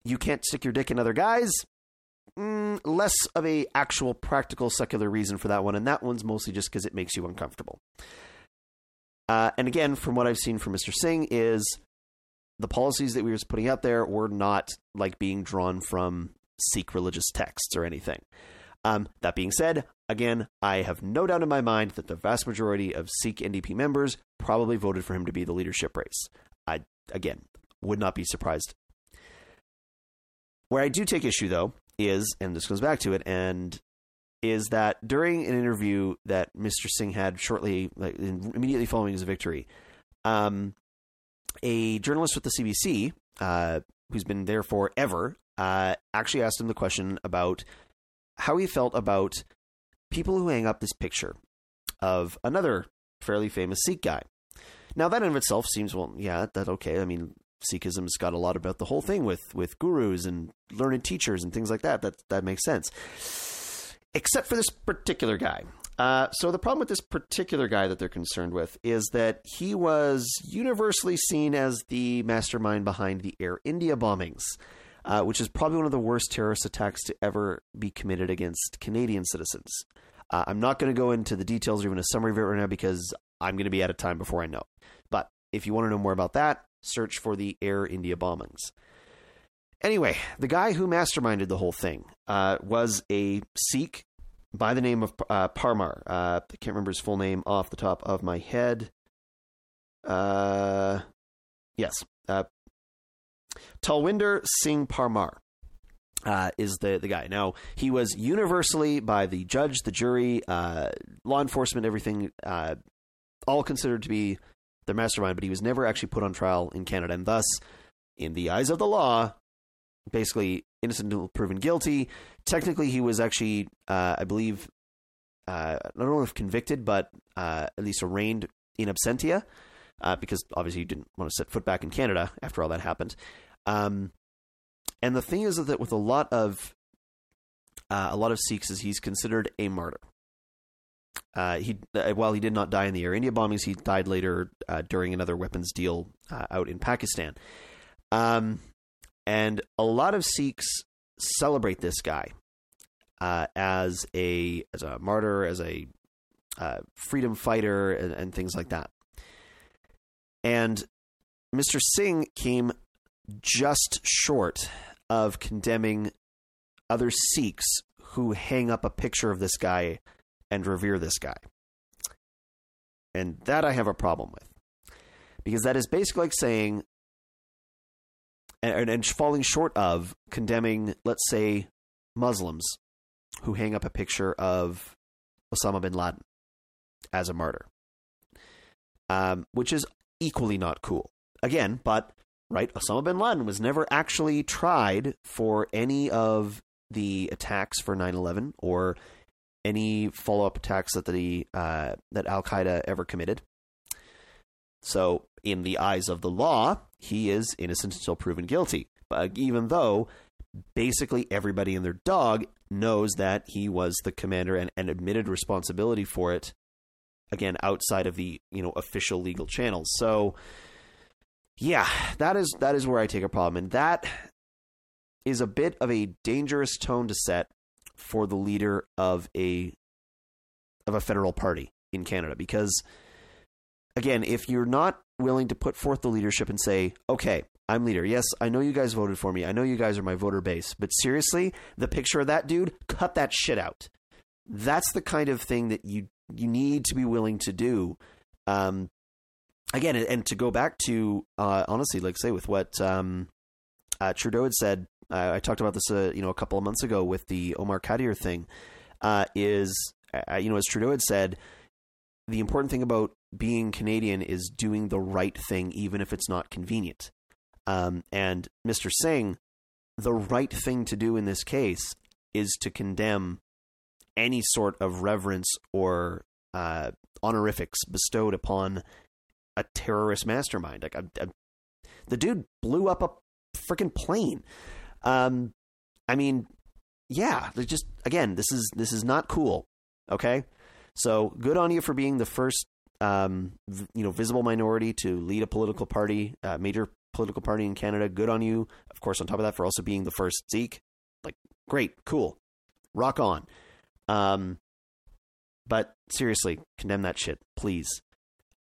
Speaker 4: you can't stick your dick in other guys. Mm, less of a actual practical secular reason for that one, and that one's mostly just because it makes you uncomfortable. Uh, and again, from what I've seen from Mr. Singh, is the policies that we was putting out there were not like being drawn from Sikh religious texts or anything. Um, that being said, again, I have no doubt in my mind that the vast majority of Sikh NDP members probably voted for him to be the leadership race. I again would not be surprised. Where I do take issue though is, and this goes back to it, and is that during an interview that Mr. Singh had shortly, like in- immediately following his victory, um, a journalist with the CBC, uh, who's been there forever, uh, actually asked him the question about how he felt about people who hang up this picture of another fairly famous Sikh guy. Now that in of itself seems well, yeah, that okay. I mean, Sikhism's got a lot about the whole thing with with gurus and learned teachers and things like that. That that makes sense, except for this particular guy. Uh, so the problem with this particular guy that they're concerned with is that he was universally seen as the mastermind behind the Air India bombings, uh, which is probably one of the worst terrorist attacks to ever be committed against Canadian citizens. Uh, I'm not going to go into the details or even a summary of it right now because I'm going to be out of time before I know. But if you want to know more about that, search for the Air India bombings. Anyway, the guy who masterminded the whole thing uh, was a Sikh by the name of uh, Parmar. Uh, I can't remember his full name off the top of my head. Uh, yes, uh, Talwinder Singh Parmar uh, is the the guy. Now he was universally by the judge, the jury, uh, law enforcement, everything, uh, all considered to be the mastermind. But he was never actually put on trial in Canada, and thus, in the eyes of the law, basically innocent until proven guilty. Technically, he was actually, uh, I believe, uh, I don't know if convicted, but uh, at least arraigned in absentia, uh, because obviously you didn't want to set foot back in Canada after all that happened. Um, and the thing is that with a lot of uh, a lot of Sikhs, is he's considered a martyr. Uh, he uh, while he did not die in the Air India bombings, he died later uh, during another weapons deal uh, out in Pakistan. Um, and a lot of Sikhs celebrate this guy uh, as a as a martyr, as a uh, freedom fighter, and, and things like that. And Mr. Singh came just short of condemning other Sikhs who hang up a picture of this guy and revere this guy. And that I have a problem with. Because that is basically like saying, and, and falling short of condemning, let's say, Muslims who hang up a picture of Osama bin Laden as a martyr, um, which is equally not cool. Again, but right? Osama bin Laden was never actually tried for any of the attacks for 9/11 or any follow-up attacks that the uh, that Al Qaeda ever committed. So, in the eyes of the law, he is innocent until proven guilty. But even though basically everybody and their dog knows that he was the commander and, and admitted responsibility for it, again outside of the you know official legal channels. So, yeah, that is that is where I take a problem, and that is a bit of a dangerous tone to set for the leader of a of a federal party in Canada because again, if you're not willing to put forth the leadership and say, "Okay, I'm leader. Yes, I know you guys voted for me. I know you guys are my voter base, but seriously, the picture of that dude, cut that shit out." That's the kind of thing that you you need to be willing to do um, again, and- and to go back to uh, honestly, like say with what um, uh, Trudeau had said, uh, I talked about this, uh, you know, a couple of months ago with the Omar Khadr thing. Uh, is uh, you know, as Trudeau had said, the important thing about being Canadian is doing the right thing, even if it's not convenient. Um, and Mr. Singh, the right thing to do in this case is to condemn any sort of reverence or uh, honorifics bestowed upon a terrorist mastermind. Like, I, I, the dude blew up a freaking plane. Um, I mean, yeah, there's just again, this is this is not cool. Okay, so good on you for being the first, um, v- you know, visible minority to lead a political party, uh, major political party in Canada. Good on you, of course. On top of that, for also being the first Sikh. Like, great, cool, rock on. Um, but seriously, condemn that shit, please,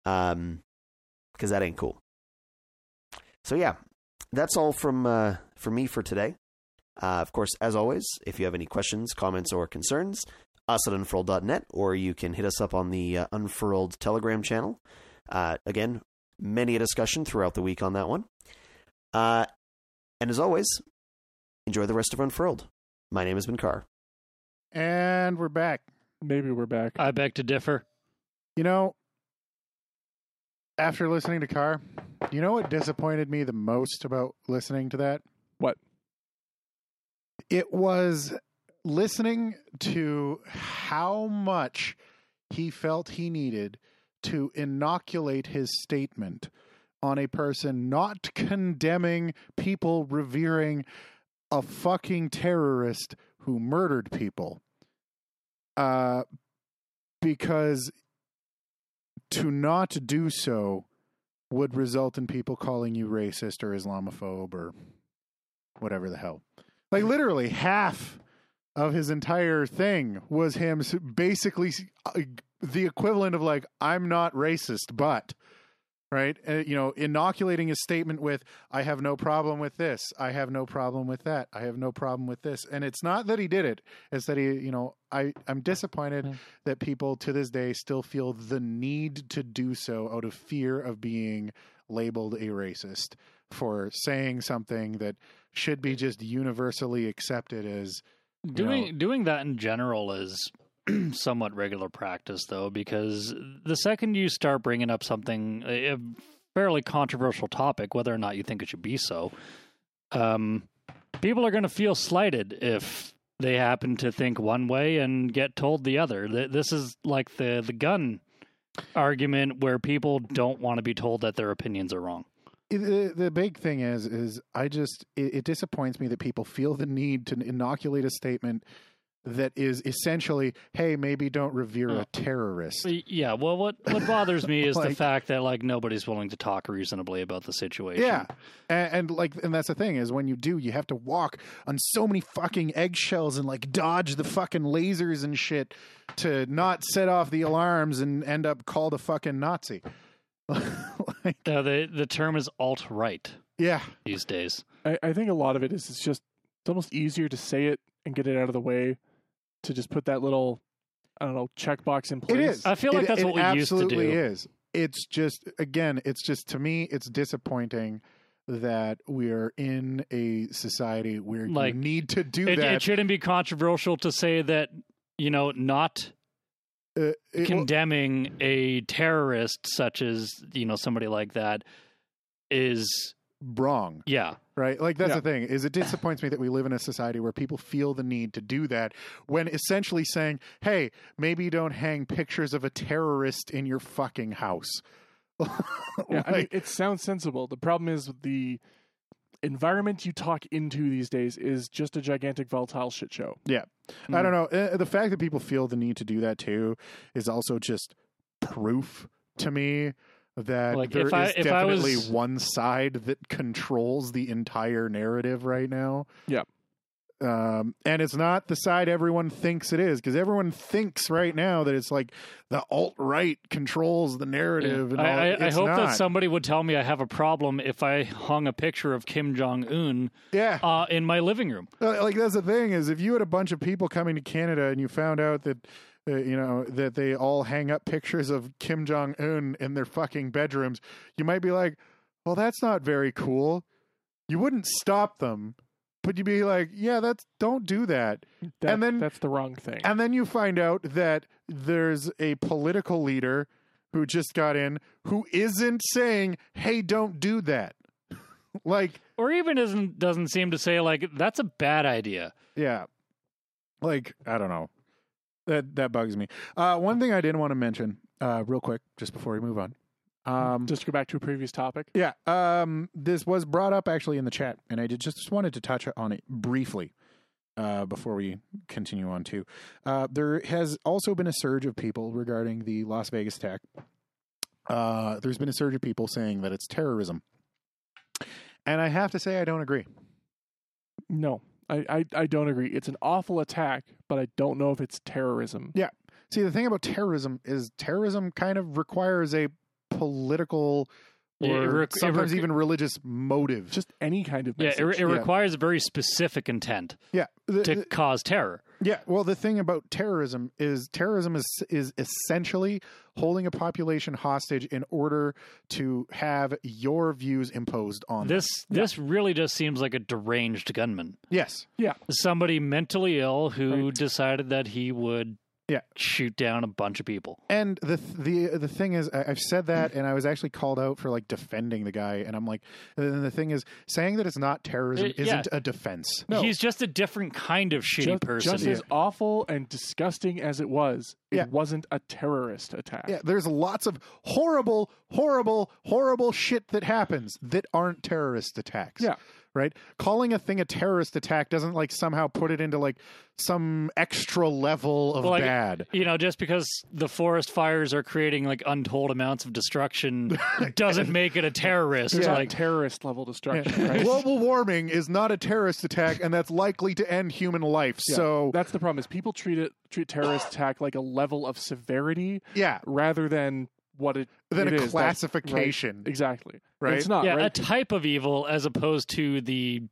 Speaker 4: um, because that ain't cool. So yeah, that's all from uh, from me for today. Uh, of course, as always, if you have any questions, comments, or concerns, us at unfurled.net, or you can hit us up on the uh, Unfurled Telegram channel. Uh, again, many a discussion throughout the week on that one. Uh, and as always, enjoy the rest of Unfurled. My name has been Carr.
Speaker 1: And we're back.
Speaker 3: Maybe we're back.
Speaker 2: I beg to differ.
Speaker 1: You know, after listening to Carr, you know what disappointed me the most about listening to that?
Speaker 3: What?
Speaker 1: It was listening to how much he felt he needed to inoculate his statement on a person not condemning people revering a fucking terrorist who murdered people. Uh, because to not do so would result in people calling you racist or Islamophobe or whatever the hell. Like literally half of his entire thing was him s- basically s- uh, the equivalent of like I'm not racist, but right, Uh, you know, inoculating his statement with I have no problem with this, I have no problem with that, I have no problem with this, and it's not that he did it, it's that he, you know, I I'm disappointed
Speaker 2: Yeah.
Speaker 1: that people to this day still feel the need to do so out of fear of being labeled a racist for saying something that should be just universally accepted as
Speaker 2: Doing doing that in general is somewhat regular practice, though, because the second you start bringing up something a a fairly controversial topic, whether or not you think it should be so, um, people are going to feel slighted if they happen to think one way and get told the other. Th- This is like the the gun argument where people don't want to be told that their opinions are wrong.
Speaker 1: It- the, the big thing is is i just it, it disappoints me that people feel the need to inoculate a statement that is essentially hey maybe don't revere a terrorist
Speaker 2: Y- Yeah, well, what what bothers me is the
Speaker 1: Like-
Speaker 2: fact that like nobody's willing to talk reasonably about the situation.
Speaker 1: yeah and, and like and that's the thing is when you do you have to walk on so many fucking eggshells and like dodge the fucking lasers and shit to not set off the alarms and end up called a fucking nazi like
Speaker 2: No, the the term is alt right
Speaker 1: yeah
Speaker 2: these days.
Speaker 3: I, I think a lot of it is it's just it's almost easier to say it and get it out of the way to just put that little I don't know checkbox in place.
Speaker 1: It is.
Speaker 2: I feel like
Speaker 1: It-
Speaker 2: that's
Speaker 1: it
Speaker 2: what we used to
Speaker 1: absolutely
Speaker 2: do.
Speaker 1: is. It's just again, it's just to me, it's disappointing that we're in a society where
Speaker 2: Like,
Speaker 1: you need to do
Speaker 2: It,
Speaker 1: that.
Speaker 2: it shouldn't be controversial to say that you know not
Speaker 1: uh, it-
Speaker 2: condemning a terrorist such as you know somebody like that is
Speaker 1: wrong,
Speaker 2: yeah
Speaker 1: right? Like that's
Speaker 3: Yeah.
Speaker 1: the thing is it disappoints me that we live in a society where people feel the need to do that when essentially saying, "Hey, maybe you don't hang pictures of a terrorist in your fucking house."
Speaker 3: Yeah, I mean,
Speaker 1: Like,
Speaker 3: it sounds sensible. The problem is the environment you talk into these days is just a gigantic volatile shit show.
Speaker 1: I don't
Speaker 2: mm.
Speaker 1: know. Uh, The fact that people feel the need to do that too is also just proof to me that
Speaker 2: Like,
Speaker 1: there is
Speaker 2: if I- if I
Speaker 1: definitely
Speaker 2: was-
Speaker 1: one side that controls the entire narrative right now.
Speaker 3: Yeah.
Speaker 1: Um, and it's not the side everyone thinks it is because everyone thinks right now that it's like the alt right controls the narrative. And all.
Speaker 2: I, I, I
Speaker 1: It's
Speaker 2: hope
Speaker 1: not.
Speaker 2: that somebody would tell me I have a problem if I hung a picture of Kim Jong Un
Speaker 1: yeah.
Speaker 2: uh, in my living room.
Speaker 1: Uh, like that's the thing is if you had a bunch of people coming to canada and you found out that uh, you know that they all hang up pictures of kim jong-un in their fucking bedrooms you might be like well that's not very cool you wouldn't stop them but you'd be like yeah that's don't do that
Speaker 3: That,
Speaker 1: And then-
Speaker 3: that's the wrong thing.
Speaker 1: and then you find out that there's a political leader who just got in who isn't saying hey don't do that like
Speaker 2: Or even doesn't doesn't seem to say like that's a bad idea.
Speaker 1: Yeah. Like, I don't know. That that bugs me. Uh one thing I did want to mention uh, real quick, just before we move on. Um,
Speaker 3: Just to go back to a previous topic.
Speaker 1: yeah, um, this was brought up actually in the chat, and I did just wanted to touch on it briefly uh, before we continue on too. Uh, there has also been a surge of people regarding the Las Vegas attack. Uh, there's been a surge of people saying that it's terrorism, and I have to say I don't agree.
Speaker 3: No, I, I, I don't agree. It's an awful attack, but I don't know if it's terrorism.
Speaker 1: See, the thing about terrorism is terrorism kind of requires a political
Speaker 2: Yeah,
Speaker 1: or
Speaker 2: it requ- it
Speaker 1: sometimes
Speaker 2: requ-
Speaker 1: even religious motive.
Speaker 3: Just any kind of
Speaker 2: Yeah,
Speaker 3: message.
Speaker 2: it, it
Speaker 1: yeah.
Speaker 2: requires a very specific intent
Speaker 1: yeah, the-
Speaker 2: to
Speaker 1: the-
Speaker 2: cause terror.
Speaker 1: yeah. Well, the thing about terrorism is terrorism is is essentially holding a population hostage in order to have your views imposed on them.
Speaker 2: This this really just seems like a deranged gunman,
Speaker 1: Yes,
Speaker 2: somebody mentally ill who
Speaker 3: Right.
Speaker 2: decided that he would
Speaker 1: Yeah.
Speaker 2: shoot down a bunch of people.
Speaker 1: and the th- the the thing is, I- I've said that, and I was actually called out for like defending the guy, and I'm like, and then the thing is, saying that it's not terrorism
Speaker 2: Uh, yeah.
Speaker 1: isn't a defense.
Speaker 2: He's just a different kind of shitty
Speaker 3: just,
Speaker 2: person.
Speaker 3: just as awful and disgusting as it was, it
Speaker 1: Yeah.
Speaker 3: wasn't a terrorist attack.
Speaker 1: Yeah, there's lots of horrible, horrible, horrible shit that happens that aren't terrorist attacks.
Speaker 3: Yeah.
Speaker 1: Right? Calling a thing a terrorist attack doesn't like somehow put it into like some extra level of
Speaker 2: Well, like-
Speaker 1: bad.
Speaker 2: you know, just because the forest fires are creating like untold amounts of destruction doesn't make it a terrorist.
Speaker 3: There's
Speaker 2: Like,
Speaker 3: not terrorist level destruction. Right?
Speaker 1: Global warming is not a terrorist attack and that's likely to end human life.
Speaker 3: Yeah.
Speaker 1: So,
Speaker 3: that's the problem is people treat it treat terrorist attack like a level of severity
Speaker 1: yeah,
Speaker 3: rather than what it
Speaker 1: then
Speaker 3: it
Speaker 1: a
Speaker 3: is. That's-
Speaker 1: classification,
Speaker 3: right, exactly.
Speaker 1: right?
Speaker 3: It's not
Speaker 2: yeah, a
Speaker 3: right.
Speaker 2: type of evil as opposed to the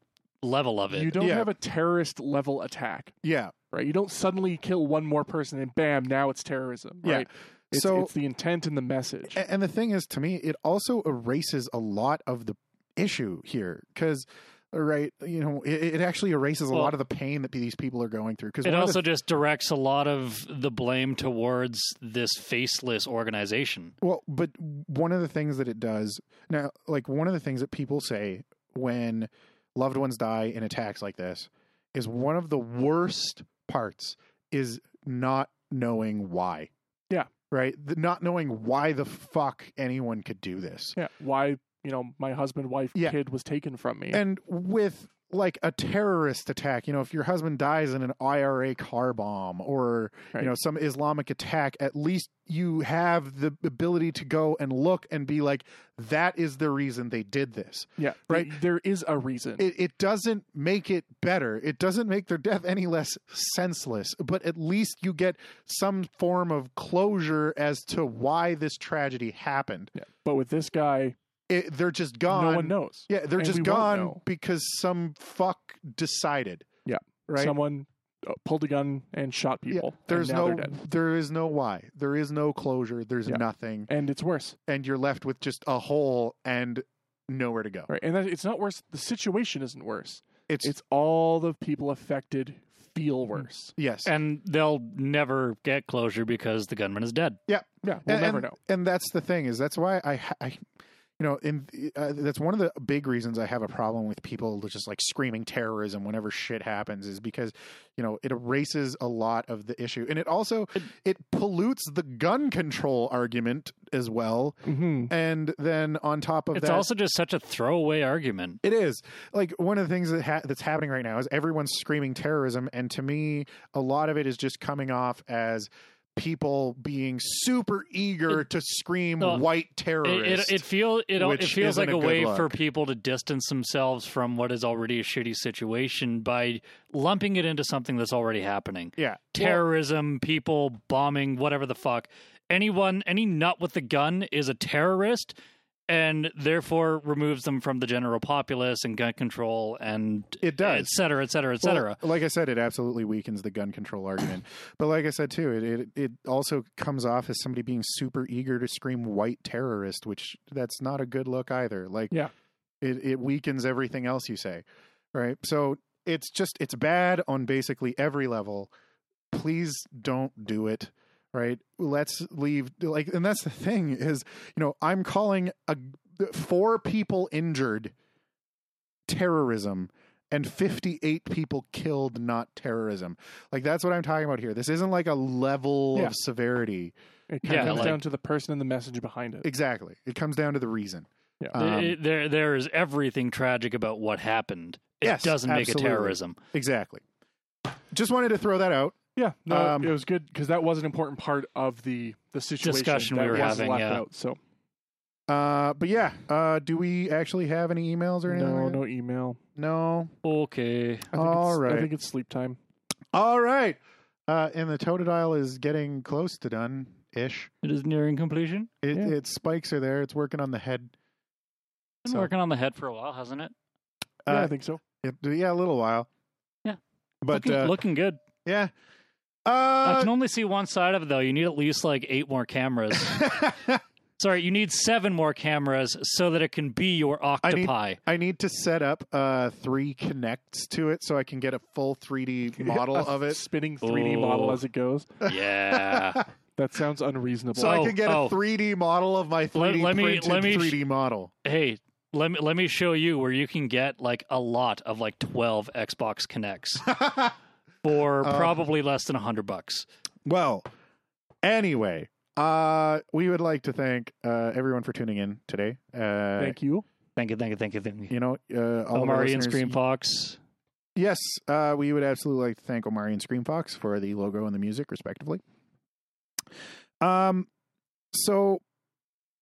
Speaker 2: level of
Speaker 3: you
Speaker 2: it.
Speaker 3: don't
Speaker 1: yeah.
Speaker 3: have a terrorist level attack,
Speaker 1: Yeah.
Speaker 3: right? You don't suddenly kill one more person and bam, now it's terrorism,
Speaker 1: Yeah.
Speaker 3: right? It's,
Speaker 1: So-
Speaker 3: it's the intent and the message.
Speaker 1: A- And the thing is, to me, it also erases a lot of the issue here because, right, you know, it, it actually erases a
Speaker 2: Well-
Speaker 1: lot of the pain that these people are going through. Because
Speaker 2: It also just directs a lot of the blame towards this faceless organization.
Speaker 1: Well, but one of the things that it does now, like one of the things that people say when loved ones die in attacks like this is one of the worst parts is not knowing why.
Speaker 3: Yeah.
Speaker 1: Right? The, not knowing why the fuck anyone could do this.
Speaker 3: yeah. Why, you know, my husband, wife,
Speaker 1: Yeah.
Speaker 3: kid was taken from me.
Speaker 1: And with like a terrorist attack, you know, if your husband dies in an IRA car bomb or
Speaker 3: Right.
Speaker 1: you know some Islamic attack, at least you have the ability to go and look and be like, that is the reason they did this.
Speaker 3: yeah.
Speaker 1: right.
Speaker 3: There is a reason.
Speaker 1: It, it doesn't make it better. It doesn't make their death any less senseless. But at least you get some form of closure as to why this tragedy happened.
Speaker 3: Yeah. But with this guy,
Speaker 1: It, they're just gone.
Speaker 3: no one knows.
Speaker 1: Yeah, they're
Speaker 3: And we
Speaker 1: just
Speaker 3: won't
Speaker 1: gone
Speaker 3: know.
Speaker 1: because some fuck decided.
Speaker 3: Yeah.
Speaker 1: Right.
Speaker 3: Someone uh, pulled a gun and shot
Speaker 1: yeah.
Speaker 3: people. and
Speaker 1: There's no
Speaker 3: now they're dead.
Speaker 1: there is no why. There is no closure. There's
Speaker 3: Yeah.
Speaker 1: nothing.
Speaker 3: And it's worse.
Speaker 1: And you're left with just a hole and nowhere to go.
Speaker 3: Right. And that, it's not worse. The situation isn't worse.
Speaker 1: It's, Mm-hmm.
Speaker 3: It's all the people affected feel worse.
Speaker 1: yes.
Speaker 2: And they'll never get closure because the gunman is dead.
Speaker 3: Yeah. We'll
Speaker 1: and,
Speaker 3: never
Speaker 1: and-
Speaker 3: know.
Speaker 1: And that's the thing is that's why I, ha- I you know, in uh, that's one of the big reasons I have a problem with people just like screaming terrorism whenever shit happens is because you know it erases a lot of the issue and it also it pollutes the gun control argument as well.
Speaker 3: Mm-hmm.
Speaker 1: And then on top of
Speaker 2: It's
Speaker 1: that,
Speaker 2: also just such a throwaway argument.
Speaker 1: It is like one of the things that ha- that's happening right now is everyone's screaming terrorism, and to me, a lot of it is just coming off as people being super eager to scream
Speaker 2: no,
Speaker 1: white
Speaker 2: It,
Speaker 1: terrorist.
Speaker 2: it, it feel it, it
Speaker 1: which
Speaker 2: feels
Speaker 1: isn't
Speaker 2: like
Speaker 1: a
Speaker 2: a,
Speaker 1: good
Speaker 2: way
Speaker 1: look.
Speaker 2: for people to distance themselves from what is already a shitty situation by lumping it into something that's already happening.
Speaker 1: yeah,
Speaker 2: Terrorism, people bombing, whatever the fuck. Anyone, any nut with a gun is a terrorist, and therefore removes them from the general populace and gun control and
Speaker 1: It does.
Speaker 2: et cetera, et cetera, et cetera.
Speaker 1: Well, like I said, it absolutely weakens the gun control argument. but like I said too, it, it it also comes off as somebody being super eager to scream white terrorist, which that's not a good look either. Like
Speaker 3: Yeah.
Speaker 1: it, it weakens everything else you say. Right. So it's just it's bad on basically every level. Please don't do it. Right. Let's leave like and that's the thing is, you know, I'm calling a four people injured terrorism and 58 people killed not terrorism like that's what i'm talking about here this isn't like a level
Speaker 3: Yeah.
Speaker 1: of severity
Speaker 3: It kind
Speaker 2: Yeah,
Speaker 3: of comes
Speaker 2: like-
Speaker 3: down to the person and the message behind it.
Speaker 1: Exactly. It comes down to the reason.
Speaker 3: Yeah.
Speaker 1: Um,
Speaker 2: There- there, there is everything tragic about what happened. It
Speaker 1: Yes,
Speaker 2: doesn't make
Speaker 1: absolutely.
Speaker 2: it terrorism.
Speaker 1: exactly. Just wanted to throw that out.
Speaker 3: Yeah, no,
Speaker 1: Um,
Speaker 3: it was good because that was an important part of the the situation
Speaker 2: Discussion we
Speaker 3: that
Speaker 2: were
Speaker 3: wasn't
Speaker 2: having,
Speaker 3: left
Speaker 2: yeah.
Speaker 3: out. So
Speaker 1: Uh, but yeah, uh, do we actually have any emails or anything?
Speaker 3: no,
Speaker 1: like that?
Speaker 3: no email.
Speaker 1: no.
Speaker 2: Okay.
Speaker 3: I think
Speaker 1: All
Speaker 3: it's,
Speaker 1: right.
Speaker 3: I think it's sleep time.
Speaker 1: All right. Uh, and the totodile is getting close to done ish.
Speaker 2: It is nearing completion.
Speaker 1: It,
Speaker 3: Yeah.
Speaker 1: its spikes are there. It's working on the head.
Speaker 2: Been
Speaker 1: So-
Speaker 2: working on the head for a while, hasn't it?
Speaker 3: yeah,
Speaker 1: Uh,
Speaker 3: I think so.
Speaker 1: It- yeah, a little while.
Speaker 2: Yeah.
Speaker 1: But
Speaker 2: looking,
Speaker 1: uh,
Speaker 2: looking good.
Speaker 1: yeah.
Speaker 2: I
Speaker 1: Uh,
Speaker 2: can only see one side of it though. You need at least like eight more cameras. Sorry, you need seven more cameras so that it can be your
Speaker 1: need-
Speaker 2: octopi.
Speaker 1: I need to set up uh, three connects to it so I can get a full 3D model
Speaker 3: A
Speaker 1: of it.
Speaker 3: spinning 3D model
Speaker 2: Oh.
Speaker 3: as it goes.
Speaker 2: yeah.
Speaker 3: That sounds unreasonable.
Speaker 1: So I
Speaker 2: Oh,
Speaker 1: can get
Speaker 2: oh.
Speaker 1: a 3D model of my 3D
Speaker 2: let me-
Speaker 1: printed
Speaker 2: let me sh-
Speaker 1: 3D model.
Speaker 2: Hey, let me let me show you where you can get like a lot of like twelve Xbox Connects for
Speaker 1: Oh.
Speaker 2: probably less than hundred bucks.
Speaker 1: Well, anyway, uh, we would like to thank uh, everyone for tuning in today. Uh,
Speaker 3: Thank you.
Speaker 2: Thank you, thank you, thank you, thank you.
Speaker 1: you know, uh, all of our
Speaker 2: Omari and
Speaker 1: listeners-
Speaker 2: Scream Fox.
Speaker 1: Yes, uh, we would absolutely like to thank Omari and Scream Fox for the logo and the music, respectively. Um, so,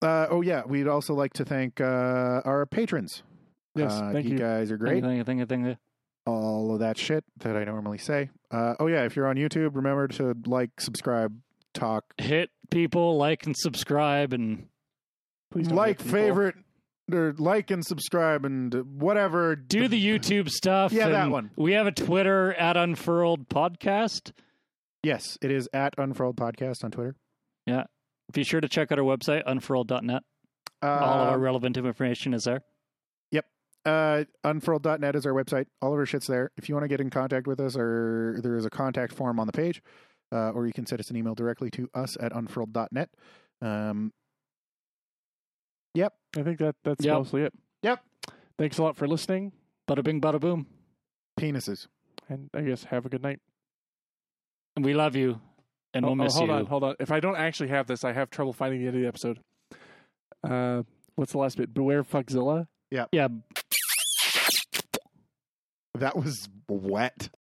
Speaker 1: uh, oh yeah, we'd also like to thank uh, our patrons.
Speaker 3: Yes,
Speaker 1: uh,
Speaker 3: thank you.
Speaker 1: guys are great.
Speaker 2: Thank you, thank you, thank you.
Speaker 1: All of that shit that I normally say. Uh, oh yeah, if you're on YouTube, remember to like, subscribe, talk,
Speaker 2: Hit people, like and subscribe, and
Speaker 3: Please don't
Speaker 1: like,
Speaker 3: hate people.
Speaker 1: favorite, or like and subscribe and whatever.
Speaker 2: do the YouTube stuff.
Speaker 1: Yeah, that
Speaker 2: and
Speaker 1: one.
Speaker 2: We have a Twitter at Unfurled Podcast.
Speaker 1: Yes, it is at Unfurled Podcast on Twitter.
Speaker 2: Be sure to check out our website, unfurled.net.
Speaker 1: Uh,
Speaker 2: All of our relevant information is there.
Speaker 1: uh, unfurled.net is our website. All of our shit's there. If you want to get in contact with us, or there is a contact form on the page, uh, or you can send us an email directly to us at unfurled.net. Um,
Speaker 3: I think that that's
Speaker 2: Yep.
Speaker 3: mostly it.
Speaker 1: Yep.
Speaker 3: Thanks a lot for listening,
Speaker 2: Bada bing, bada boom.
Speaker 1: penises.
Speaker 3: and I guess have a good night.
Speaker 2: And we love you, and
Speaker 3: Oh,
Speaker 2: we'll
Speaker 3: oh,
Speaker 2: miss
Speaker 3: hold
Speaker 2: you.
Speaker 3: on, hold on. If I don't actually have this, I have trouble finding the end of the episode. Uh, what's the last bit? Beware Fuckzilla.
Speaker 2: Yeah,
Speaker 1: That was wet.